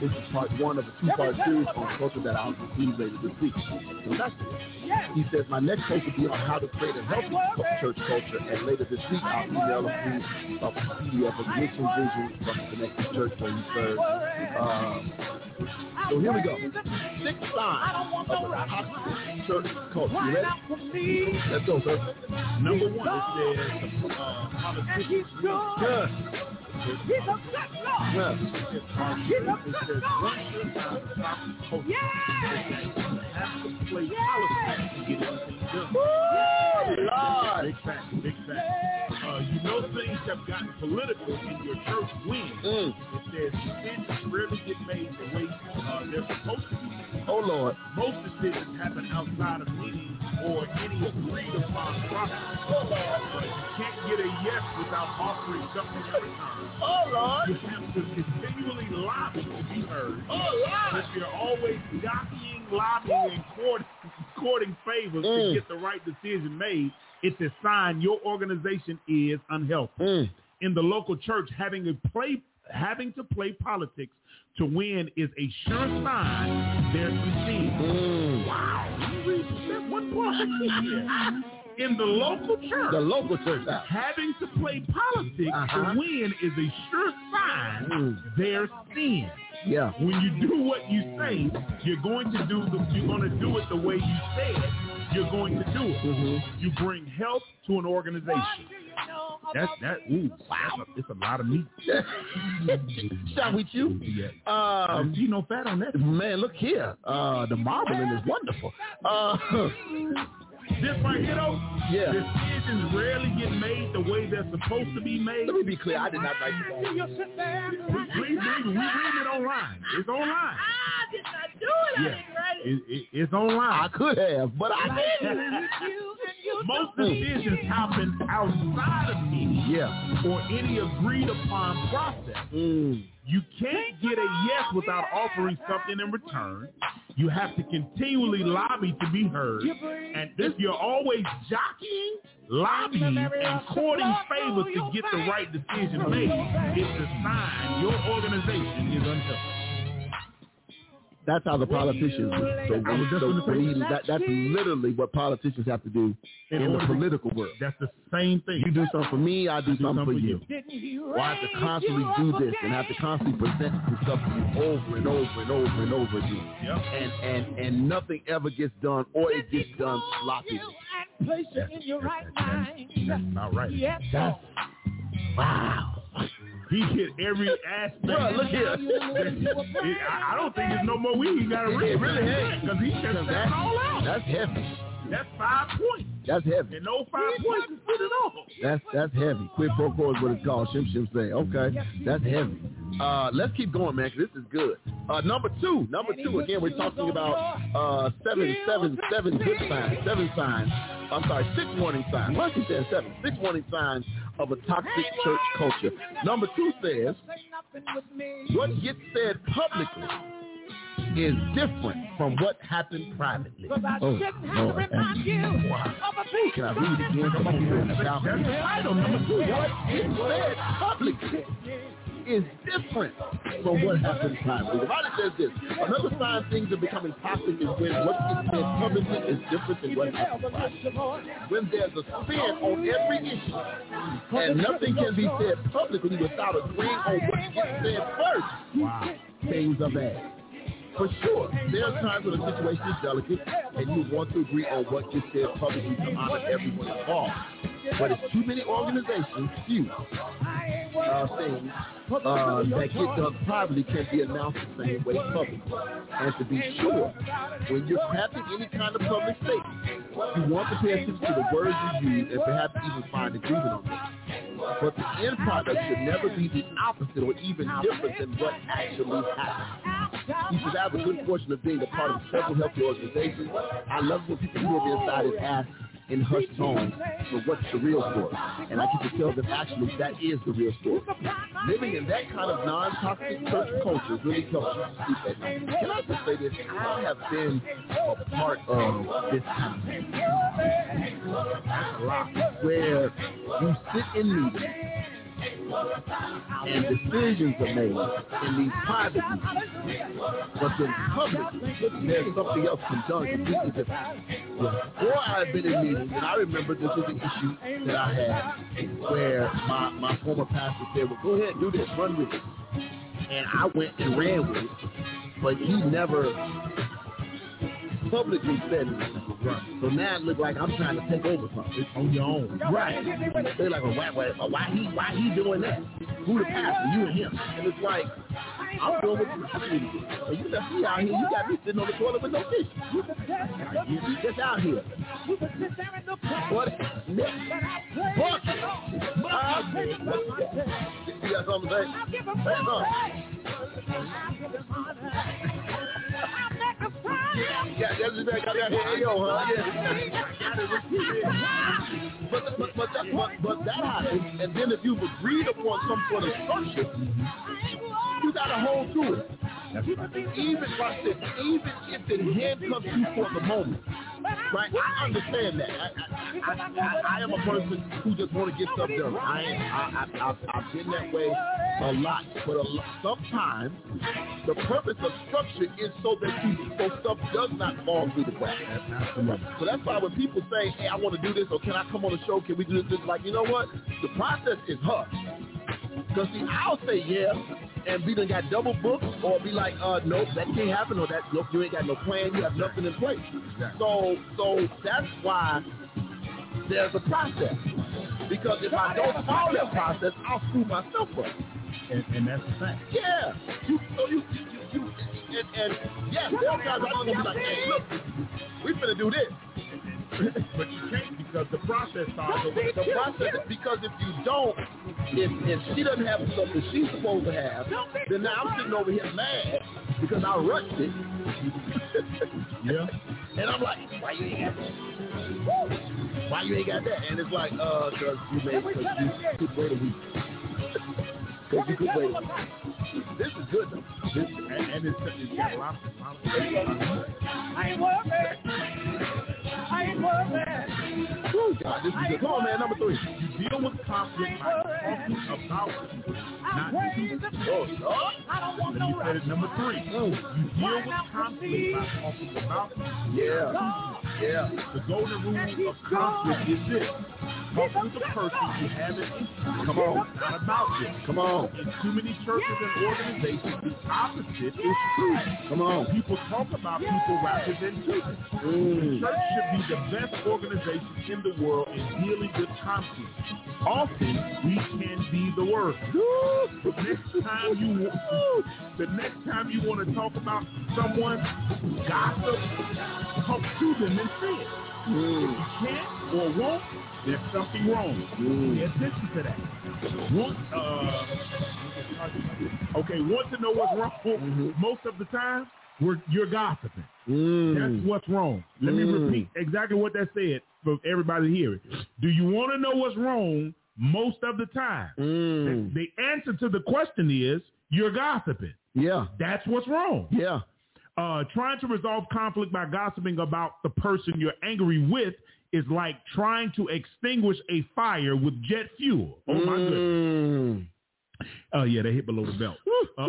[SPEAKER 6] this is part one of a two-part series on culture that I'll conclude later this week. So that's it. He says my next post will be on how to create a healthy church culture, and later this week I'll email a few of a PDF of mission vision from the Connected Church on the third. Um, so here we go. Six signs of a toxic church culture. You ready? Let's go, sir.
[SPEAKER 4] Number one, it says uh, politicians just
[SPEAKER 6] Yes.
[SPEAKER 4] have to play politics to get anything done.
[SPEAKER 6] Lord.
[SPEAKER 4] Big fact, big fact. Uh, you know things have gotten political in your church when
[SPEAKER 6] Mm.
[SPEAKER 4] it says decisions rarely get made the way uh, they're supposed to be. made.
[SPEAKER 6] Oh, Lord.
[SPEAKER 4] Most decisions happen outside of meetings or any agreed upon process. But you can't get a yes without offering something at a time.
[SPEAKER 6] Oh, Lord.
[SPEAKER 4] You have to continually lobby to be heard.
[SPEAKER 6] Oh, Lord.
[SPEAKER 4] If you're always lobbying, lobbying, and court, courting favors
[SPEAKER 6] Mm.
[SPEAKER 4] to get the right decision made, it's a sign your organization is unhealthy.
[SPEAKER 6] Mm.
[SPEAKER 4] In the local church, having a play, having to play politics to win is a sure sign there's disease.
[SPEAKER 6] Mm.
[SPEAKER 4] Wow, you read that one part right there. In the local church,
[SPEAKER 6] The local church house.
[SPEAKER 4] having to play politics
[SPEAKER 6] Uh-huh.
[SPEAKER 4] to win is a sure sign
[SPEAKER 6] Mm.
[SPEAKER 4] there's sin
[SPEAKER 6] Yeah.
[SPEAKER 4] when you do what you say, you're going to do the, you're going to do it the way you say it. You're going to do it.
[SPEAKER 6] Mm-hmm.
[SPEAKER 4] You bring health to an organization. That's that. Ooh, wow! It's a lot of meat.
[SPEAKER 6] Shall we chew?
[SPEAKER 4] Yeah.
[SPEAKER 6] Um,
[SPEAKER 4] Um, you know, fat on that.
[SPEAKER 6] Man, look here. Uh, the marbling is wonderful. Uh,
[SPEAKER 4] This right here, though.
[SPEAKER 6] Yeah.
[SPEAKER 4] Decisions rarely get made the way they're supposed to be made.
[SPEAKER 6] let me be clear. I did not write the song.
[SPEAKER 4] Please believe me, we read it online. It's online. Yeah. It, it, it's
[SPEAKER 6] I
[SPEAKER 4] online.
[SPEAKER 6] could have, but I didn't.
[SPEAKER 4] Most decisions happen outside of meetings
[SPEAKER 6] Yeah.
[SPEAKER 4] or any agreed upon process.
[SPEAKER 6] Mm.
[SPEAKER 4] You can't get a yes without offering something in return. You have to continually lobby to be heard. And if you're always jockeying, lobbying, and courting favors to get the right decision made, it's a sign your organization is unhealthy.
[SPEAKER 6] That's how the politicians. So,
[SPEAKER 4] I was just
[SPEAKER 6] so
[SPEAKER 4] gonna say-
[SPEAKER 6] believe me, that, that's literally what politicians have to do
[SPEAKER 4] In
[SPEAKER 6] in the
[SPEAKER 4] order to-
[SPEAKER 6] political world.
[SPEAKER 4] That's the same thing.
[SPEAKER 6] You do something for me, I do something for you. Or I have to constantly do this and have to constantly present myself to you over and over and over and over again.
[SPEAKER 4] Yep.
[SPEAKER 6] and and and nothing ever gets done or it gets done sloppy.
[SPEAKER 4] That's, that's- that's about right.
[SPEAKER 6] That's wow.
[SPEAKER 4] He hit every aspect.
[SPEAKER 6] Bro, look here.
[SPEAKER 4] It- I, I don't think there's no more we ain't got to read.
[SPEAKER 6] It really ain't.
[SPEAKER 4] Because he just
[SPEAKER 6] That's,
[SPEAKER 4] said it all out.
[SPEAKER 6] that's heavy.
[SPEAKER 4] That's five points.
[SPEAKER 6] That's heavy.
[SPEAKER 4] And no five points is put it off.
[SPEAKER 6] That's that's heavy. Quid pro quo is what it's called. Shim shim say. Okay, that's heavy. Uh, let's keep going, man. 'cause this is good. Uh, number two, number two. Again, we're talking about uh, seven, seven, seven good signs, seven signs. I'm sorry, six warning signs. Why keep saying seven? Six warning signs of a toxic church culture. Number two says, what gets said publicly is different from what happened privately. Oh, Lord. Can I read it again? Come on, in the balcony.
[SPEAKER 4] That's the title, number two.
[SPEAKER 6] What is said publicly is different from what happens privately. The Bible says this. Another sign things are becoming toxic is when what is said publicly is different than what happens privately. When there's a spin on every issue and nothing can be said publicly without agreeing on what gets said first, things are bad. For sure, there are times when a situation is delicate and you want to agree on what gets said publicly to honor everyone involved. But if too many organizations, few uh, things uh, that get done privately can be announced the same way publicly. And to be sure, when you're crafting any kind of public statement, you want to pay attention to the words you use and perhaps even find agreement on them. But the end product should never be the opposite or even different than what actually happened. You should have the good fortune of being a part of several healthy organizations. I love when people who are inside and ask,
[SPEAKER 4] in her song for what's the real story. And I get to tell them actually that is the real story. Living in that kind of non-toxic church culture really helps you to sleep at night. Can I just say this? I have been a part of this kind of thing. where you sit in meetings and decisions are made in these private meetings. But then publicly, there's something else conjunct completely different. Or I've been in meetings, and I remember this was an issue that I had where my, my former pastor said, well, go ahead, do this, run with it. And I went and ran with it, but he never publicly said anything. So now it looks like I'm trying to take over something on your own. Right. They're like, well, why, why, why he why he doing that? Who the pastor? You and him. And it's like, I'm doing what you want me to do. And you left me out here. You got me sitting on the toilet with no fish. You, you just out here. What? What? You got something to say? Say something. Yeah, that's the thing. I got here. Hey, yo, huh? Yeah. But, but, but, that, but, but that happens, and then if you've agreed upon some sort of structure, you got to hold to it. Even, like I said, even if it handcuffs you for the moment, right? I understand that. I, I, I, I, I am a person who just want to get stuff done. I, am- I, I, I've, I've been that way a lot, but a lot, sometimes the purpose of structure is so that you, so stuff does not fall through the cracks. So that's why when people say, "Hey, I want to do this," or "Can I come on the show? Can we do this?" It's like, you know what? The process is hard. Because see, I'll say yeah and be done got double booked or be like, uh, nope, that can't happen or that, nope, you ain't got no plan, you have nothing in place. So, so that's why there's a process. Because if I don't follow that process, I'll screw myself up.
[SPEAKER 7] And, and that's the thing.
[SPEAKER 4] Yeah. You, so you, you, you, you and, and yeah, there are guys that are going to be like, hey, look, we finna do this.
[SPEAKER 7] But you can't because the process starts over.
[SPEAKER 4] The process is because if you don't, if, if she doesn't have the stuff that she's supposed to have, then now I'm sitting over here mad because I rushed it.
[SPEAKER 7] Yeah.
[SPEAKER 4] And I'm like, why you ain't got that? Why you ain't got that? And it's like, uh, because you made, because you could wait a week. Because you could wait a week. This is good though. This,
[SPEAKER 7] And, and it's, it's got a lot of, lot of
[SPEAKER 4] woo, "Oh, God, this is good. Come on, man, number three.
[SPEAKER 7] You deal with conflict by talking about it, not to it.
[SPEAKER 4] Oh, Lord.
[SPEAKER 7] Let me say this. Number three, you deal with conflict by talking about it.
[SPEAKER 4] Yeah. Yeah.
[SPEAKER 7] The golden rule of conflict is this. Talk to the person you have an issue.
[SPEAKER 4] Come on.
[SPEAKER 7] Not about this.
[SPEAKER 4] Come on.
[SPEAKER 7] In too many churches and organizations, the opposite is true.
[SPEAKER 4] Come on.
[SPEAKER 7] People talk about people rather than do them.
[SPEAKER 6] Hmm.
[SPEAKER 7] The
[SPEAKER 4] Mm.
[SPEAKER 7] church should be the best organization in the world in dealing with conflict. Often, we can be the worst. The next time you, the next time you want to talk about someone, gossip, talk to them and say it. If
[SPEAKER 4] Mm.
[SPEAKER 7] you can't or won't, there's something wrong.
[SPEAKER 4] Mm.
[SPEAKER 7] Pay attention to that. Want, uh, okay, want to know what's wrong
[SPEAKER 4] Mm-hmm.
[SPEAKER 7] most of the time? We're, you're gossiping. That's
[SPEAKER 4] Mm.
[SPEAKER 7] what's wrong. Let me
[SPEAKER 4] Mm.
[SPEAKER 7] repeat exactly what that said for everybody to hear it. Do you want to know what's wrong most of the time?
[SPEAKER 4] Mm.
[SPEAKER 7] The answer to the question is you're gossiping.
[SPEAKER 4] Yeah.
[SPEAKER 7] That's what's wrong.
[SPEAKER 4] Yeah.
[SPEAKER 7] Uh, trying to resolve conflict by gossiping about the person you're angry with is like trying to extinguish a fire with jet fuel. Oh my goodness.
[SPEAKER 4] Mm.
[SPEAKER 7] Oh yeah, they hit below the belt. Uh,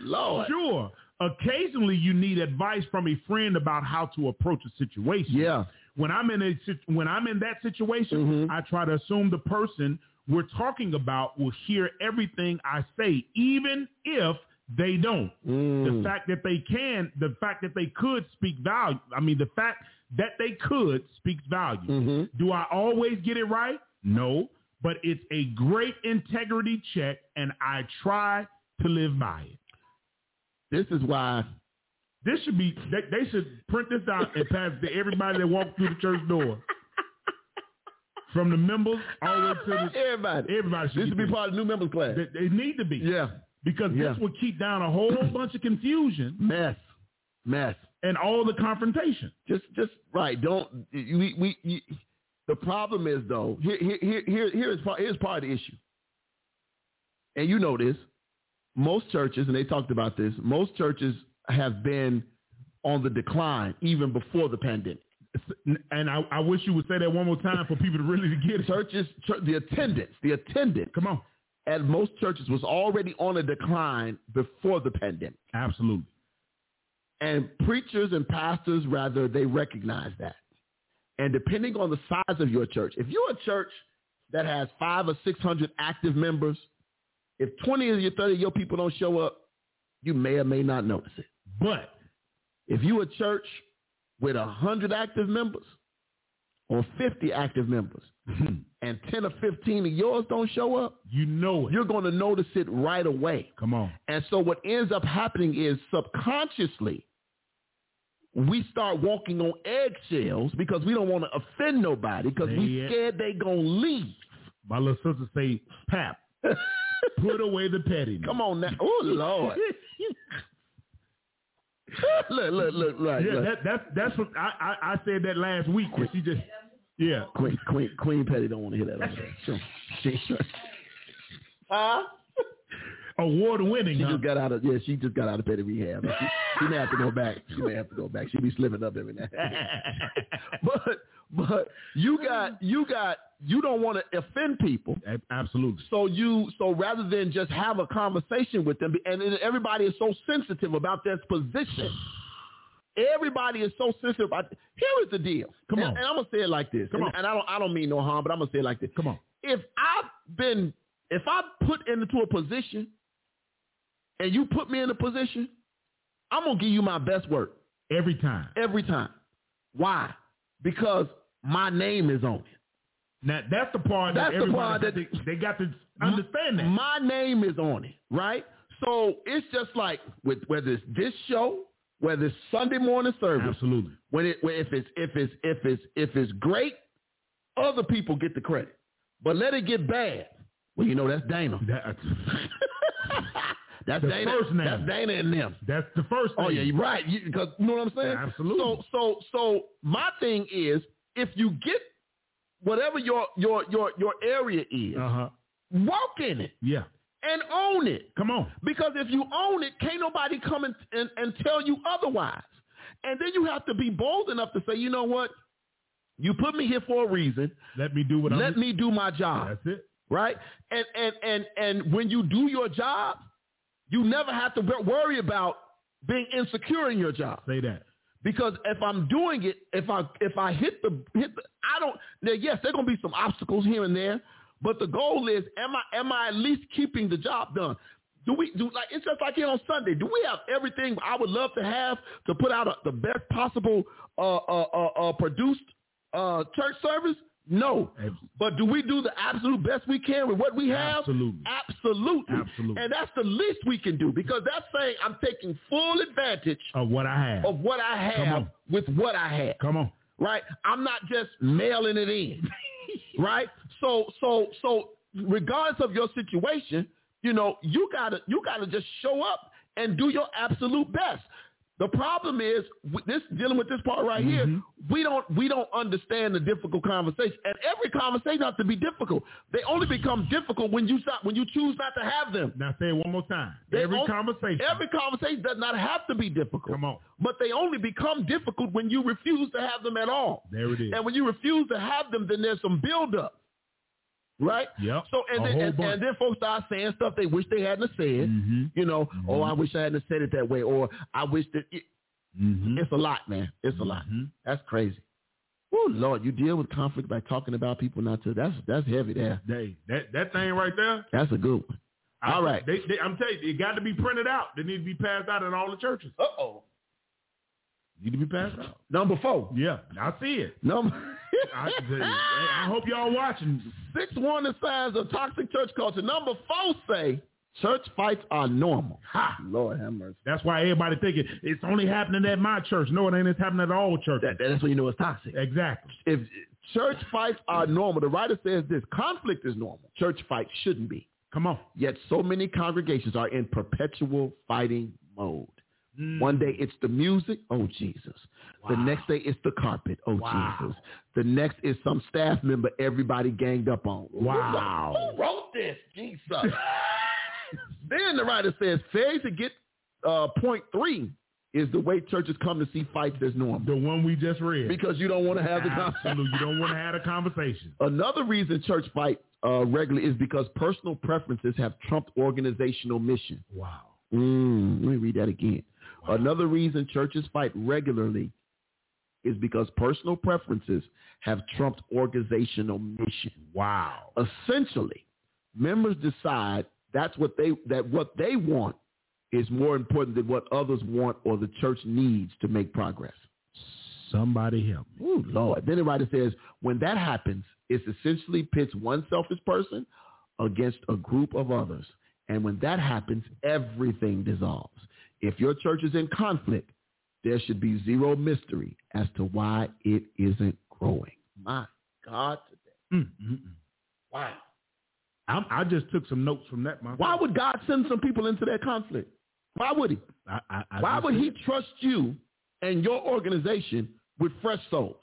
[SPEAKER 4] Lord.
[SPEAKER 7] sure. Occasionally, you need advice from a friend about how to approach a situation.
[SPEAKER 4] Yeah.
[SPEAKER 7] When I'm in a sit- when I'm in that situation, I try to assume the person we're talking about will hear everything I say, even if they don't.
[SPEAKER 4] Mm,
[SPEAKER 6] Mm.
[SPEAKER 7] The fact that they can, the fact that they could speak value. I mean, the fact that they could speaks value.
[SPEAKER 6] Mm.
[SPEAKER 4] mm-hmm.
[SPEAKER 7] Do I always get it right? No, but it's a great integrity check, and I try to live by it.
[SPEAKER 4] This is why.
[SPEAKER 7] This should be. They, they should print this out and pass it to everybody that walks through the church door. From the members all the way to the
[SPEAKER 4] Everybody.
[SPEAKER 7] everybody should
[SPEAKER 4] This should be
[SPEAKER 7] doing
[SPEAKER 4] part of the new members class.
[SPEAKER 7] it. They, they need to be
[SPEAKER 4] Yeah.
[SPEAKER 7] because
[SPEAKER 4] Yeah.
[SPEAKER 7] this will keep down a whole bunch of confusion
[SPEAKER 4] Mess. Mess.
[SPEAKER 7] and all the confrontation.
[SPEAKER 6] Just, just right. Don't we? We. You, the problem is though. Here, here, here, here, here's part. Here's part of the issue. And you know this. Most churches, and they talked about this. Most churches have been on the decline even before the pandemic.
[SPEAKER 7] And I, I wish you would say that one more time for people to really get it.
[SPEAKER 6] Churches, chur- the attendance, the attendance
[SPEAKER 7] Come on.
[SPEAKER 6] at most churches was already on a decline before the pandemic.
[SPEAKER 7] Absolutely.
[SPEAKER 6] And preachers and pastors, rather, they recognize that. And depending on the size of your church, if you're a church that has five or 600 active members, if 20 or 30 of your people don't show up, you may or may not notice it.
[SPEAKER 7] But
[SPEAKER 6] If you a church with 100 active members or 50 active members and 10 or 15 of yours don't show up,
[SPEAKER 7] you know it.
[SPEAKER 6] you're going to notice it right away.
[SPEAKER 7] Come on.
[SPEAKER 6] And so what ends up happening is subconsciously, we start walking on eggshells because we don't want to offend nobody because we
[SPEAKER 7] Yeah.
[SPEAKER 6] scared they going to leave.
[SPEAKER 7] My little sister say, Pap, put away the pettiness.
[SPEAKER 6] Come on now. Oh, Lord. look, look, look, look.
[SPEAKER 7] Yeah,
[SPEAKER 6] look.
[SPEAKER 7] that, that's that's what I, I, I said that last week when she just yeah.
[SPEAKER 6] Queen, Queen, Queen Petty don't want to hear that. on there. Sure. She, huh?
[SPEAKER 7] Award winning.
[SPEAKER 6] She just got out of yeah. She just got out of petty rehab. She, she may have to go back. She may have to go back. She be slipping up every now. and then. But but you got you got you don't want to offend people.
[SPEAKER 7] Absolutely.
[SPEAKER 6] So you so rather than just have a conversation with them, and then everybody is so sensitive about their position. Everybody is so sensitive. About, here is the deal.
[SPEAKER 7] Come
[SPEAKER 6] And-
[SPEAKER 7] on.
[SPEAKER 6] and I'm gonna say it like this.
[SPEAKER 7] Come
[SPEAKER 6] and,
[SPEAKER 7] on.
[SPEAKER 6] and I don't I don't mean no harm, but I'm gonna say it like this.
[SPEAKER 7] Come on.
[SPEAKER 6] if I've been, if I'm put into a position and you put me in a position, I'm going to give you my best work
[SPEAKER 7] Every time.
[SPEAKER 6] every time. Why? Because my name is on it.
[SPEAKER 7] Now that's the part
[SPEAKER 6] That's
[SPEAKER 7] that
[SPEAKER 6] the
[SPEAKER 7] everyone
[SPEAKER 6] part that-
[SPEAKER 7] they, they got to understand that.
[SPEAKER 6] My name is on it, right? So it's just like with whether it's this show, whether it's Sunday morning service,
[SPEAKER 7] Absolutely.
[SPEAKER 6] when it when, if it's if it's if it's if it's great, other people get the credit. But let it get bad. Well, you know that's Dana.
[SPEAKER 7] That,
[SPEAKER 6] that's
[SPEAKER 7] The
[SPEAKER 6] Dana.
[SPEAKER 7] first name.
[SPEAKER 6] That's Dana and them.
[SPEAKER 7] that's the first thing.
[SPEAKER 6] Oh yeah, you're right. You, because you know what I'm saying.
[SPEAKER 7] Absolutely.
[SPEAKER 6] So so so my thing is, if you get whatever your your your your area is,
[SPEAKER 7] Uh huh.
[SPEAKER 6] walk in it
[SPEAKER 7] Yeah.
[SPEAKER 6] and own it.
[SPEAKER 7] Come on.
[SPEAKER 6] Because if you own it, can't nobody come and, and, and tell you otherwise. And then you have to be bold enough to say, you know what? You put me here for a reason.
[SPEAKER 7] Let me do what
[SPEAKER 6] Let
[SPEAKER 7] I'm.
[SPEAKER 6] me do my job
[SPEAKER 7] That's it.
[SPEAKER 6] right? And and and and when you do your job, you never have to wor- worry about being insecure in your job
[SPEAKER 7] Say that.
[SPEAKER 6] because if I'm doing it, if I if I hit the hit the, I don't. Now, yes, there's gonna be some obstacles here and there, but the goal is, am I am I at least keeping the job done? Do we do like it's just like here on Sunday? Do we have everything I would love to have to put out a, the best possible uh, uh, uh, uh, produced uh, church service? No,
[SPEAKER 7] Abs-
[SPEAKER 6] but do we do the absolute best we can with what we have?
[SPEAKER 7] Absolutely.
[SPEAKER 6] absolutely,
[SPEAKER 7] Absolutely.
[SPEAKER 6] And that's the least we can do because that's saying I'm taking full advantage
[SPEAKER 7] Of uh, what I have.
[SPEAKER 6] of what I
[SPEAKER 7] Oh, Come
[SPEAKER 6] have
[SPEAKER 7] on.
[SPEAKER 6] with what I have,
[SPEAKER 7] Come on.
[SPEAKER 6] right? I'm not just mailing it in, right? So, so, so, regardless of your situation, you know, you gotta, you gotta just show up and do your absolute best. The problem is with this dealing with this part right here.
[SPEAKER 7] Mm-hmm.
[SPEAKER 6] We don't, we don't understand the difficult conversation, and every conversation has to be difficult. They only become difficult when you stop, when you choose not to have them.
[SPEAKER 7] Now say it one more time.
[SPEAKER 6] They
[SPEAKER 7] every
[SPEAKER 6] on-
[SPEAKER 7] conversation.
[SPEAKER 6] Every conversation does not have to be difficult.
[SPEAKER 7] Come on.
[SPEAKER 6] But they only become difficult when you refuse to have them at all.
[SPEAKER 7] There it is.
[SPEAKER 6] And when you refuse to have them, then there's some buildup. Right?
[SPEAKER 7] Yep.
[SPEAKER 6] So and
[SPEAKER 7] A
[SPEAKER 6] then
[SPEAKER 7] whole
[SPEAKER 6] and,
[SPEAKER 7] bunch.
[SPEAKER 6] and then folks start saying stuff they wish they hadn't have said.
[SPEAKER 7] Mhm.
[SPEAKER 6] You know, oh I wish I hadn't have said it that way, or I wish that it,
[SPEAKER 7] Mhm.
[SPEAKER 6] it's a lot, man. It's a lot.
[SPEAKER 7] Mhm.
[SPEAKER 6] That's crazy. Oh Lord, you deal with conflict by talking about people not to. That's that's heavy there.
[SPEAKER 7] Hey, that that thing right there.
[SPEAKER 6] That's a good one.
[SPEAKER 7] I-
[SPEAKER 6] All right.
[SPEAKER 7] They, they, I'm telling you, it got to be printed out. They need to be passed out in all the churches.
[SPEAKER 6] Uh oh.
[SPEAKER 7] Need to be passed out.
[SPEAKER 6] Number four.
[SPEAKER 7] Yeah, I see it.
[SPEAKER 6] Number
[SPEAKER 7] I, the- I hope y'all watching.
[SPEAKER 6] Six warning signs of toxic church culture. Number four say church fights are normal.
[SPEAKER 7] Ha!
[SPEAKER 6] Lord have mercy.
[SPEAKER 7] That's why everybody thinking it's only happening at my church. No, it ain't. It's happening at all churches.
[SPEAKER 6] That, that's when you know it's toxic.
[SPEAKER 7] exactly.
[SPEAKER 6] If church fights are normal, the writer says this, conflict is normal. Church fights shouldn't be.
[SPEAKER 7] Come on.
[SPEAKER 6] Yet so many congregations are in perpetual fighting mode.
[SPEAKER 4] Mm.
[SPEAKER 6] One day it's the music, oh Jesus. The next day it's the carpet, oh Jesus. The next is some staff member everybody ganged up on. Wow.
[SPEAKER 4] Who wrote this? Jesus.
[SPEAKER 6] then the writer says, failure to get uh, point three is the way churches come to see fights as normal
[SPEAKER 7] The one we just read.
[SPEAKER 6] because you don't want to have the conversation.
[SPEAKER 7] Absolutely. You don't want to have a conversation.
[SPEAKER 6] Another reason church fight uh, regularly is because personal preferences have trumped organizational mission.
[SPEAKER 7] Wow.
[SPEAKER 6] Mm, let me read that again. Another reason churches fight regularly is because personal preferences have trumped organizational mission.
[SPEAKER 7] Wow.
[SPEAKER 6] Essentially, members decide that's what they that what they want is more important than what others want or the church needs to make progress.
[SPEAKER 7] Somebody help me.
[SPEAKER 6] Ooh, Lord. Then the writer says, when that happens, it's essentially pits one selfish person against a group of others. And when that happens, everything dissolves. If your church is in conflict, there should be zero mystery as to why it isn't growing. My God.
[SPEAKER 7] Mm, mm, mm.
[SPEAKER 4] Wow.
[SPEAKER 7] I'm, I just took some notes from that. My
[SPEAKER 6] Why would God send some people into that conflict? Why would he?
[SPEAKER 7] I, I, I
[SPEAKER 6] Why
[SPEAKER 7] just
[SPEAKER 6] would
[SPEAKER 7] took-
[SPEAKER 6] he trust you and your organization with fresh souls?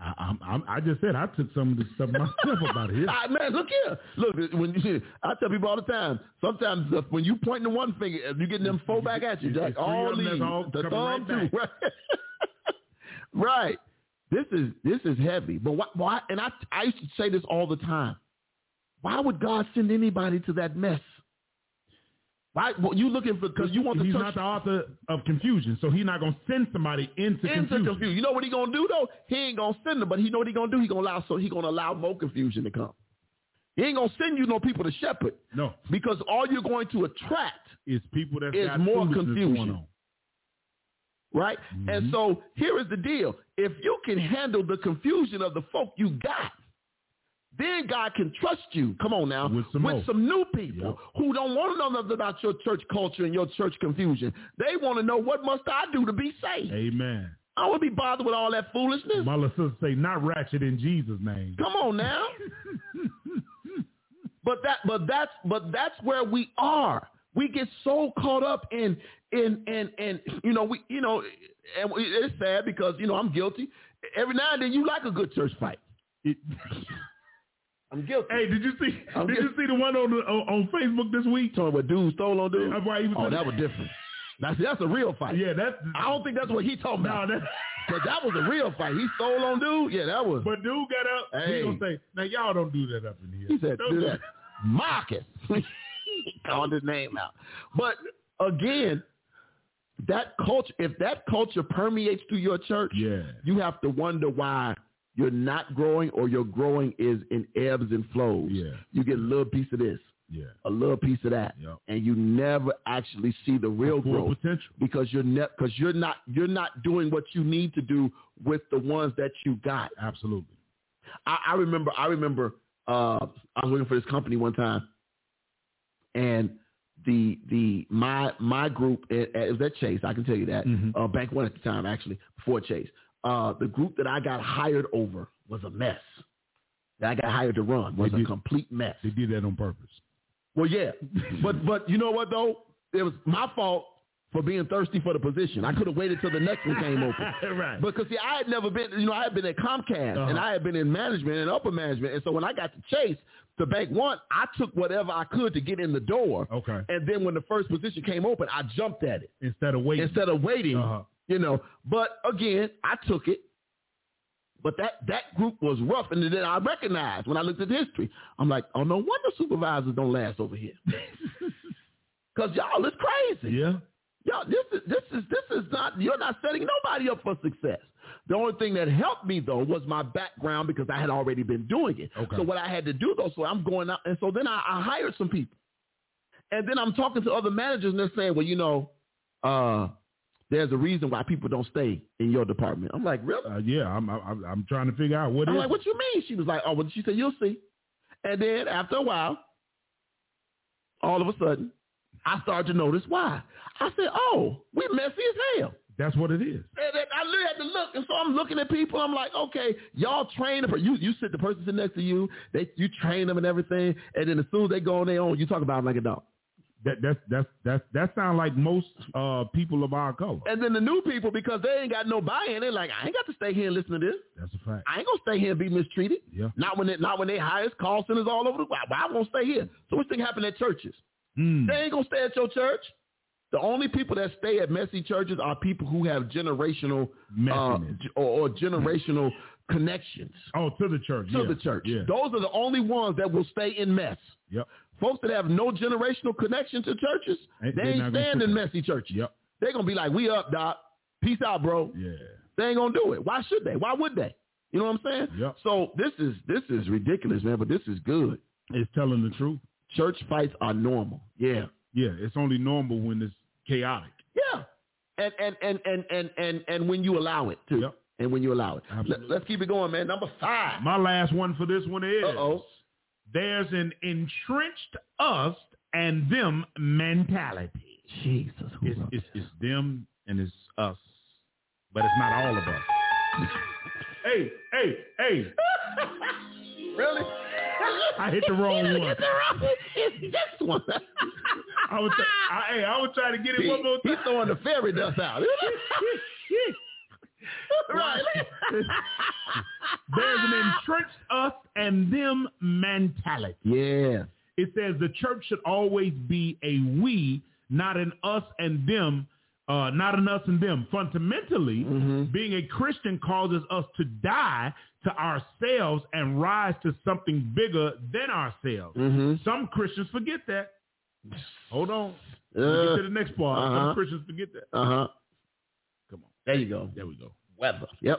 [SPEAKER 7] I, I'm, I'm, I just said I took some of this stuff myself about it.
[SPEAKER 6] Ah, man, look here. Look, when you, I tell people all the time, sometimes the, when you point to one finger, you getting them four back at you.
[SPEAKER 7] It's
[SPEAKER 6] Like,
[SPEAKER 7] three of
[SPEAKER 6] all
[SPEAKER 7] them that's
[SPEAKER 6] these,
[SPEAKER 7] all
[SPEAKER 6] the
[SPEAKER 7] coming
[SPEAKER 6] thumb
[SPEAKER 7] right
[SPEAKER 6] too, right? right. This is this is heavy. But why, why? And I I used to say this all the time. Why would God send anybody to that mess? Why? Well, you looking for because you want the
[SPEAKER 7] He's
[SPEAKER 6] church
[SPEAKER 7] not the author of confusion, so he's not going to send somebody into,
[SPEAKER 6] into
[SPEAKER 7] confusion.
[SPEAKER 6] confusion. You know what he gonna do though? He ain't gonna send them, but he know what he gonna do. He gonna allow so he gonna allow more confusion to come. He ain't gonna send you no people to shepherd
[SPEAKER 7] No,
[SPEAKER 6] because all you're going to attract,
[SPEAKER 7] it's people that's
[SPEAKER 6] It's
[SPEAKER 7] got
[SPEAKER 6] more
[SPEAKER 7] foolishness
[SPEAKER 6] confusion.
[SPEAKER 7] Going on.
[SPEAKER 6] right?
[SPEAKER 7] Mm-hmm.
[SPEAKER 6] And so here is the deal: if you can handle the confusion of the folk you got, then God can trust you. Come on now,
[SPEAKER 7] With some more.
[SPEAKER 6] new people who don't want to know nothing about your church culture and your church confusion. They want to know what must I do to be saved.
[SPEAKER 7] Amen.
[SPEAKER 6] I don't want to be bothered with all that foolishness.
[SPEAKER 7] My little sister say, not ratchet in Jesus' name.
[SPEAKER 6] Come on now. but that but that's but that's where we are. We get so caught up in in and and you know we you know and we- it's sad because you know I'm guilty. Every now and then you like a good church fight.
[SPEAKER 7] It-
[SPEAKER 6] I'm guilty.
[SPEAKER 7] hey, did you see?
[SPEAKER 6] I'm
[SPEAKER 7] did you see the one on the, on, on Facebook this week?
[SPEAKER 6] Talking about dudes stole on dude.
[SPEAKER 7] Uh, right, he was-
[SPEAKER 6] Oh, that was different. That's that's a real fight.
[SPEAKER 7] Yeah, that's
[SPEAKER 6] I don't think that's what he talking
[SPEAKER 7] no,
[SPEAKER 6] about.
[SPEAKER 7] that.
[SPEAKER 6] But that was a real fight. He stole on dude. Yeah, that was.
[SPEAKER 7] But dude got up.
[SPEAKER 6] Hey.
[SPEAKER 7] He gonna say, now y'all don't do that up in here.
[SPEAKER 6] He said,
[SPEAKER 7] Don't
[SPEAKER 6] do that. Marcus. he called his name out. But again, that culture, if that culture permeates through your church,
[SPEAKER 7] Yeah.
[SPEAKER 6] you have to wonder why you're not growing or your growing is in ebbs and flows.
[SPEAKER 7] Yeah.
[SPEAKER 6] You get a little piece of this,
[SPEAKER 7] Yeah.
[SPEAKER 6] a little piece of that,
[SPEAKER 7] Yep.
[SPEAKER 6] and you never actually see the real
[SPEAKER 7] Full
[SPEAKER 6] growth
[SPEAKER 7] potential.
[SPEAKER 6] because you're ne- cause you're not you're not doing what you need to do with the ones that you got.
[SPEAKER 7] Absolutely.
[SPEAKER 6] I, I remember I remember uh, I was working for this company one time, and the the my my group it, it was at Chase. I can tell you that
[SPEAKER 7] Mhm.
[SPEAKER 6] uh, Bank One at the time actually before Chase. Uh, the group that I got hired over was a mess. That I got hired to run was
[SPEAKER 7] They
[SPEAKER 6] a
[SPEAKER 7] did-
[SPEAKER 6] complete mess.
[SPEAKER 7] They did that on purpose.
[SPEAKER 6] Well, yeah, but but you know what though, it was my fault for being thirsty for the position. I could have waited till the next one came open.
[SPEAKER 7] right.
[SPEAKER 6] Because see, I had never been, you know, I had been at Comcast
[SPEAKER 7] Uh-huh.
[SPEAKER 6] and I had been in management and upper management, and so when I got to Chase, the bank one, I took whatever I could to get in the door,
[SPEAKER 7] okay.
[SPEAKER 6] and then when the first position came open, I jumped at it
[SPEAKER 7] Instead of waiting.
[SPEAKER 6] instead of waiting,
[SPEAKER 7] Uh-huh.
[SPEAKER 6] you know. But again, I took it. But that that group was rough, and then I recognized when I looked at history, I'm like, oh no wonder supervisors don't last over here, because y'all is crazy.
[SPEAKER 7] yeah.
[SPEAKER 6] Yo, this is this is this is not you're not setting nobody up for success. The only thing that helped me though was my background because I had already been doing it.
[SPEAKER 7] Okay.
[SPEAKER 6] So what I had to do though, so I'm going out and so then I, I hired some people. And then I'm talking to other managers and they're saying, Well, you know, uh, there's a reason why people don't stay in your department. I'm like, Really?
[SPEAKER 7] Uh, yeah. I'm, I'm I'm trying to figure out what
[SPEAKER 6] I'm
[SPEAKER 7] is
[SPEAKER 6] like, What you mean? She was like, Oh, well she said, You'll see. And then after a while, all of a sudden, I started to notice why. I said, Oh, we messy as hell.
[SPEAKER 7] That's what it is.
[SPEAKER 6] And then I literally had to look, and so I'm looking at people. I'm like, okay, y'all train the per- you you sit the person sitting next to you. They you train them and everything, and then as soon as they go on their own, you talk about them like a dog.
[SPEAKER 7] That that's that's that's that sounds like most uh, people of our color.
[SPEAKER 6] And then the new people, because they ain't got no buy-in, they like, I ain't got to stay here and listen to this.
[SPEAKER 7] That's a fact.
[SPEAKER 6] I ain't gonna stay here and be mistreated.
[SPEAKER 7] Yeah.
[SPEAKER 6] Not when they, not when they hire call centers all over the world. Why I won't stay here? So what's thing happen at churches?
[SPEAKER 7] Mm.
[SPEAKER 6] They ain't gonna stay at your church. The only people that stay at messy churches are people who have generational uh,
[SPEAKER 7] Messiness.
[SPEAKER 6] g- or, or generational connections
[SPEAKER 7] oh, to the church.
[SPEAKER 6] to
[SPEAKER 7] yeah.
[SPEAKER 6] the church.
[SPEAKER 7] Yeah.
[SPEAKER 6] Those are the only ones that will stay in mess.
[SPEAKER 7] Yep.
[SPEAKER 6] Folks that have no generational connection to churches,
[SPEAKER 7] Ain't-
[SPEAKER 6] they
[SPEAKER 7] they're
[SPEAKER 6] ain't
[SPEAKER 7] not gonna
[SPEAKER 6] staying
[SPEAKER 7] put
[SPEAKER 6] in
[SPEAKER 7] that.
[SPEAKER 6] messy churches.
[SPEAKER 7] Yep.
[SPEAKER 6] They're gonna be like, "We up, doc. Peace out, bro."
[SPEAKER 7] Yeah.
[SPEAKER 6] They ain't gonna do it. Why should they? Why would they? You know what I'm saying?
[SPEAKER 7] Yep.
[SPEAKER 6] So this is this is ridiculous, man. But this is good.
[SPEAKER 7] It's telling the truth.
[SPEAKER 6] Church fights are normal. Yeah.
[SPEAKER 7] Yeah. It's only normal when it's chaotic.
[SPEAKER 6] Yeah. And and and and and and, and when you allow it too.
[SPEAKER 7] Yep.
[SPEAKER 6] And when you allow it. Let,
[SPEAKER 7] Absolutely.
[SPEAKER 6] let's keep it going, man. Number five.
[SPEAKER 7] My last one for this one is
[SPEAKER 6] Uh-oh.
[SPEAKER 7] there's an entrenched us and them mentality.
[SPEAKER 6] Jesus. who
[SPEAKER 7] It's,
[SPEAKER 6] wrote
[SPEAKER 7] it's, it's them and it's us, but it's not all of us. hey, hey, hey.
[SPEAKER 6] that? really?
[SPEAKER 7] I hit the wrong one.
[SPEAKER 6] It's the wrong- it's this one.
[SPEAKER 7] I was, I, hey, I was trying to get it one more
[SPEAKER 6] He's
[SPEAKER 7] time.
[SPEAKER 6] throwing the fairy dust out. right.
[SPEAKER 7] There's an entrenched us and them mentality.
[SPEAKER 6] Yeah.
[SPEAKER 7] It says the church should always be a we, not an us and them, uh, not an us and them. Fundamentally,
[SPEAKER 6] Mm-hmm.
[SPEAKER 7] being a Christian causes us to die to ourselves and rise to something bigger than ourselves.
[SPEAKER 6] Mm-hmm.
[SPEAKER 7] Some Christians forget that. Hold on. We'll get to the next part.
[SPEAKER 6] Uh-huh.
[SPEAKER 7] Some Christians forget that.
[SPEAKER 6] Uh huh.
[SPEAKER 7] Come on.
[SPEAKER 6] There you go.
[SPEAKER 7] There we go.
[SPEAKER 6] Weather. Yep.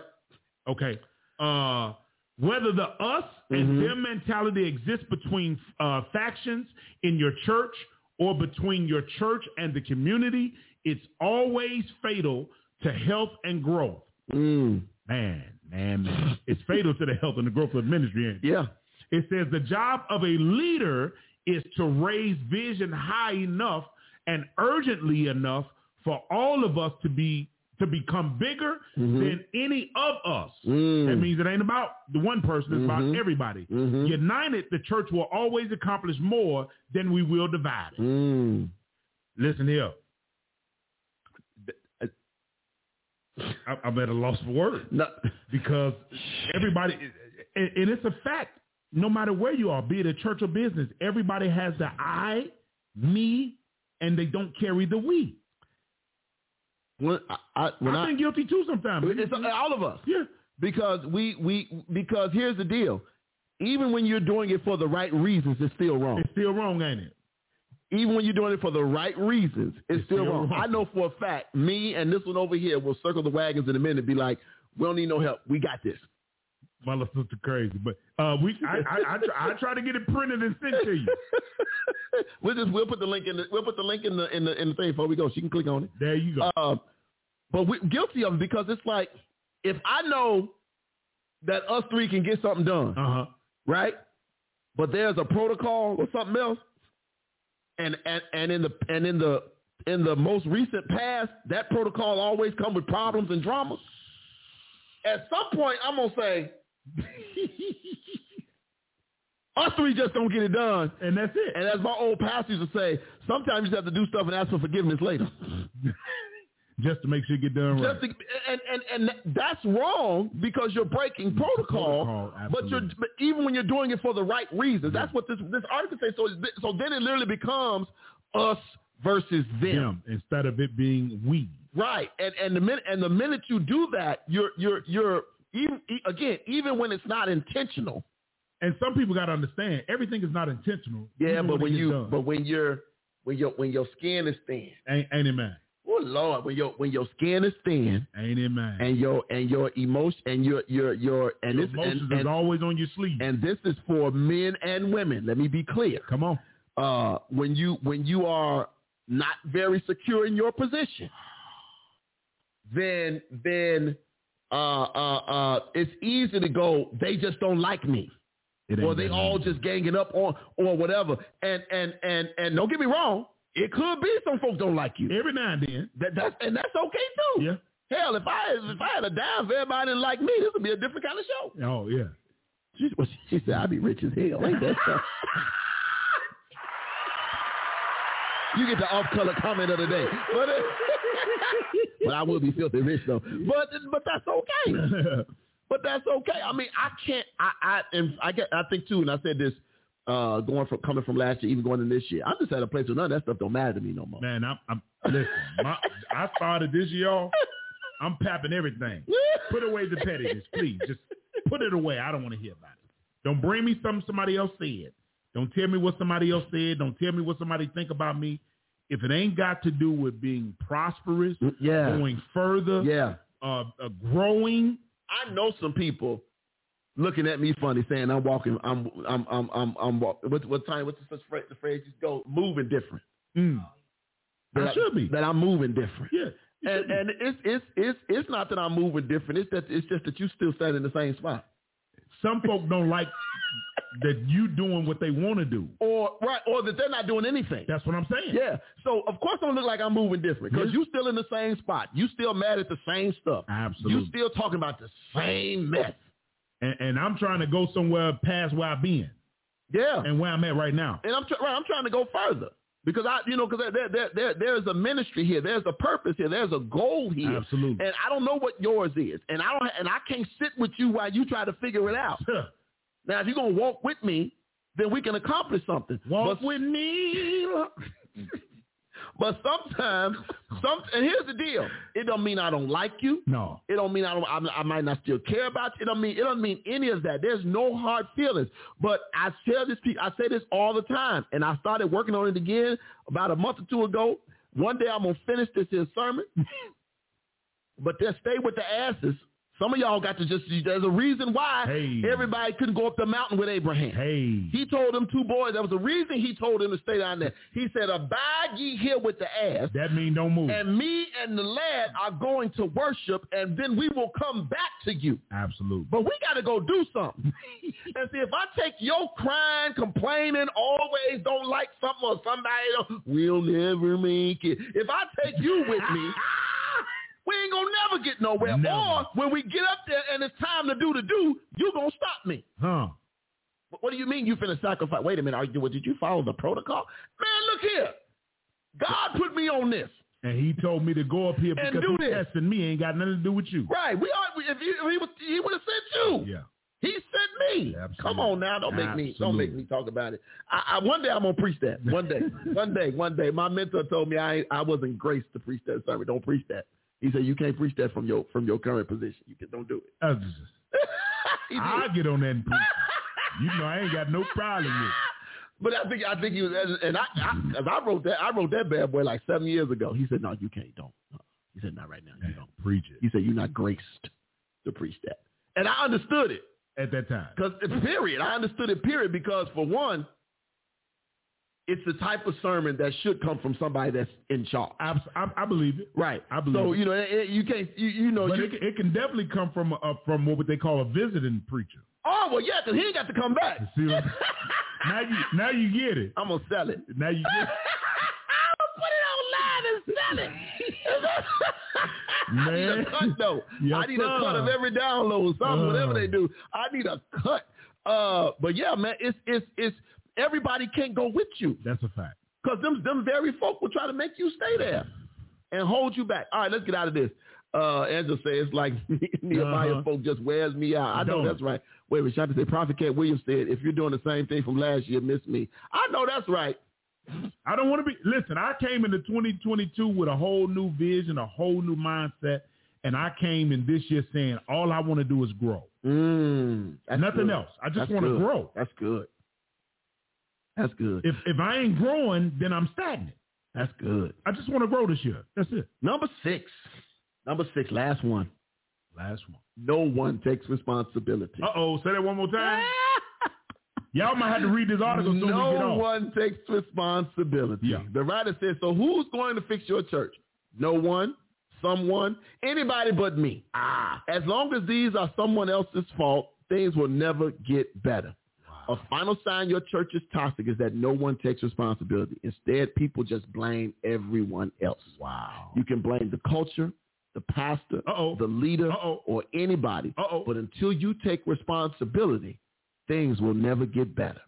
[SPEAKER 7] Okay. Uh, whether the us and them mentality exists between uh, factions in your church or between your church and the community, it's always fatal to health and growth.
[SPEAKER 6] Mm.
[SPEAKER 7] Man, man, man. it's fatal to the health and the growth of ministry. ain't it?
[SPEAKER 6] Yeah.
[SPEAKER 7] It says the job of a leader is to raise vision high enough and urgently enough for all of us to be to become bigger than any of us.
[SPEAKER 6] Mm.
[SPEAKER 7] That means it ain't about the one person, it's about
[SPEAKER 6] Mm-hmm.
[SPEAKER 7] everybody. United, the church will always accomplish more than we will divided.
[SPEAKER 6] Mm.
[SPEAKER 7] Listen here. I, I'm at a loss for words
[SPEAKER 6] No.
[SPEAKER 7] because everybody, and, and it's a fact, no matter where you are, be it a church or business, everybody has the I, me, and they don't carry the we.
[SPEAKER 6] When I, I when
[SPEAKER 7] I've
[SPEAKER 6] I,
[SPEAKER 7] been guilty too sometimes.
[SPEAKER 6] it's all of us.
[SPEAKER 7] yeah.
[SPEAKER 6] because we we because here's the deal. Even when you're doing it for the right reasons, it's still wrong.
[SPEAKER 7] It's still wrong, ain't it?
[SPEAKER 6] Even when you're doing it for the right reasons, it's,
[SPEAKER 7] It's
[SPEAKER 6] still,
[SPEAKER 7] still
[SPEAKER 6] wrong.
[SPEAKER 7] wrong.
[SPEAKER 6] I know for a fact, me and this one over here will circle the wagons in a minute and be like, we don't need no help. We got this.
[SPEAKER 7] My little sister crazy, but uh, we I, I, I, try, I try to get it printed and sent to you.
[SPEAKER 6] We'll just we'll put the link in the we'll put the link in the in the in the thing before we go. She can click on it.
[SPEAKER 7] There you go.
[SPEAKER 6] Uh, but we're guilty of it because it's like if I know that us three can get something done,
[SPEAKER 7] Uh huh.
[SPEAKER 6] right? But there's a protocol or something else, and and and in the and in the in the most recent past, that protocol always come with problems and dramas. At some point, I'm gonna say, us three just don't get it done.
[SPEAKER 7] And that's it.
[SPEAKER 6] And as my old pastor used to say, sometimes you just have to do stuff and ask for forgiveness later.
[SPEAKER 7] just to make sure it get done right.
[SPEAKER 6] Just to, and, and and that's wrong because you're breaking protocol.
[SPEAKER 7] Protocol,
[SPEAKER 6] but you're
[SPEAKER 7] absolutely.
[SPEAKER 6] but even when you're doing it for the right reasons, that's what this this article says. So it's- so then it literally becomes us versus them.
[SPEAKER 7] Them, instead of it being we.
[SPEAKER 6] Right. And and the minute and the minute you do that, you're you're you're even e- again even when it's not intentional.
[SPEAKER 7] And some people got to understand everything is not intentional.
[SPEAKER 6] Yeah,
[SPEAKER 7] even
[SPEAKER 6] but
[SPEAKER 7] it
[SPEAKER 6] when
[SPEAKER 7] gets
[SPEAKER 6] you
[SPEAKER 7] done.
[SPEAKER 6] but when you're when your when your skin is thin.
[SPEAKER 7] ain't, ain't it man?
[SPEAKER 6] Oh Lord, when your when your skin is thin
[SPEAKER 7] Ain't it man?
[SPEAKER 6] and your and your emotion and your your your and
[SPEAKER 7] Your
[SPEAKER 6] this
[SPEAKER 7] emotions
[SPEAKER 6] and, and,
[SPEAKER 7] is always on your sleeve.
[SPEAKER 6] and this is for men and women. Let me be clear.
[SPEAKER 7] Come on.
[SPEAKER 6] Uh, when you when you are not very secure in your position, then then uh, uh, uh, it's easy to go. They just don't like me,
[SPEAKER 7] It
[SPEAKER 6] or
[SPEAKER 7] ain't
[SPEAKER 6] they
[SPEAKER 7] that
[SPEAKER 6] all
[SPEAKER 7] easy.
[SPEAKER 6] just ganging up on or whatever. And and and and don't get me wrong, it could be some folks don't like you.
[SPEAKER 7] every now and then.
[SPEAKER 6] That, that's and that's okay too.
[SPEAKER 7] Yeah.
[SPEAKER 6] Hell, if I if I had a dime for everybody that liked me, this would be a different kind of show.
[SPEAKER 7] Oh yeah.
[SPEAKER 6] She, well, she said, I'd be rich as hell. Ain't that so? You get the off-color comment of the day. But, uh, but I will be filthy rich though. But but that's okay. but that's okay. I mean, I can't. I I and I get. I think too, and I said this. Uh, going from coming from last year, even going into this year, I'm just at a place where none of that stuff don't matter to me no more.
[SPEAKER 7] Man, I'm, I'm listen. My, I started this y'all. I'm papping everything. Put away the pettiness, please. Just put it away. I don't want to hear about it. Don't bring me something somebody else said. Don't tell me what somebody else said. Don't tell me what somebody think about me. If it ain't got to do with being prosperous,
[SPEAKER 6] Yeah.
[SPEAKER 7] going further,
[SPEAKER 6] Yeah,
[SPEAKER 7] uh, uh, growing,
[SPEAKER 6] I know some people looking at me funny, saying I'm walking. I'm I'm I'm I'm I'm walking. What, what time? What's the phrase? The phrase just go moving different.
[SPEAKER 7] mm, I should be.
[SPEAKER 6] That I'm moving different.
[SPEAKER 7] yeah, you
[SPEAKER 6] And
[SPEAKER 7] should
[SPEAKER 6] and it's it's it's it's not that I'm moving different. It's that it's just that you still standing in the same spot.
[SPEAKER 7] some folk don't like that you doing what they want to do.
[SPEAKER 6] Or right, or that they're not doing anything.
[SPEAKER 7] That's what I'm saying.
[SPEAKER 6] Yeah. So of course I don't look like I'm moving different because
[SPEAKER 7] Yeah.
[SPEAKER 6] you still in the same spot. You still mad at the same stuff.
[SPEAKER 7] Absolutely.
[SPEAKER 6] You still talking about the same mess.
[SPEAKER 7] And, and I'm trying to go somewhere past where I've been
[SPEAKER 6] Yeah.
[SPEAKER 7] and where I'm at right now.
[SPEAKER 6] and I'm try- right, I'm trying to go further because I, you know, because there, there, there, there's a ministry here, there's a purpose here, there's a goal here,
[SPEAKER 7] Absolutely.
[SPEAKER 6] and I don't know what yours is, and I don't, and I can't sit with you while you try to figure it out. Now, if you're gonna walk with me, then we can accomplish something.
[SPEAKER 7] Walk
[SPEAKER 6] but,
[SPEAKER 7] with me.
[SPEAKER 6] but sometimes, some, and here's the deal: it don't mean I don't like you.
[SPEAKER 7] No.
[SPEAKER 6] It don't mean I don't. I, I might not still care about you. It don't mean it don't mean any of that. There's no hard feelings. But I tell this people. I say this all the time, and I started working on it again about a month or two ago. One day I'm gonna finish this here sermon, but just stay with the asses. Some of y'all got to just. There's a reason why
[SPEAKER 7] Hey.
[SPEAKER 6] everybody couldn't go up the mountain with Abraham.
[SPEAKER 7] Hey.
[SPEAKER 6] He told them two boys. There was a reason he told them to stay down there. He said, "Abide ye here with the ass."
[SPEAKER 7] That mean don't move.
[SPEAKER 6] and me and the lad are going to worship, and then we will come back to you.
[SPEAKER 7] Absolutely.
[SPEAKER 6] But we got to go do something. and see, if I take your crying, complaining, always don't like something or somebody, don't, we'll never make it. If I take you with me, we ain't going to never get nowhere.
[SPEAKER 7] Never.
[SPEAKER 6] Or when we get up there and it's time to do the do, you going to stop me.
[SPEAKER 7] Huh.
[SPEAKER 6] But what do you mean you finna sacrifice? Wait a minute. Are you, did you follow the protocol? Man, look here. God put me on this.
[SPEAKER 7] And he told me to go up here
[SPEAKER 6] And
[SPEAKER 7] because
[SPEAKER 6] do
[SPEAKER 7] he
[SPEAKER 6] this.
[SPEAKER 7] testing me ain't got nothing to do with you.
[SPEAKER 6] Right. We are. If he, if he was, he would have sent you.
[SPEAKER 7] Yeah.
[SPEAKER 6] He sent me.
[SPEAKER 7] Absolutely.
[SPEAKER 6] Come on now, don't make me don't
[SPEAKER 7] Absolutely.
[SPEAKER 6] make me talk about it. I, I one day I'm gonna preach that. One day, one day, one day. My mentor told me I ain't, I wasn't graced to preach that sermon. Don't preach that. He said you can't preach that from your from your current position. You can, don't do it.
[SPEAKER 7] Uh,
[SPEAKER 6] He did.
[SPEAKER 7] I get on that and preach. you know I ain't got no problem with it.
[SPEAKER 6] but I think I think he was and I, I as I wrote that I wrote that bad boy like seven years ago. He said no, you can't. Don't. No. He said not right now. You don't.
[SPEAKER 7] Preach it.
[SPEAKER 6] He said you're not graced to preach that. And I understood it.
[SPEAKER 7] At that time.
[SPEAKER 6] Because eh, period, I understood it. Period, because for one, it's the type of sermon that should come from somebody that's in charge.
[SPEAKER 7] I, I, I believe it.
[SPEAKER 6] Right.
[SPEAKER 7] I believe
[SPEAKER 6] So
[SPEAKER 7] it.
[SPEAKER 6] you know, it, it- you can't. You, you know.
[SPEAKER 7] But
[SPEAKER 6] You,
[SPEAKER 7] it, can- it can definitely come from a, from what they call a visiting preacher.
[SPEAKER 6] oh well, yeah, because he ain't got to come back.
[SPEAKER 7] You see what I'm- now you now you get it.
[SPEAKER 6] I'm gonna sell it.
[SPEAKER 7] Now you get
[SPEAKER 6] Put it online and sell it. I need
[SPEAKER 7] Man.
[SPEAKER 6] a cut though.
[SPEAKER 7] Yes,
[SPEAKER 6] I need a
[SPEAKER 7] sir.
[SPEAKER 6] cut of every download, something,
[SPEAKER 7] Uh.
[SPEAKER 6] whatever they do. I need a cut. Uh, but yeah, man, it's it's it's everybody can't go with you.
[SPEAKER 7] That's a fact.
[SPEAKER 6] Because them, them very folk will try to make you stay there and hold you back. All right, let's get out of this. Uh, Angela says, it's like Nehemiah
[SPEAKER 7] Uh-huh.
[SPEAKER 6] folk just wears me out. I know
[SPEAKER 7] Don't.
[SPEAKER 6] that's right. Wait a minute, shout to say, Prophet Cat Williams said, if you're doing the same thing from last year, miss me. I know that's right.
[SPEAKER 7] I don't want to be. Listen, I came into 2022 with a whole new vision, a whole new mindset, and I came in this year saying all I want to do is grow,
[SPEAKER 6] Mm, that's
[SPEAKER 7] nothing
[SPEAKER 6] good.
[SPEAKER 7] else. I just
[SPEAKER 6] That's
[SPEAKER 7] want to
[SPEAKER 6] good.
[SPEAKER 7] grow.
[SPEAKER 6] That's good. That's good.
[SPEAKER 7] If if I ain't growing, then I'm stagnant.
[SPEAKER 6] That's good.
[SPEAKER 7] I just want to grow this year. That's it.
[SPEAKER 6] Number six. Number six, last one.
[SPEAKER 7] Last one.
[SPEAKER 6] No one takes responsibility.
[SPEAKER 7] Uh oh, say that one more time. Y'all might have to read this article soon. we get
[SPEAKER 6] No
[SPEAKER 7] off.
[SPEAKER 6] one takes responsibility.
[SPEAKER 7] Yeah.
[SPEAKER 6] The writer says, so who's going to fix your church? No one, someone, anybody but me. Ah. As long as these are someone else's fault, things will never get better. A final sign your church is toxic is that no one takes responsibility. Instead, people just blame everyone else.
[SPEAKER 7] Wow.
[SPEAKER 6] You can blame the culture, the pastor,
[SPEAKER 7] Uh-oh.
[SPEAKER 6] the leader,
[SPEAKER 7] Uh-oh.
[SPEAKER 6] or anybody.
[SPEAKER 7] Uh oh.
[SPEAKER 6] But until you take responsibility, things will never get better.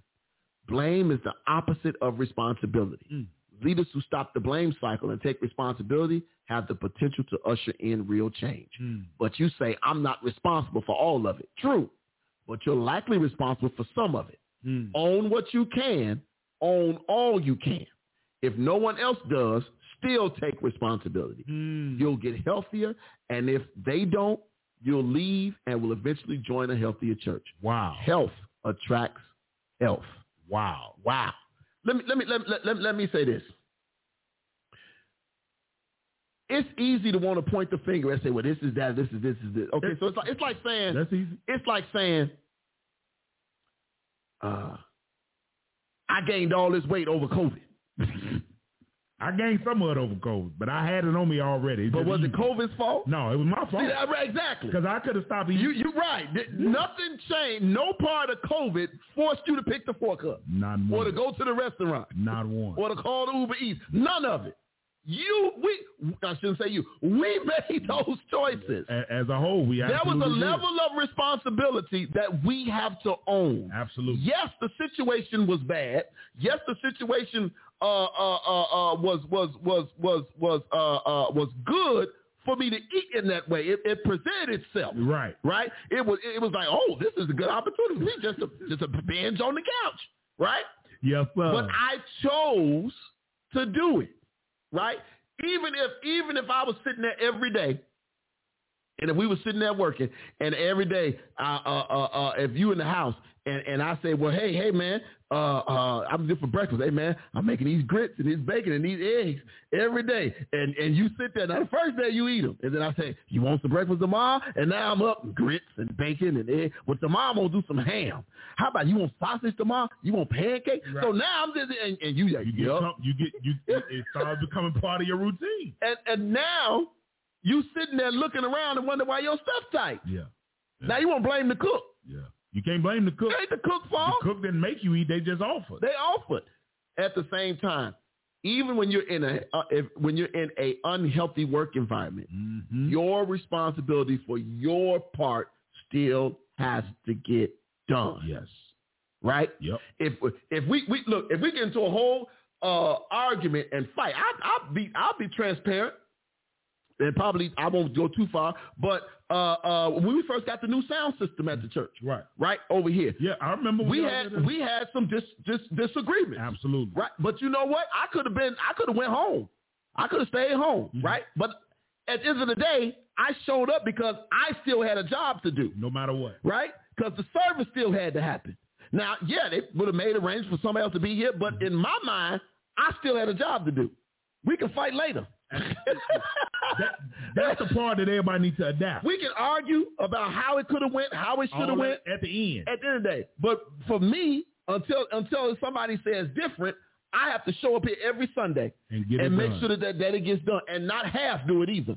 [SPEAKER 6] Blame is the opposite of responsibility.
[SPEAKER 7] Mm.
[SPEAKER 6] Leaders who stop the blame cycle and take responsibility have the potential to usher in real change. But you say, I'm not responsible for all of it. True, but you're likely responsible for some of it. Own what you can, own all you can. If no one else does, still take responsibility.
[SPEAKER 7] Mm.
[SPEAKER 6] You'll get healthier, and if they don't, you'll leave and will eventually join a healthier church.
[SPEAKER 7] Wow.
[SPEAKER 6] Health attracts health.
[SPEAKER 7] Wow.
[SPEAKER 6] Wow. Let me let me let, let, let, let me say this. It's easy to want to point the finger and say, "Well, this is that, this is this is this." Okay, so it's like it's like saying
[SPEAKER 7] That's easy.
[SPEAKER 6] it's like saying, uh, "I gained all this weight over COVID."
[SPEAKER 7] I gained some of it over COVID, but I had it on me already. It's
[SPEAKER 6] But
[SPEAKER 7] just
[SPEAKER 6] was it
[SPEAKER 7] easy.
[SPEAKER 6] COVID's fault?
[SPEAKER 7] No, it was my
[SPEAKER 6] See,
[SPEAKER 7] fault.
[SPEAKER 6] that- right, exactly.
[SPEAKER 7] Because I could have stopped eating.
[SPEAKER 6] You you're right. Th- Nothing changed. No part of COVID forced you to pick the fork up
[SPEAKER 7] not one.
[SPEAKER 6] or to go to the restaurant.
[SPEAKER 7] Not one.
[SPEAKER 6] or to call the Uber Eats. None of it. You, we, I shouldn't say you. We made those choices.
[SPEAKER 7] A- As a whole, we
[SPEAKER 6] There was a
[SPEAKER 7] absolutely did.
[SPEAKER 6] level of responsibility that we have to own.
[SPEAKER 7] Absolutely.
[SPEAKER 6] Yes, the situation was bad. Yes, the situation uh, uh, uh, uh, was was was was was uh, uh, was good for me to eat in that way. It, it presented itself.
[SPEAKER 7] Right.
[SPEAKER 6] Right. It was. It was like, oh, this is a good opportunity for me just to just to binge on the couch. Right.
[SPEAKER 7] Yes, sir.
[SPEAKER 6] But I chose to do it, right? Even if even if I was sitting there every day, and if we were sitting there working, and every day, uh, uh, uh, uh, if you in the house, and, and I say, well, hey, hey, man, uh, uh, I'm good for breakfast. Hey, man, I'm making these grits and this bacon and these eggs every day, and and you sit there. Now the first day you eat them, and then I say, you want some breakfast tomorrow? And now I'm up grits and bacon and egg. Well, tomorrow I'm gonna do some ham. How about you want sausage tomorrow? You want pancake?
[SPEAKER 7] Right.
[SPEAKER 6] So now I'm just and, and you like,
[SPEAKER 7] you get
[SPEAKER 6] yup.
[SPEAKER 7] some- you get you. It it starts becoming part of your routine.
[SPEAKER 6] and and now you sitting there looking around and wonder why your stuff tight.
[SPEAKER 7] Yeah,
[SPEAKER 6] Now you want to blame the cook.
[SPEAKER 7] yeah. You can't blame the cook.
[SPEAKER 6] It ain't the cook
[SPEAKER 7] The
[SPEAKER 6] fault.
[SPEAKER 7] cook didn't make you eat. They just offered.
[SPEAKER 6] They offered. At the same time, even when you're in a uh, if, when you're in a unhealthy work environment,
[SPEAKER 7] Mm-hmm.
[SPEAKER 6] your responsibility for your part still has to get done.
[SPEAKER 7] Yes.
[SPEAKER 6] Right?
[SPEAKER 7] Yep.
[SPEAKER 6] If if we, we look if we get into a whole uh, argument and fight, I, I'll be I'll be transparent. And probably I won't go too far, but uh, uh, when we first got the new sound system at the church,
[SPEAKER 7] Right.
[SPEAKER 6] right over here,
[SPEAKER 7] Yeah, I remember. when
[SPEAKER 6] we
[SPEAKER 7] y'all
[SPEAKER 6] had
[SPEAKER 7] did
[SPEAKER 6] we had some dis, dis,
[SPEAKER 7] that.
[SPEAKER 6] disagreements,
[SPEAKER 7] absolutely.
[SPEAKER 6] right? But you know what? I could have been I could have went home, I could have stayed home,
[SPEAKER 7] Mhm.
[SPEAKER 6] right? But at the end of the day, I showed up because I still had a job to do
[SPEAKER 7] No matter what.
[SPEAKER 6] right? Because the service still had to happen. Now, yeah, they would have made arrangements for somebody else to be here,
[SPEAKER 7] Mm-hmm.
[SPEAKER 6] but in my mind, I still had a job to do. We can fight later.
[SPEAKER 7] That, that's the part that everybody needs to adapt.
[SPEAKER 6] we can argue about how it could have went, how it should
[SPEAKER 7] All
[SPEAKER 6] have went.
[SPEAKER 7] at the end.
[SPEAKER 6] At the end of the day, but for me, until until somebody says different, I have to show up here every Sunday
[SPEAKER 7] And get
[SPEAKER 6] and
[SPEAKER 7] it
[SPEAKER 6] make
[SPEAKER 7] done.
[SPEAKER 6] sure that, that that it gets done, and not half do it either,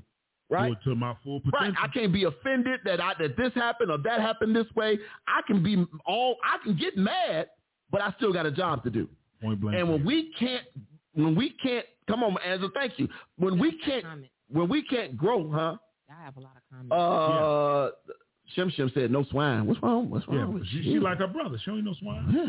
[SPEAKER 6] right?
[SPEAKER 7] Do it to my full
[SPEAKER 6] Right.
[SPEAKER 7] potential.
[SPEAKER 6] I can't be offended that I that this happened or that happened this way. I can be all I can get mad, but I still got a job to do.
[SPEAKER 7] Point blank.
[SPEAKER 6] And when we can't when we can't come on, Angela, thank you. When we can't
[SPEAKER 8] Comment.
[SPEAKER 6] when we can't grow, huh?
[SPEAKER 8] I have a lot of comments.
[SPEAKER 6] Uh Shim Shim said no swine. What's wrong? What's wrong
[SPEAKER 7] yeah,
[SPEAKER 6] with
[SPEAKER 7] she,
[SPEAKER 6] you?
[SPEAKER 7] she like her brother. She don't eat no swine.
[SPEAKER 6] Yeah,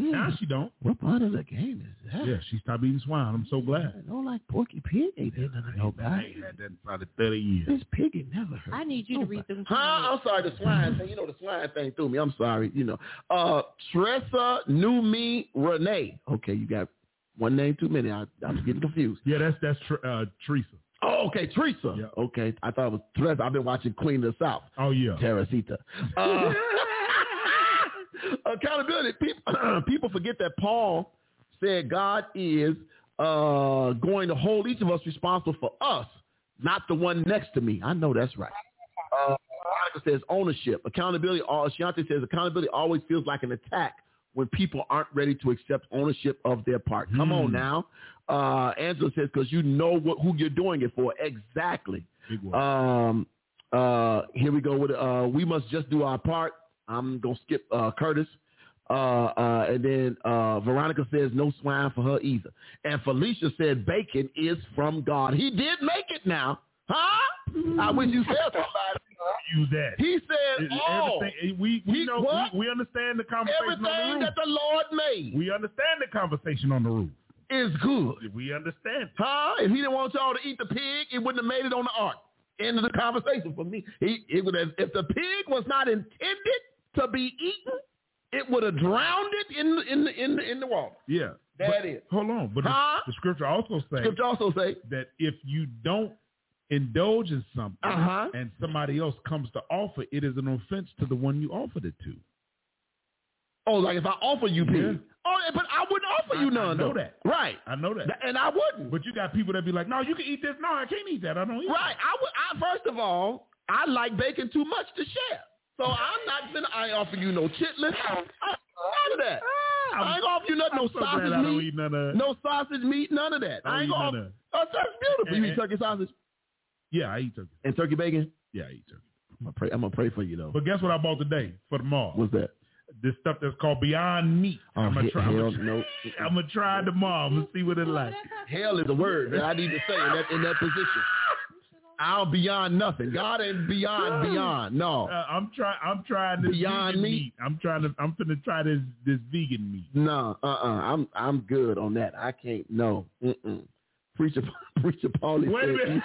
[SPEAKER 6] yeah.
[SPEAKER 7] Now she don't.
[SPEAKER 6] what part of the game is that?
[SPEAKER 7] Yeah, she stopped eating swine. I'm so glad.
[SPEAKER 6] I don't like Porky Pig. Ain't did nothing to
[SPEAKER 7] I
[SPEAKER 6] nobody.
[SPEAKER 7] ain't had that in probably 30 years.
[SPEAKER 6] This pig it never hurt.
[SPEAKER 8] I need you to read them.
[SPEAKER 6] Huh? I'm
[SPEAKER 8] comments.
[SPEAKER 6] sorry, the swine thing. You know, the swine thing threw me. I'm sorry. You know, uh, Tressa knew me Renee. Okay, you got one name too many. I, I'm getting confused.
[SPEAKER 7] Yeah, that's that's tr- uh, Teresa.
[SPEAKER 6] Oh, okay, Teresa.
[SPEAKER 7] Yeah.
[SPEAKER 6] Okay, I thought it was Tressa. I've been watching Queen of the South.
[SPEAKER 7] Oh yeah.
[SPEAKER 6] Teresita. Uh, accountability. People, people forget that Paul said God is uh, going to hold each of us responsible for us, not the one next to me. I know that's right. Uh, Monica says ownership. Accountability. Uh, Shante says accountability always feels like an attack when people aren't ready to accept ownership of their part. Come on
[SPEAKER 7] Hmm.
[SPEAKER 6] now. Uh, Angela says, because you know what, who you're doing it for. Exactly.
[SPEAKER 7] Big word.
[SPEAKER 6] Um, uh, here we go with uh, we must just do our part. I'm gonna skip uh, Curtis, uh, uh, and then uh, Veronica says no swine for her either, and Felicia said bacon is from God. He did make it now, huh? I wish you said somebody.
[SPEAKER 7] you that.
[SPEAKER 6] He said
[SPEAKER 7] It-
[SPEAKER 6] all
[SPEAKER 7] everything- we we
[SPEAKER 6] He-
[SPEAKER 7] know
[SPEAKER 6] what?
[SPEAKER 7] we, we understand the conversation on the
[SPEAKER 6] everything
[SPEAKER 7] roof.
[SPEAKER 6] that the Lord made.
[SPEAKER 7] we understand the conversation on the roof.
[SPEAKER 6] is good.
[SPEAKER 7] We understand.
[SPEAKER 6] Huh? If he didn't want y'all to eat the pig, it wouldn't have made it on the ark. End of the conversation for me. He, it would have, if the pig was not intended to be eaten, it would have drowned it in the, in the, in the, in the water.
[SPEAKER 7] Yeah.
[SPEAKER 6] That
[SPEAKER 7] But-
[SPEAKER 6] is.
[SPEAKER 7] Hold on. But the-
[SPEAKER 6] Huh?
[SPEAKER 7] the, scripture also says
[SPEAKER 6] Scripture also say,
[SPEAKER 7] that if you don't indulge in something
[SPEAKER 6] Uh-huh.
[SPEAKER 7] and somebody else comes to offer, it is an offense to the one you offered it to.
[SPEAKER 6] oh, like if I offer you pig,
[SPEAKER 7] Yeah.
[SPEAKER 6] oh, but I wouldn't offer
[SPEAKER 7] I-
[SPEAKER 6] you
[SPEAKER 7] I
[SPEAKER 6] none.
[SPEAKER 7] know
[SPEAKER 6] though.
[SPEAKER 7] that.
[SPEAKER 6] right?
[SPEAKER 7] I know that.
[SPEAKER 6] Th- and I wouldn't.
[SPEAKER 7] But you got people that be like, no, you can eat this. No, I can't eat that. I don't eat
[SPEAKER 6] Right. I would. I first of all, I like bacon too much to share. So I'm not gonna. I ain't offer you no chitlins. I- None of that.
[SPEAKER 7] I'm-
[SPEAKER 6] I ain't gonna offer you nothing.
[SPEAKER 7] I'm
[SPEAKER 6] No
[SPEAKER 7] so glad I
[SPEAKER 6] sausage
[SPEAKER 7] don't
[SPEAKER 6] meat.
[SPEAKER 7] eat none of that.
[SPEAKER 6] No sausage meat. None of that.
[SPEAKER 7] I
[SPEAKER 6] I ain't
[SPEAKER 7] don't eat
[SPEAKER 6] gonna.
[SPEAKER 7] none of
[SPEAKER 6] Offer,
[SPEAKER 7] that.
[SPEAKER 6] oh, that's beautiful. You
[SPEAKER 7] And-
[SPEAKER 6] eat turkey sausage
[SPEAKER 7] Yeah, I eat turkey.
[SPEAKER 6] and turkey bacon.
[SPEAKER 7] Yeah, I eat turkey.
[SPEAKER 6] I'm gonna pray. I'm gonna pray for you though.
[SPEAKER 7] But guess what I bought today for tomorrow?
[SPEAKER 6] What's that?
[SPEAKER 7] this stuff that's called Beyond Meat.
[SPEAKER 6] Oh,
[SPEAKER 7] I'm gonna
[SPEAKER 6] he-
[SPEAKER 7] try.
[SPEAKER 6] hell
[SPEAKER 7] I'm
[SPEAKER 6] no.
[SPEAKER 7] gonna try it tomorrow. I'm gonna see what it's like.
[SPEAKER 6] Hell is a word that I need to say in that in that position. I'm beyond nothing. God ain't beyond beyond.
[SPEAKER 7] Uh,
[SPEAKER 6] No,
[SPEAKER 7] I'm trying. I'm trying this
[SPEAKER 6] Beyond
[SPEAKER 7] vegan
[SPEAKER 6] Meat?
[SPEAKER 7] I'm trying to. I'm finna try this this vegan meat.
[SPEAKER 6] no. Uh, uh-uh. uh. i am I'm good on that. I can't. No. Mm-mm. Preacher, preacher, Paulie.
[SPEAKER 7] Wait a
[SPEAKER 6] said-
[SPEAKER 7] minute.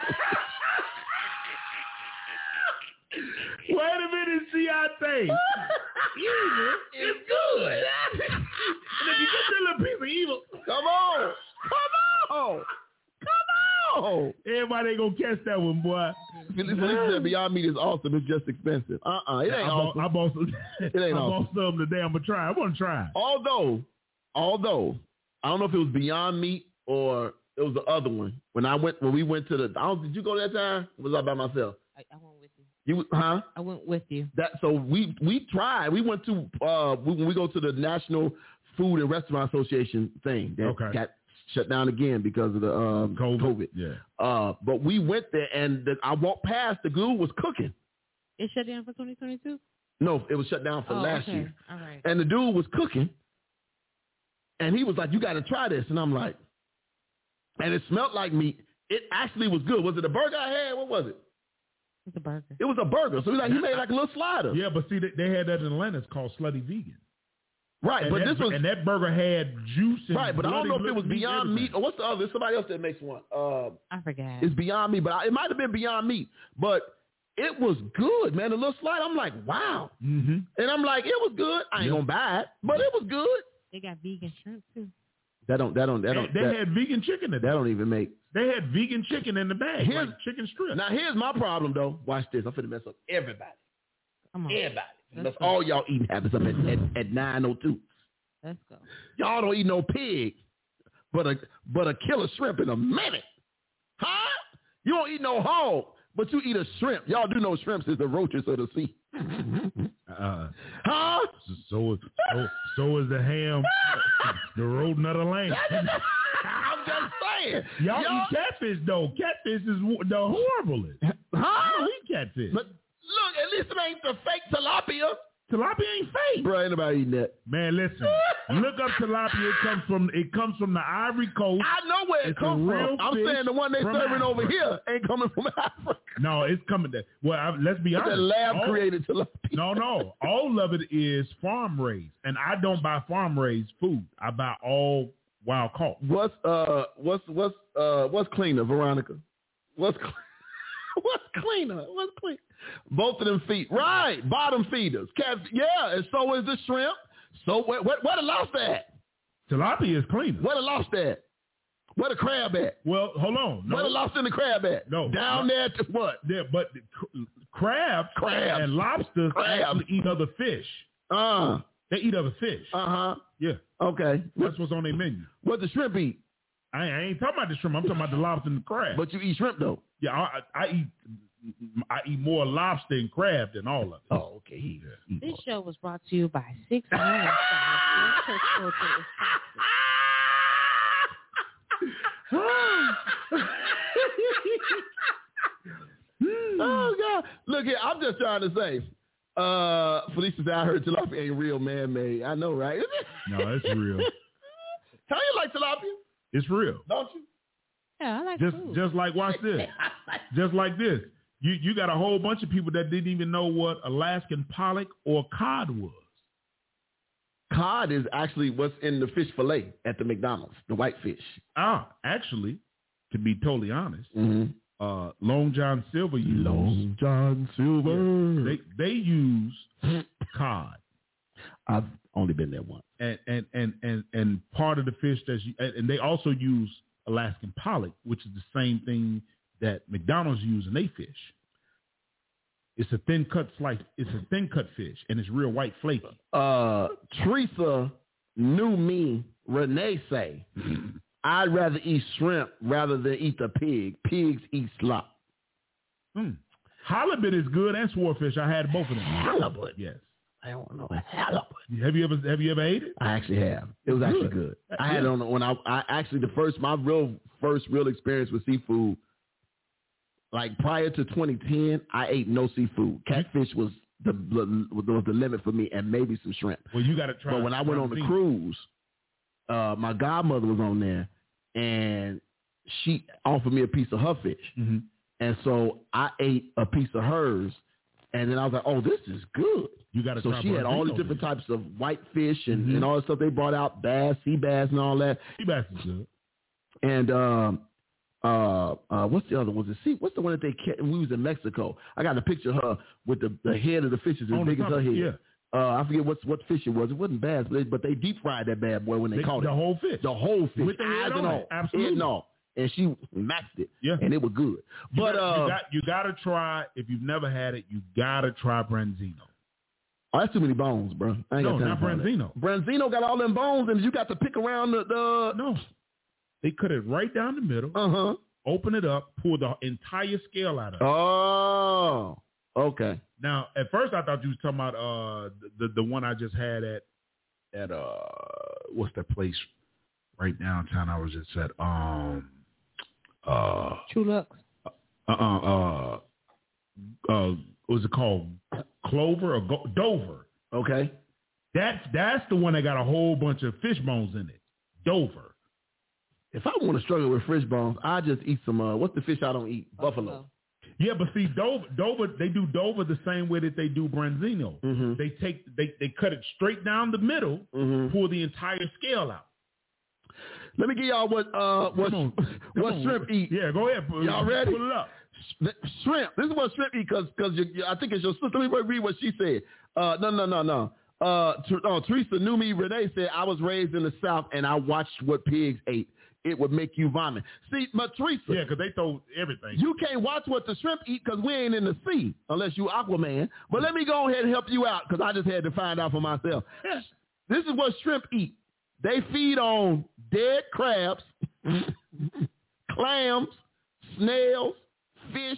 [SPEAKER 7] Wait a minute, Ciate.
[SPEAKER 6] it's good.
[SPEAKER 7] And if you get that little piece of evil,
[SPEAKER 6] Come on. Come on. Come on.
[SPEAKER 7] everybody ain't gonna catch that one, boy.
[SPEAKER 6] Felicia Felicia said Beyond Meat is awesome. It's just expensive. Uh-uh. It ain't
[SPEAKER 7] I bought,
[SPEAKER 6] awesome.
[SPEAKER 7] I bought some.
[SPEAKER 6] It ain't
[SPEAKER 7] I
[SPEAKER 6] awesome.
[SPEAKER 7] bought some today. I'm gonna try. I'm gonna try.
[SPEAKER 6] although, although, I don't know if it was Beyond Meat or it was the other one. When I went, when we went to the, I don't, did you go that time? Or was I by myself?
[SPEAKER 8] I, I went with you.
[SPEAKER 6] You was- huh?
[SPEAKER 8] I went with you.
[SPEAKER 6] That so we we tried. We went to uh we, when we go to the National Food and Restaurant Association thing that
[SPEAKER 7] Okay.
[SPEAKER 6] got shut down again because of the um,
[SPEAKER 7] COVID.
[SPEAKER 6] COVID.
[SPEAKER 7] Yeah.
[SPEAKER 6] Uh, but we went there and the, I walked past the dude was cooking.
[SPEAKER 8] It shut down for 2022.
[SPEAKER 6] No, it was shut down for
[SPEAKER 8] oh,
[SPEAKER 6] last
[SPEAKER 8] okay.
[SPEAKER 6] year.
[SPEAKER 8] All right.
[SPEAKER 6] And the dude was cooking and he was like, you got to try this. And I'm like, and it smelled like meat. It actually was good. Was it a burger I had? What was it?
[SPEAKER 8] It's a burger.
[SPEAKER 6] It was a burger. So he like, he made like a little slider.
[SPEAKER 7] Yeah, but see, they, they had that in Atlanta. It's called Slutty Vegan.
[SPEAKER 6] Right.
[SPEAKER 7] And
[SPEAKER 6] But
[SPEAKER 7] that,
[SPEAKER 6] this was,
[SPEAKER 7] and that burger had juice. And
[SPEAKER 6] right. But I don't
[SPEAKER 7] bloody
[SPEAKER 6] know if it
[SPEAKER 7] little
[SPEAKER 6] was
[SPEAKER 7] meat,
[SPEAKER 6] Beyond
[SPEAKER 7] everything.
[SPEAKER 6] Meat or what's the other? There's somebody else that makes one. Uh,
[SPEAKER 8] I forgot.
[SPEAKER 6] it's Beyond Meat, but I, it might have been Beyond Meat. But it was good, man. The little slider. I'm like, wow.
[SPEAKER 7] Mm-hmm.
[SPEAKER 6] And I'm like, it was good. I ain't
[SPEAKER 7] Yeah.
[SPEAKER 6] gonna buy it, but it was good.
[SPEAKER 8] They got vegan shrimp too.
[SPEAKER 6] That don't that don't that don't
[SPEAKER 7] they
[SPEAKER 6] that,
[SPEAKER 7] had vegan chicken. In
[SPEAKER 6] that don't even make.
[SPEAKER 7] They had vegan chicken in the bag,
[SPEAKER 6] Here's-
[SPEAKER 7] like chicken strips.
[SPEAKER 6] Now here's my problem though. Watch this. I'm finna mess up everybody.
[SPEAKER 8] Come on.
[SPEAKER 6] Everybody.
[SPEAKER 8] That's
[SPEAKER 6] That's
[SPEAKER 8] fine.
[SPEAKER 6] all y'all eating happens up at, at, at 902.
[SPEAKER 8] Let's go.
[SPEAKER 6] Y'all don't eat no pig, but a but a killer shrimp in a minute. Huh? You don't eat no hog, but you eat a shrimp. Y'all do know shrimps is the roaches of the sea.
[SPEAKER 7] Uh,
[SPEAKER 6] Huh?
[SPEAKER 7] so, so, is- so, so is the ham, the road nut of lane.
[SPEAKER 6] I'm just saying.
[SPEAKER 7] Y'all,
[SPEAKER 6] Y'all-
[SPEAKER 7] eat catfish though. Catfish is wo- the horriblest. I
[SPEAKER 6] Huh?
[SPEAKER 7] don't eat catfish.
[SPEAKER 6] But look, at least it ain't the fake tilapia.
[SPEAKER 7] tilapia ain't fake.
[SPEAKER 6] Bro, ain't nobody eating that.
[SPEAKER 7] Man, listen. Look up tilapia. It comes from it comes from the Ivory Coast.
[SPEAKER 6] I know where it
[SPEAKER 7] It's
[SPEAKER 6] comes
[SPEAKER 7] a real
[SPEAKER 6] from. I'm
[SPEAKER 7] fish
[SPEAKER 6] saying the one they
[SPEAKER 7] from
[SPEAKER 6] serving over
[SPEAKER 7] Africa.
[SPEAKER 6] here ain't coming from Africa.
[SPEAKER 7] No, it's coming. That well, I, let's be
[SPEAKER 6] It's
[SPEAKER 7] honest.
[SPEAKER 6] a lab
[SPEAKER 7] All-
[SPEAKER 6] created tilapia.
[SPEAKER 7] No, no. All of it is farm raised, and I don't buy farm raised food. I buy all wild caught.
[SPEAKER 6] What's uh what's what's uh what's cleaner, Veronica? What's cl- what's cleaner? What's clean? Both of them feet, right? Bottom feeders, Cat, yeah. And so is the shrimp. So where where, where the lobster at?
[SPEAKER 7] Tilapia is cleaner.
[SPEAKER 6] Where the lobster at? Where the crab at?
[SPEAKER 7] Well, hold on.
[SPEAKER 6] Where the
[SPEAKER 7] No,
[SPEAKER 6] lobster and the crab at?
[SPEAKER 7] No.
[SPEAKER 6] down there to what?
[SPEAKER 7] yeah, but the cr- crabs,
[SPEAKER 6] Crabs.
[SPEAKER 7] and lobsters
[SPEAKER 6] Crabs.
[SPEAKER 7] actually eat other fish.
[SPEAKER 6] Uh
[SPEAKER 7] They eat other fish.
[SPEAKER 6] uh huh.
[SPEAKER 7] yeah,
[SPEAKER 6] Okay. What
[SPEAKER 7] that's what's on their menu.
[SPEAKER 6] what the shrimp eat?
[SPEAKER 7] I, I ain't talking about the shrimp. I'm talking about the lobster and the crab.
[SPEAKER 6] But you eat shrimp though.
[SPEAKER 7] yeah, I, I I eat I eat more lobster and crab than all of it.
[SPEAKER 6] Oh, okay. He- he-
[SPEAKER 8] This show was brought to you by Six Million Stars. Your church culture is toxic.
[SPEAKER 7] Hmm.
[SPEAKER 6] oh God! Look here, I'm just trying to say, uh, Felicia's out here. Tilapia ain't real man-made. I know, right?
[SPEAKER 7] No, it's real.
[SPEAKER 6] How you like tilapia?
[SPEAKER 7] It's real.
[SPEAKER 6] Don't you?
[SPEAKER 8] Yeah, I like
[SPEAKER 7] Just
[SPEAKER 8] food.
[SPEAKER 7] just like watch this. just like this. You you got a whole bunch of people that didn't even know what Alaskan pollock or cod was.
[SPEAKER 6] Cod is actually what's in the fish fillet at the McDonald's, the white fish.
[SPEAKER 7] Ah, actually, to be totally honest,
[SPEAKER 6] Mm-hmm.
[SPEAKER 7] uh, Long John Silver used
[SPEAKER 6] John Silver.
[SPEAKER 7] they they use cod
[SPEAKER 6] I've only been there once.
[SPEAKER 7] and and and and and part of the fish that's and and they also use Alaskan pollock, which is the same thing that McDonald's use and they fish. It's a thin cut slice. It's a thin cut fish, and it's real white flaky.
[SPEAKER 6] Uh, Teresa knew me. Renee say, I'd rather eat shrimp rather than eat the pig. Pigs eat slop.
[SPEAKER 7] Mm. Halibut is good and swordfish. I had both of them.
[SPEAKER 6] Halibut.
[SPEAKER 7] Yes.
[SPEAKER 6] I don't know. Halibut.
[SPEAKER 7] Have you ever have you ever ate it?
[SPEAKER 6] I actually have. It was actually
[SPEAKER 7] Good.
[SPEAKER 6] good. I had it on when I, I actually the first my real first real experience with seafood. Like prior to 2010, I ate no seafood. Catfish was the was the limit for me, and maybe some shrimp.
[SPEAKER 7] Well, you got to try.
[SPEAKER 6] But when I went on the cruise, uh, my godmother was on there, and she offered me a piece of her fish,
[SPEAKER 7] hmm
[SPEAKER 6] and so I ate a piece of hers, and then I was like, "Oh, this is good."
[SPEAKER 7] you got to
[SPEAKER 6] So
[SPEAKER 7] try.
[SPEAKER 6] she had all the
[SPEAKER 7] Brazil
[SPEAKER 6] different
[SPEAKER 7] fish.
[SPEAKER 6] types of white fish and,
[SPEAKER 7] Mhm.
[SPEAKER 6] and all the stuff they brought out, bass, sea bass, and all that.
[SPEAKER 7] Sea bass is good.
[SPEAKER 6] And um, uh, uh, what's the other one? The sea? What's the one that they kept? We was in Mexico. I got a picture of her with the, the head of the fish is as
[SPEAKER 7] On the
[SPEAKER 6] big as
[SPEAKER 7] top
[SPEAKER 6] her
[SPEAKER 7] of-
[SPEAKER 6] head.
[SPEAKER 7] yeah.
[SPEAKER 6] Uh, I forget what's what fish it was. It wasn't bass, but they, but they deep fried that bad boy when they,
[SPEAKER 7] They-
[SPEAKER 6] caught
[SPEAKER 7] the
[SPEAKER 6] it.
[SPEAKER 7] whole fish.
[SPEAKER 6] The whole fish,
[SPEAKER 7] With the
[SPEAKER 6] eyes
[SPEAKER 7] head on
[SPEAKER 6] and
[SPEAKER 7] it.
[SPEAKER 6] all,
[SPEAKER 7] Absolutely.
[SPEAKER 6] head and all. And she maxed it,
[SPEAKER 7] Yeah.
[SPEAKER 6] and it was good.
[SPEAKER 7] You
[SPEAKER 6] but
[SPEAKER 7] got,
[SPEAKER 6] uh,
[SPEAKER 7] you got you got to try. If you've never had it, you got to try branzino.
[SPEAKER 6] oh, that's too many bones, bro. I ain't
[SPEAKER 7] No,
[SPEAKER 6] got time
[SPEAKER 7] not
[SPEAKER 6] for all that.
[SPEAKER 7] branzino.
[SPEAKER 6] Branzino got all them bones, and you got to pick around the. the
[SPEAKER 7] No, they cut it right down the middle,
[SPEAKER 6] uh huh.
[SPEAKER 7] open it up, pull the entire scale out of it.
[SPEAKER 6] Oh, okay.
[SPEAKER 7] Now, at first, I thought you was talking about uh the the one I just had at at uh what's that place right downtown? I was just at um uh
[SPEAKER 8] True Lux.
[SPEAKER 7] uh uh uh, uh what was it called Clover or Go- Dover?
[SPEAKER 6] Okay.
[SPEAKER 7] That's that's the one that got a whole bunch of fish bones in it. Dover.
[SPEAKER 6] If I want to struggle with fish bones, I just eat some. Uh, what's the fish I don't eat? Buffalo.
[SPEAKER 7] Yeah, but see Dover, Dover, they do Dover the same way that they do Branzino.
[SPEAKER 6] Mm-hmm.
[SPEAKER 7] They take they they cut it straight down the middle,
[SPEAKER 6] Mm-hmm.
[SPEAKER 7] pull the entire scale out.
[SPEAKER 6] Let me give y'all what uh what
[SPEAKER 7] Come on.
[SPEAKER 6] what
[SPEAKER 7] Come on.
[SPEAKER 6] shrimp eat.
[SPEAKER 7] Yeah, go ahead. Pull,
[SPEAKER 6] Y'all ready?
[SPEAKER 7] Pull it up.
[SPEAKER 6] Th- Shrimp. This is what shrimp eat because because I think it's your sister. Let me read what she said. Uh, no no no no. Uh, Ter- oh, Teresa knew me. Renee said I was raised in the South and I watched what pigs ate. It would make you vomit. See, but Teresa,
[SPEAKER 7] Yeah, because they throw everything.
[SPEAKER 6] You can't watch what the shrimp eat because we ain't in the sea unless you Aquaman. But let me go ahead and help you out because I just had to find out for myself. This is what shrimp eat. They feed on dead crabs, clams, snails, fish,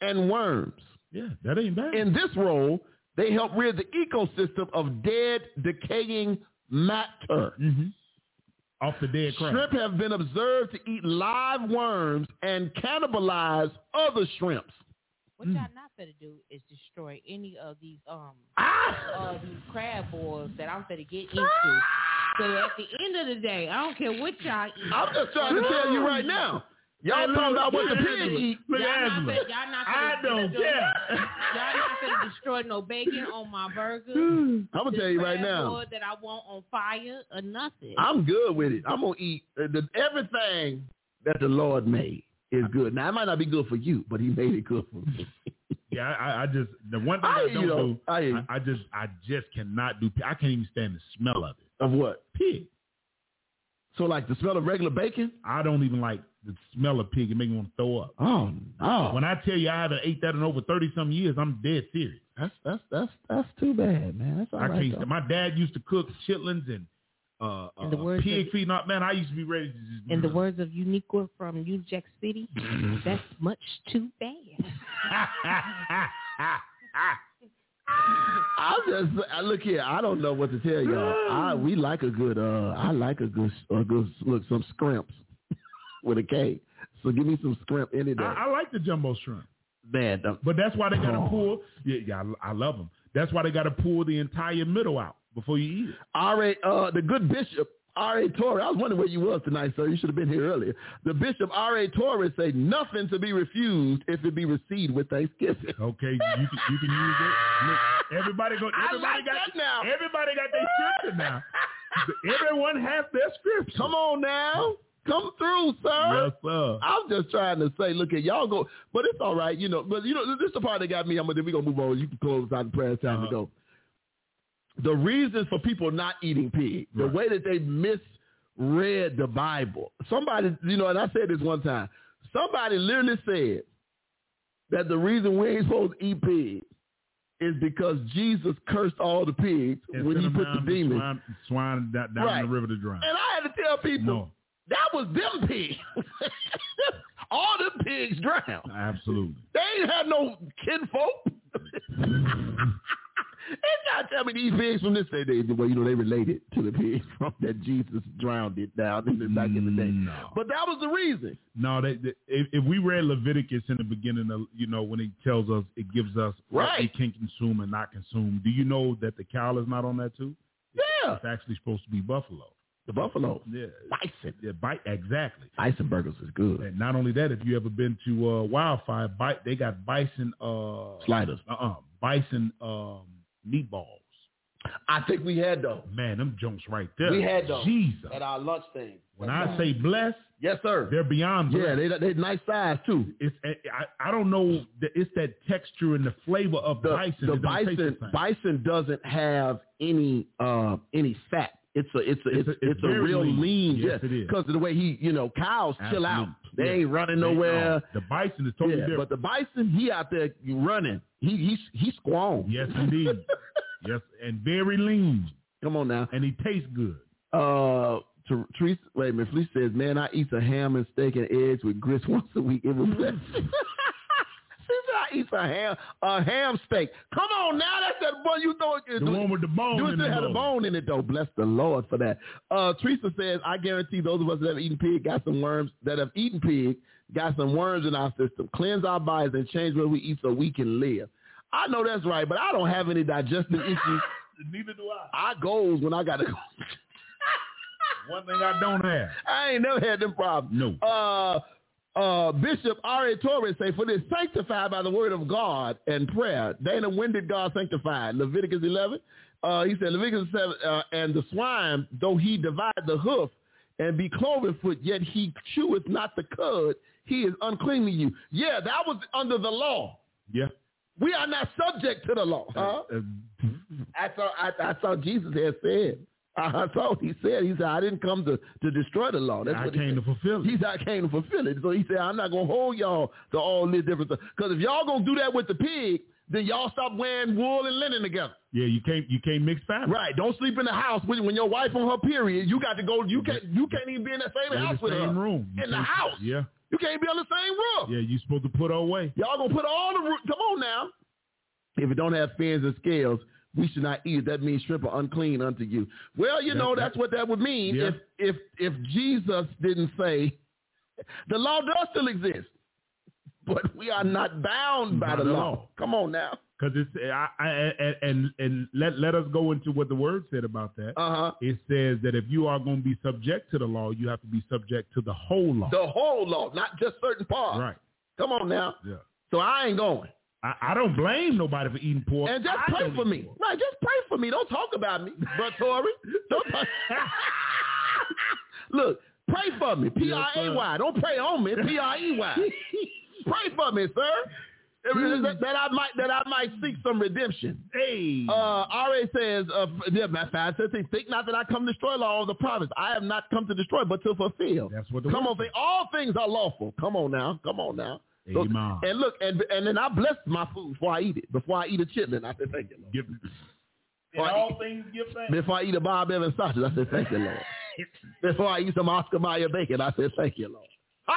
[SPEAKER 6] and worms.
[SPEAKER 7] yeah, that ain't bad.
[SPEAKER 6] In this role, they help rid the ecosystem of dead, decaying matter.
[SPEAKER 8] Mm-hmm.
[SPEAKER 7] Mhm. Off the dead crab.
[SPEAKER 6] Shrimp have been observed to eat live worms and cannibalize other shrimps.
[SPEAKER 8] What
[SPEAKER 6] Mm.
[SPEAKER 8] y'all not gonna do is destroy any of these um uh, these crab boils that I'm gonna get into. So at the end of the day, I don't care what y'all eat.
[SPEAKER 6] I'm just trying to tell you right now. Y'all talking about what the pig eat.
[SPEAKER 7] Look
[SPEAKER 8] y'all,
[SPEAKER 7] at
[SPEAKER 8] not
[SPEAKER 7] Angela.
[SPEAKER 8] finna, y'all not
[SPEAKER 7] I
[SPEAKER 8] finna
[SPEAKER 7] don't
[SPEAKER 8] destroy-
[SPEAKER 7] care.
[SPEAKER 8] Y'all not gonna destroy no bacon on my burger.
[SPEAKER 6] I'm gonna
[SPEAKER 8] the
[SPEAKER 6] tell you right
[SPEAKER 8] crab
[SPEAKER 6] now.
[SPEAKER 8] boil That I want on fire or nothing.
[SPEAKER 6] I'm good with it. I'm gonna eat uh, the, everything that the Lord made is good. Now it might not be good for you, but He made it good for me.
[SPEAKER 7] Yeah, I, I- I just the one thing
[SPEAKER 6] I
[SPEAKER 7] I,
[SPEAKER 6] hear you
[SPEAKER 7] don't
[SPEAKER 6] though.
[SPEAKER 7] do,
[SPEAKER 6] I hear you.
[SPEAKER 7] I, I just I just cannot do. I can't even stand the smell of it.
[SPEAKER 6] Of what?
[SPEAKER 7] Pig.
[SPEAKER 6] So like the smell of regular bacon?
[SPEAKER 7] I don't even like the smell of pig. It make me want to throw up.
[SPEAKER 6] Oh no,
[SPEAKER 7] When I tell you I haven't ate that in over thirty some years, I'm dead serious.
[SPEAKER 6] that's that's that's that's too bad, man. That's all
[SPEAKER 7] I
[SPEAKER 6] right.
[SPEAKER 7] can't.
[SPEAKER 6] though.
[SPEAKER 7] stand- My dad used to cook chitlins and uh,
[SPEAKER 8] In the
[SPEAKER 7] uh,
[SPEAKER 8] words
[SPEAKER 7] pig
[SPEAKER 8] of-
[SPEAKER 7] feet. Not man, I used to be ready to just.
[SPEAKER 8] In the words of Uniqua from New Jack City, that's much too bad.
[SPEAKER 6] I just I- look here. I don't know what to tell y'all. I
[SPEAKER 7] Mm.
[SPEAKER 6] we like a good uh. I like a good a good look some scrimps with a K. So give me some scrimp any day.
[SPEAKER 7] I, I like the jumbo shrimp.
[SPEAKER 6] Man, the-
[SPEAKER 7] But that's why they got
[SPEAKER 6] Oh.
[SPEAKER 7] to pull. Yeah, yeah, I, I love them. That's why they got to pull the entire middle out before you eat it.
[SPEAKER 6] all right. Uh, the good bishop R.A. Torres, I was wondering where you was tonight, sir. You should have been here earlier. The Bishop R.A. Torres say nothing to be refused if it be received with thanksgiving.
[SPEAKER 7] Okay, you can, you can use it. Oh, Look, everybody go.
[SPEAKER 6] I
[SPEAKER 7] Everybody
[SPEAKER 6] like
[SPEAKER 7] got
[SPEAKER 6] that now.
[SPEAKER 7] Everybody got their scripture now. Everyone has their scripture.
[SPEAKER 6] Come on now. Come through, sir.
[SPEAKER 7] Yes, sir.
[SPEAKER 6] I'm just trying to say, look at y'all go, but it's all right, you know. But you know, this is the part that got me. I'm gonna we gonna move on. You can close out the prayer it's time
[SPEAKER 7] Uh-huh.
[SPEAKER 6] to go. The reasons for people not eating pig, the
[SPEAKER 7] Right.
[SPEAKER 6] way that they misread the Bible. Somebody, you know, and I said this one time. Somebody literally said that the reason we ain't supposed to eat pig is because Jesus cursed all the pigs
[SPEAKER 7] And
[SPEAKER 6] when
[SPEAKER 7] send
[SPEAKER 6] he
[SPEAKER 7] them
[SPEAKER 6] put
[SPEAKER 7] down
[SPEAKER 6] the
[SPEAKER 7] to
[SPEAKER 6] demons.
[SPEAKER 7] swine, swine down, down
[SPEAKER 6] Right.
[SPEAKER 7] in the river to drown.
[SPEAKER 6] And I had to tell people
[SPEAKER 7] No,
[SPEAKER 6] that was them pigs. all the pigs drowned.
[SPEAKER 7] absolutely.
[SPEAKER 6] They ain't had no kinfolk. It's not tell me these pigs from this day. They, well, you know, they related to the pigs from that Jesus drowned it down in the, back in the day.
[SPEAKER 7] No.
[SPEAKER 6] But that was the reason.
[SPEAKER 7] No, they, they, if, if we read Leviticus in the beginning of, you know, when it tells us, it gives us what we
[SPEAKER 6] Right.
[SPEAKER 7] can consume and not consume. Do you know that the cow is not on that too?
[SPEAKER 6] Yeah.
[SPEAKER 7] It's actually supposed to be buffalo.
[SPEAKER 6] The buffalo.
[SPEAKER 7] Yeah.
[SPEAKER 6] Bison.
[SPEAKER 7] Yeah, bite exactly.
[SPEAKER 6] Bison burgers is good.
[SPEAKER 7] And not only that, if you ever been to uh, Wildfire, bite they got bison uh
[SPEAKER 6] Sliders.
[SPEAKER 7] uh-uh, bison um meatballs.
[SPEAKER 6] I think we had those
[SPEAKER 7] Man, them junks right there.
[SPEAKER 6] We had those
[SPEAKER 7] Jesus.
[SPEAKER 6] at our lunch thing.
[SPEAKER 7] When I say blessed,
[SPEAKER 6] Yes, sir.
[SPEAKER 7] they're beyond blessed.
[SPEAKER 6] yeah, they they nice size too.
[SPEAKER 7] it's eh, I, I don't know that it's that texture and the flavor of
[SPEAKER 6] The,
[SPEAKER 7] bison.
[SPEAKER 6] the
[SPEAKER 7] that don't taste
[SPEAKER 6] bison
[SPEAKER 7] the same.
[SPEAKER 6] bison doesn't have any uh any fat. It's a it's a it's,
[SPEAKER 7] It's a-
[SPEAKER 6] it's,
[SPEAKER 7] it's
[SPEAKER 6] a
[SPEAKER 7] very
[SPEAKER 6] real lean,
[SPEAKER 7] lean. Yes,
[SPEAKER 6] yeah,
[SPEAKER 7] it is.
[SPEAKER 6] Because of the way he you know cows chill out. They
[SPEAKER 7] Absolute. Yeah.
[SPEAKER 6] ain't running
[SPEAKER 7] They-
[SPEAKER 6] nowhere.
[SPEAKER 7] no, the bison is totally
[SPEAKER 6] yeah, but
[SPEAKER 7] different.
[SPEAKER 6] the bison, he out there running. He he he squalm.
[SPEAKER 7] yes, indeed. yes, and very lean,
[SPEAKER 6] Come on now.
[SPEAKER 7] and it tastes good.
[SPEAKER 6] Uh, Ter- Teresa, wait a minute. Felice says, "Man, I eat some ham and steak and eggs with grits once a week. It was best." she said, "I eat some ham, a ham steak. Come on now, that's that one you thought
[SPEAKER 7] The one with the bone.
[SPEAKER 6] You
[SPEAKER 7] in
[SPEAKER 6] still
[SPEAKER 7] the
[SPEAKER 6] had a bone in it though. Bless the Lord for that. Uh, Teresa says, I guarantee those of us that have eaten pig got some worms that have eaten pig got some worms in our system. Cleanse our bodies and change what we eat so we can live. I know that's right, but I don't have any digestive issues.
[SPEAKER 7] Neither do I.
[SPEAKER 6] I goes when I gotta go.
[SPEAKER 7] One thing I don't have.
[SPEAKER 6] I ain't never had them problems.
[SPEAKER 7] No.
[SPEAKER 6] Uh, uh, Bishop R.A. Torres say, for this sanctified by the word of God and prayer. Dana, when did God sanctify? Leviticus 11. Uh, he said, Leviticus 7, uh, and the swine, though he divide the hoof and be cloven foot, yet he cheweth not the cud. He is unclean to you. Yeah, that was under the law.
[SPEAKER 7] Yeah.
[SPEAKER 6] We are not subject to the law. Huh?
[SPEAKER 7] Uh,
[SPEAKER 6] I saw, I, I saw Jesus had said. I I saw what he said. He said, I didn't come to, to destroy the law. That's
[SPEAKER 7] I
[SPEAKER 6] what he
[SPEAKER 7] came
[SPEAKER 6] said.
[SPEAKER 7] to fulfill it.
[SPEAKER 6] He said, I came to fulfill it. So he said, I'm not going to hold y'all to all this different stuff. Because if y'all going to do that with the pig, then y'all stop wearing wool and linen together.
[SPEAKER 7] Yeah, you can't you can't mix family.
[SPEAKER 6] Right. Don't sleep in the house when, when your wife on her period. You got to go. You can't. You can't even be in that same
[SPEAKER 7] They're in
[SPEAKER 6] house
[SPEAKER 7] the
[SPEAKER 6] with
[SPEAKER 7] same
[SPEAKER 6] her.
[SPEAKER 7] room. You
[SPEAKER 6] uh, In the
[SPEAKER 7] can't-
[SPEAKER 6] house.
[SPEAKER 7] Yeah.
[SPEAKER 6] You can't be on the same roof.
[SPEAKER 7] Yeah, you supposed to put her away.
[SPEAKER 6] Y'all gonna put all the ru- come on now. If it don't have fins and scales, we should not eat it. That means shrimp are unclean unto you. Well, you
[SPEAKER 7] That-
[SPEAKER 6] know
[SPEAKER 7] that-
[SPEAKER 6] that's what that would mean
[SPEAKER 7] Yeah.
[SPEAKER 6] if if if Jesus didn't say the law does still exist, but we are not bound by
[SPEAKER 7] Not
[SPEAKER 6] the
[SPEAKER 7] at
[SPEAKER 6] law.
[SPEAKER 7] all.
[SPEAKER 6] Come on now.
[SPEAKER 7] Because it's I, I and and- and let let us go into what the word said about that.
[SPEAKER 6] Uh huh.
[SPEAKER 7] it says that if you are going to be subject to the law, you have to be subject to the whole law.
[SPEAKER 6] The whole law, not just certain parts.
[SPEAKER 7] Right.
[SPEAKER 6] Come on now.
[SPEAKER 7] Yeah.
[SPEAKER 6] So I ain't going.
[SPEAKER 7] I, I don't blame nobody for eating pork.
[SPEAKER 6] And just
[SPEAKER 7] I
[SPEAKER 6] pray
[SPEAKER 7] don't
[SPEAKER 6] for
[SPEAKER 7] eat
[SPEAKER 6] me.
[SPEAKER 7] pork.
[SPEAKER 6] Right, just pray for me. Don't talk about me, but Tori. Don't talk- Look, pray for me. P R A Y. Don't pray on me. P R E Y. Pray for me, sir. That, that I might that I might seek some redemption.
[SPEAKER 7] Hey.
[SPEAKER 6] Uh, RA says, uh, yeah, Matt five says, think not that I come to destroy law of the prophets. I have not come to destroy, but to fulfill.
[SPEAKER 7] That's what the
[SPEAKER 6] Come
[SPEAKER 7] word
[SPEAKER 6] on, say, all things are lawful. Come on now. Come on now.
[SPEAKER 7] Amen.
[SPEAKER 6] and look, and and then I bless my food before I eat it. Before I eat a chitlin, I say thank you, Lord.
[SPEAKER 7] Give, in
[SPEAKER 6] Right.
[SPEAKER 7] all things give thanks.
[SPEAKER 6] Before I eat a Bob Evans sausage, I say thank you, Lord. Before I eat some Oscar Mayer bacon, I say thank you, Lord. Ah!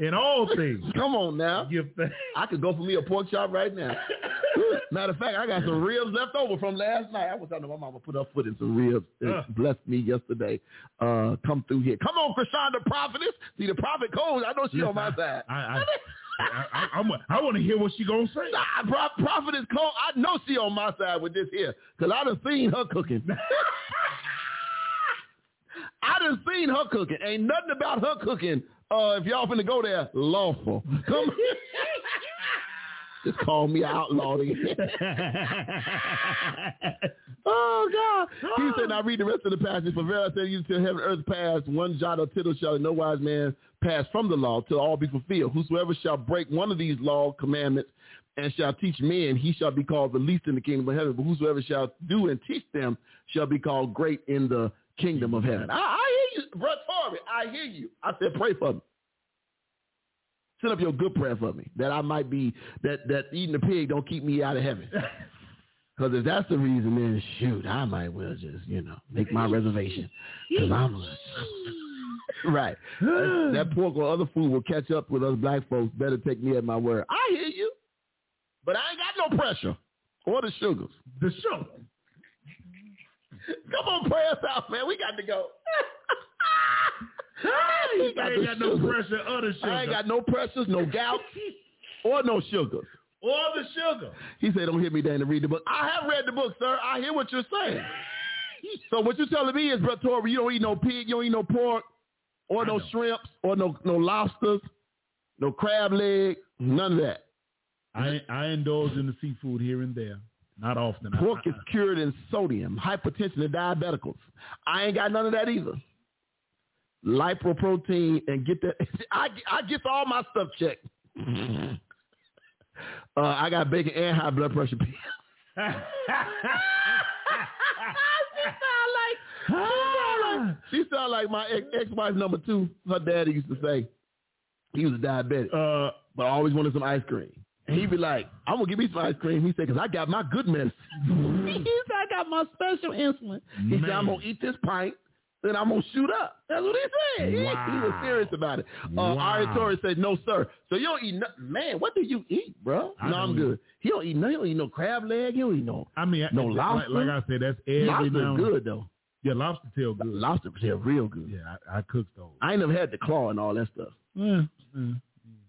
[SPEAKER 7] In all things
[SPEAKER 6] Come on now.
[SPEAKER 7] give thanks.
[SPEAKER 6] I could go for me a pork chop right now. Matter of fact, I got some ribs left over from last night. I was talking to my mama put her foot in some ribs. It
[SPEAKER 7] Huh.
[SPEAKER 6] blessed me yesterday. Uh, come through here. Come on, Krishan the prophetess. See the prophet code. I know she on Oh, my side.
[SPEAKER 7] I I, I, I, I'm a- I want to hear what she gonna say.
[SPEAKER 6] Nah, Pro- prophetess code. I know she on my side with this here because I done seen her cooking. I done seen her cooking. Ain't nothing about her cooking. Uh, if y'all finna go there, lawful. Come Just call me outlaw again. Oh God. He said, "I read the rest of the passage. For verily I say to you, till heaven and earth pass, one jot or tittle shall in no wise man pass from the law till all be fulfilled. Whosoever shall break one of these law commandments and shall teach men, he shall be called the least in the kingdom of heaven. But whosoever shall do and teach them shall be called great in the kingdom of heaven." I, I hear you, Brother Torrey. I hear you. I said, "Pray for me." Send up your good prayer for me that I might be that that eating the pig don't keep me out of heaven. Because if that's the reason, then shoot, I might well just, you know, make my reservation. Because I'm a- right. That that pork or other food will catch up with us black folks. Better take me at my word. I hear you. But I ain't got no pressure. Or the sugars.
[SPEAKER 7] The show.
[SPEAKER 6] Come on, pray us out, man. We got to go.
[SPEAKER 7] I
[SPEAKER 6] He
[SPEAKER 7] ain't
[SPEAKER 6] got the
[SPEAKER 7] got no
[SPEAKER 6] sugar.
[SPEAKER 7] pressure or the sugar.
[SPEAKER 6] I ain't got no pressures, no gout, or no sugars.
[SPEAKER 7] or the sugar.
[SPEAKER 6] He said, don't hit me down to read the book. I have read the book, sir. I hear what you're saying. so what you're telling me is, Brother Tory, you don't eat no pig, you don't eat no pork, or
[SPEAKER 7] I
[SPEAKER 6] no
[SPEAKER 7] don't.
[SPEAKER 6] shrimps, or no, no lobsters, no crab leg, none of that.
[SPEAKER 7] I I indulge in the seafood here and there. Not often. I-
[SPEAKER 6] Pork
[SPEAKER 7] I,
[SPEAKER 6] is cured in sodium, hypertension, and diabeticals. I ain't got none of that either. Lipoprotein and get that. I, I get all my stuff checked. uh, I got bacon and high blood pressure. She sound like my ex- ex-wife number two. Her daddy used to say he was a diabetic,
[SPEAKER 7] uh,
[SPEAKER 6] but always wanted some ice cream. And he'd be like, I'm going to give me some ice cream. He said, because I got my good medicine. he said, I got my special insulin. He said, I'm
[SPEAKER 7] Man.
[SPEAKER 6] going to eat this pint. Then I'm gonna shoot up. That's what he said. He- He, was
[SPEAKER 7] Wow.
[SPEAKER 6] serious about it. Uh,
[SPEAKER 7] Wow.
[SPEAKER 6] Ari Torres said, "No, sir. So you don't eat nothing, man. What do you eat, bro?
[SPEAKER 7] I
[SPEAKER 6] no, I'm
[SPEAKER 7] don't
[SPEAKER 6] good. He don't eat no. He don't eat no crab leg. He don't eat no.
[SPEAKER 7] I mean,
[SPEAKER 6] No
[SPEAKER 7] it's-
[SPEAKER 6] lobster?
[SPEAKER 7] Like, like I said, that's every now.
[SPEAKER 6] Lobster's good though.
[SPEAKER 7] Yeah, lobster tail good.
[SPEAKER 6] Lobster tail real good.
[SPEAKER 7] Yeah, I, I cook those.
[SPEAKER 6] I ain't never had the claw and all that stuff.
[SPEAKER 7] Yeah, yeah.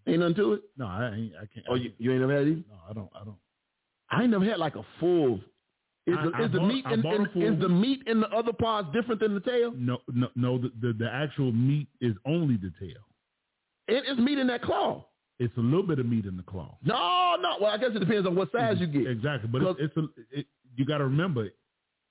[SPEAKER 6] Ain't nothing to it.
[SPEAKER 7] No, I ain't. I can't.
[SPEAKER 6] Oh, you, you ain't never had it? either?
[SPEAKER 7] No, I don't. I don't.
[SPEAKER 6] I ain't never had like a full. Is the,
[SPEAKER 7] I- I
[SPEAKER 6] is the
[SPEAKER 7] bought-
[SPEAKER 6] meat
[SPEAKER 7] I
[SPEAKER 6] in,
[SPEAKER 7] bought
[SPEAKER 6] in,
[SPEAKER 7] a full.
[SPEAKER 6] is the meat in the other parts different than the tail?
[SPEAKER 7] No, no, no. The, the the actual meat is only the tail.
[SPEAKER 6] It is meat in that claw.
[SPEAKER 7] It's a little bit of meat in the claw.
[SPEAKER 6] No, no. Well, I guess it depends on what size you get.
[SPEAKER 7] Exactly, but it's, it's a. It, you got to remember,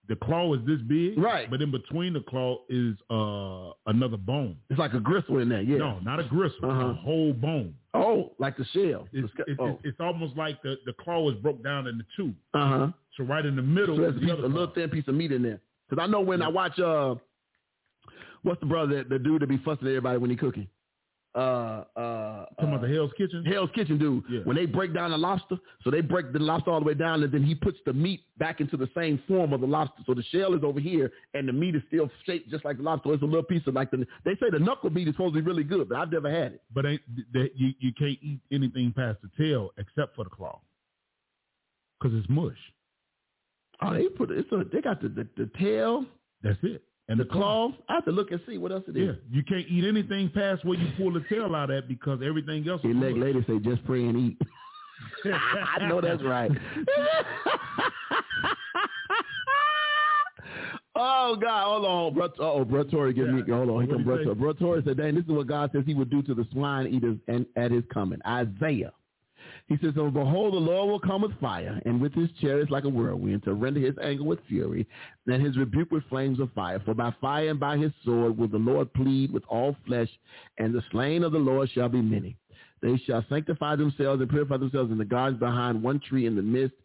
[SPEAKER 7] the claw is this big,
[SPEAKER 6] Right.
[SPEAKER 7] But in between the claw is uh another bone.
[SPEAKER 6] It's like a gristle in there. Yeah.
[SPEAKER 7] No, not a gristle,
[SPEAKER 6] Uh-huh.
[SPEAKER 7] a whole bone.
[SPEAKER 6] Oh, like the shell.
[SPEAKER 7] It's, it's,
[SPEAKER 6] oh.
[SPEAKER 7] it's, it's almost like the, the claw was broke down into two.
[SPEAKER 6] uh huh.
[SPEAKER 7] So right in the middle
[SPEAKER 6] So there's
[SPEAKER 7] is
[SPEAKER 6] a,
[SPEAKER 7] the
[SPEAKER 6] piece,
[SPEAKER 7] other
[SPEAKER 6] a little
[SPEAKER 7] claw.
[SPEAKER 6] thin piece of meat in there. Cause I know when I watch uh, what's the brother that the dude that be fussing at everybody when he cooking? Uh, uh,
[SPEAKER 7] Talking
[SPEAKER 6] uh
[SPEAKER 7] about the Hell's Kitchen.
[SPEAKER 6] Hell's Kitchen dude,
[SPEAKER 7] Yeah.
[SPEAKER 6] when they break down the lobster, so they break the lobster all the way down, and then he puts the meat back into the same form of the lobster. So the shell is over here, and the meat is still shaped just like the lobster. It's a little piece of like the. They say the knuckle meat is supposed to be really good, but I've never had it.
[SPEAKER 7] But ain't, that you you can't eat anything past the tail except for the claw, because it's mush.
[SPEAKER 6] Oh, they put it. It's a, they got the, the the tail,
[SPEAKER 7] That's it. And
[SPEAKER 6] the claw. I have to look and see what else it
[SPEAKER 7] Yeah,
[SPEAKER 6] is.
[SPEAKER 7] you can't eat anything past where you pull the tail out at because everything else. is
[SPEAKER 6] Elect
[SPEAKER 7] mush.
[SPEAKER 6] lady say just pray and eat. I know that's right. oh God, hold on, bro. Oh, bro, Tory, give me. Hold on, here come
[SPEAKER 7] What'd he
[SPEAKER 6] bro.
[SPEAKER 7] say?
[SPEAKER 6] Tory. Bro, Tory said, "Dang, this is what God says He would do to the swine eaters and at His coming." Isaiah. He says, "So behold, the Lord will come with fire, and with His chariots like a whirlwind, to render His anger with fury, and His rebuke with flames of fire. For by fire and by His sword will the Lord plead with all flesh, and the slain of the Lord shall be many." They shall sanctify themselves and purify themselves in the gardens behind one tree in the midst,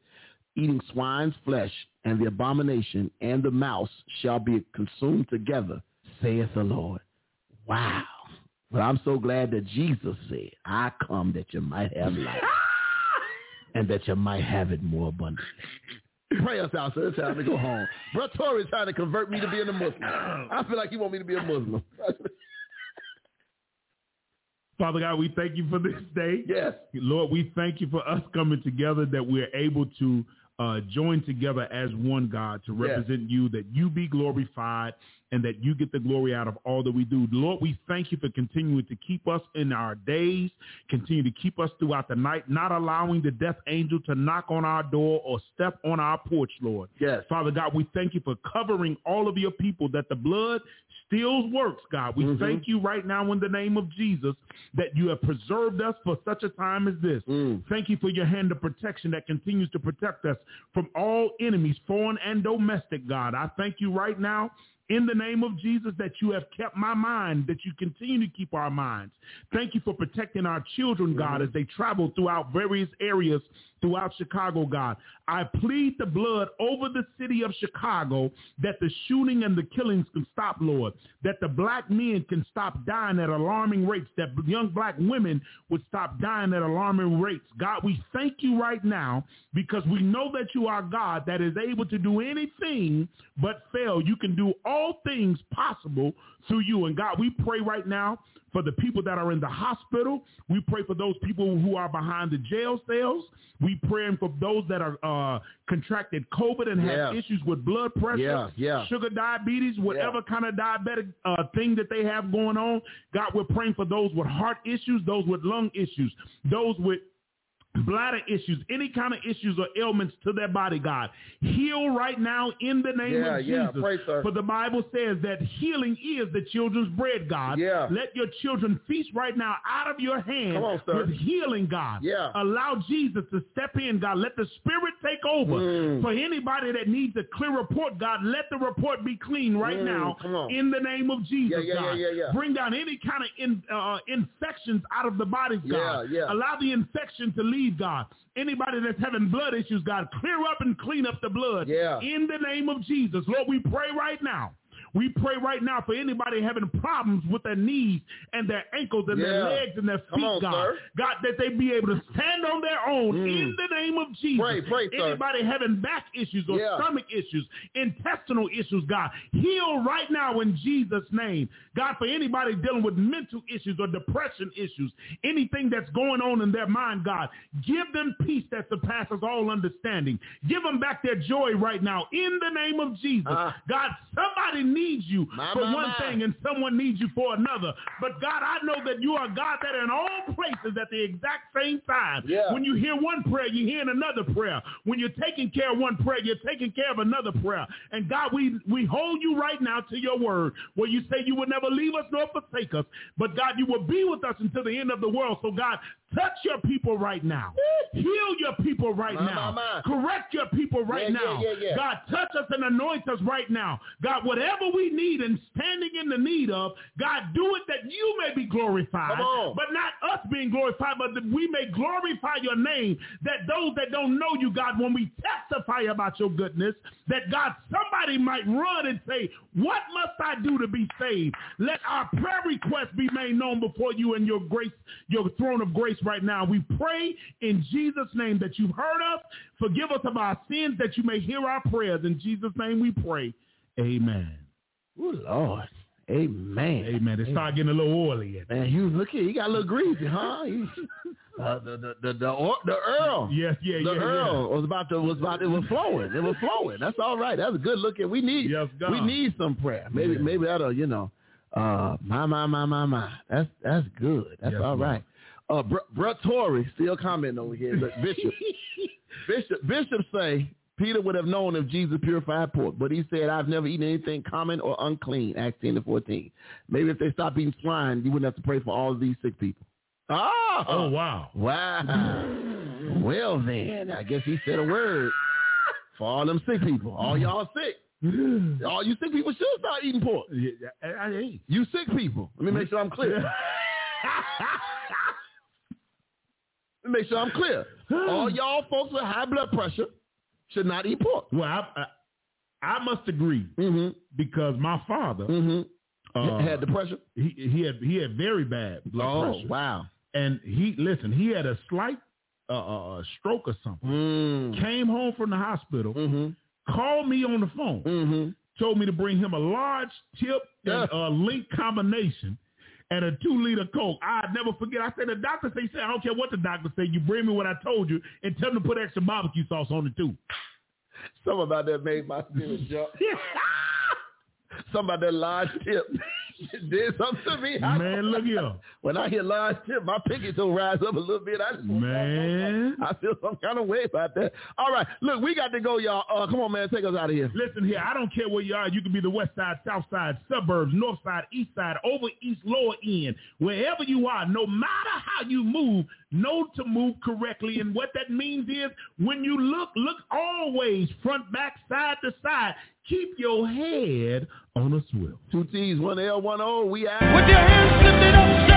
[SPEAKER 6] eating swine's flesh, and the abomination and the mouse shall be consumed together, saith the Lord. Wow. But I'm so glad that Jesus said, I come that you might have life and that you might have it more abundantly. Pray us out, sir. It's time to go home. Bro, Tory is trying to convert me to being a Muslim. I feel like he want me to be a Muslim.
[SPEAKER 7] Father God, we thank you for this day.
[SPEAKER 6] yes.
[SPEAKER 7] Lord, we thank you for us coming together that we're able to uh, join together as one God to
[SPEAKER 6] Yes.
[SPEAKER 7] represent you, that you be glorified and that you get the glory out of all that we do. Lord, we thank you for continuing to keep us in our days, continue to keep us throughout the night, not allowing the death angel to knock on our door or step on our porch, Lord.
[SPEAKER 6] Yes.
[SPEAKER 7] Father God, we thank you for covering all of your people that the blood still works, God. We
[SPEAKER 6] Mhm.
[SPEAKER 7] thank you right now in the name of Jesus that you have preserved us for such a time as this.
[SPEAKER 6] Mm.
[SPEAKER 7] Thank you for your hand of protection that continues to protect us from all enemies, foreign and domestic, God. I thank you right now in the name of Jesus that you have kept my mind, that you continue to keep our minds. Thank you for protecting our children, God, as they travel throughout various areas throughout Chicago, God. I plead the blood over the city of Chicago that the shooting and the killings can stop, Lord, that the black men can stop dying at alarming rates, that young black women would stop dying at alarming rates. God, we thank you right now because we know that you are God that is able to do anything but fail. You can do all things possible through you. And God, we pray right now for the people that are in the hospital. We pray for those people who are behind the jail cells. We praying for those that are uh, contracted COVID and have
[SPEAKER 6] Yeah.
[SPEAKER 7] issues with blood pressure,
[SPEAKER 6] Yeah, yeah.
[SPEAKER 7] sugar diabetes, whatever kind of diabetic uh, thing that they have going on. God, we're praying for those with heart issues, those with lung issues, those with bladder issues, any kind of issues or ailments to their body, God. Heal right now in the name
[SPEAKER 6] Yeah,
[SPEAKER 7] of
[SPEAKER 6] yeah.
[SPEAKER 7] Jesus.
[SPEAKER 6] Pray, sir.
[SPEAKER 7] For the Bible says that healing is the children's bread, God.
[SPEAKER 6] Yeah.
[SPEAKER 7] Let your children feast right now out of your hand
[SPEAKER 6] Come on, sir.
[SPEAKER 7] with healing, God.
[SPEAKER 6] Yeah.
[SPEAKER 7] Allow Jesus to step in, God. Let the Spirit take over.
[SPEAKER 6] Mm.
[SPEAKER 7] For anybody that needs a clear report, God, let the report be clean right
[SPEAKER 6] Mm,
[SPEAKER 7] now
[SPEAKER 6] come on.
[SPEAKER 7] in the name of Jesus,
[SPEAKER 6] Yeah, yeah,
[SPEAKER 7] God.
[SPEAKER 6] yeah, yeah, yeah.
[SPEAKER 7] Bring down any kind of in, uh, infections out of the bodies, God.
[SPEAKER 6] Yeah, yeah.
[SPEAKER 7] Allow the infection to leave, God. Anybody that's having blood issues, God, clear up and clean up the blood.
[SPEAKER 6] Yeah.
[SPEAKER 7] In the name of Jesus. Lord, we pray right now. We pray right now for anybody having problems with their knees and their ankles and their
[SPEAKER 6] Yeah.
[SPEAKER 7] legs and their
[SPEAKER 6] Come
[SPEAKER 7] feet,
[SPEAKER 6] on,
[SPEAKER 7] God.
[SPEAKER 6] sir. Mm.
[SPEAKER 7] God, that they be able to stand on their own in the name of Jesus.
[SPEAKER 6] Pray, pray, sir.
[SPEAKER 7] Anybody having back issues or
[SPEAKER 6] Yeah.
[SPEAKER 7] stomach issues, intestinal issues, God, heal right now in Jesus' name. God, for anybody dealing with mental issues or depression issues, anything that's going on in their mind, God, give them peace that surpasses all understanding. Give them back their joy right now in the name of Jesus.
[SPEAKER 6] Ah.
[SPEAKER 7] God, somebody needs you
[SPEAKER 6] My,
[SPEAKER 7] for
[SPEAKER 6] my,
[SPEAKER 7] one
[SPEAKER 6] my.
[SPEAKER 7] thing and someone needs you for another. But God, I know that you are God that in all places at the exact same time.
[SPEAKER 6] Yeah.
[SPEAKER 7] When you hear one prayer, you're hearing another prayer. When you're taking care of one prayer, you're taking care of another prayer. And God, we, we hold you right now to your word where you say you will never leave us nor forsake us. But God, you will be with us until the end of the world. So God, touch your people right now. Heal your people right
[SPEAKER 6] My, my,
[SPEAKER 7] now.
[SPEAKER 6] my.
[SPEAKER 7] Correct your people right
[SPEAKER 6] Yeah,
[SPEAKER 7] now.
[SPEAKER 6] yeah, yeah, yeah.
[SPEAKER 7] God, touch us and anoint us right now. God, whatever we need and standing in the need of, God, do it that you may be glorified.
[SPEAKER 6] Come on.
[SPEAKER 7] But not us being glorified, but that we may glorify your name. That those that don't know you, God, when we testify about your goodness, that God, somebody might run and say, what must I do to be saved? Let our prayer request be made known before you and your grace, your throne of grace right now. We pray in Jesus' name that you've heard us. Forgive us of our sins that you may hear our prayers. In Jesus' name we pray. Amen.
[SPEAKER 6] Oh, Lord. Amen.
[SPEAKER 7] Amen. It started getting a little oily.
[SPEAKER 6] Man, you look here. You got a little greasy, huh? You- uh, the, the, the, the, or, the Earl.
[SPEAKER 7] Yes, yeah,
[SPEAKER 6] the
[SPEAKER 7] yeah,
[SPEAKER 6] Earl was about to was about it was flowing. It was flowing. That's all right. That's good looking. We need
[SPEAKER 7] Yes, God.
[SPEAKER 6] we need some prayer. Maybe
[SPEAKER 7] Yeah.
[SPEAKER 6] maybe that'll you know. Uh, my my my my my. That's that's good. That's
[SPEAKER 7] Yes,
[SPEAKER 6] all
[SPEAKER 7] Lord.
[SPEAKER 6] right. Uh, Br- Brett Torrey still commenting over here. Look, Bishop Bishop Bishop say Peter would have known if Jesus purified pork, but he said, "I've never eaten anything common or unclean." Acts ten to fourteen. Maybe if they stopped eating swine, you wouldn't have to pray for all of these sick people. Ah,
[SPEAKER 7] Oh, wow.
[SPEAKER 6] Wow. Well then, I guess he said a word for all them sick people. All y'all sick. All you sick people should start eating pork.
[SPEAKER 7] Yeah, I, I ain't.
[SPEAKER 6] You sick people. Let me make sure I'm clear. Let me make sure I'm clear. All y'all folks with high blood pressure should not eat pork.
[SPEAKER 7] Well, I, I, I must agree
[SPEAKER 6] Mm-hmm.
[SPEAKER 7] because my father
[SPEAKER 6] Mm-hmm.
[SPEAKER 7] uh,
[SPEAKER 6] Had Oh. depression.
[SPEAKER 7] he, he had he had very bad blood pressure.
[SPEAKER 6] wow.
[SPEAKER 7] and he listen he had a slight uh, uh, stroke or something
[SPEAKER 6] Mm.
[SPEAKER 7] came home from the hospital
[SPEAKER 6] Mm-hmm.
[SPEAKER 7] called me on the phone
[SPEAKER 6] Mm-hmm.
[SPEAKER 7] told me to bring him a large tip
[SPEAKER 6] Yeah.
[SPEAKER 7] and a link combination and a two liter coke i'd never forget i said the doctor say, said i don't care what the doctor say you bring me what i told you and tell them to put extra barbecue sauce on it too
[SPEAKER 6] Something about that made my spirit jump. Somebody that lies tip did something to me. I-
[SPEAKER 4] Man, look here.
[SPEAKER 6] when I hear lies tip, my pinkies will rise up a little bit. I just,
[SPEAKER 4] Man.
[SPEAKER 6] I feel some kind of way about that. All right, look, we got to go, y'all. Uh, come on, man, take us out of here.
[SPEAKER 4] Listen here, I don't care where you are. You can be the west side, south side, suburbs, north side, east side, over east, lower end. Wherever you are, no matter how you move, know to move correctly. And what that means is when you look, look always front, back, side to side. Keep your head on a swivel.
[SPEAKER 6] Two T's, one L, one O. We out.
[SPEAKER 3] With your hands lifted up,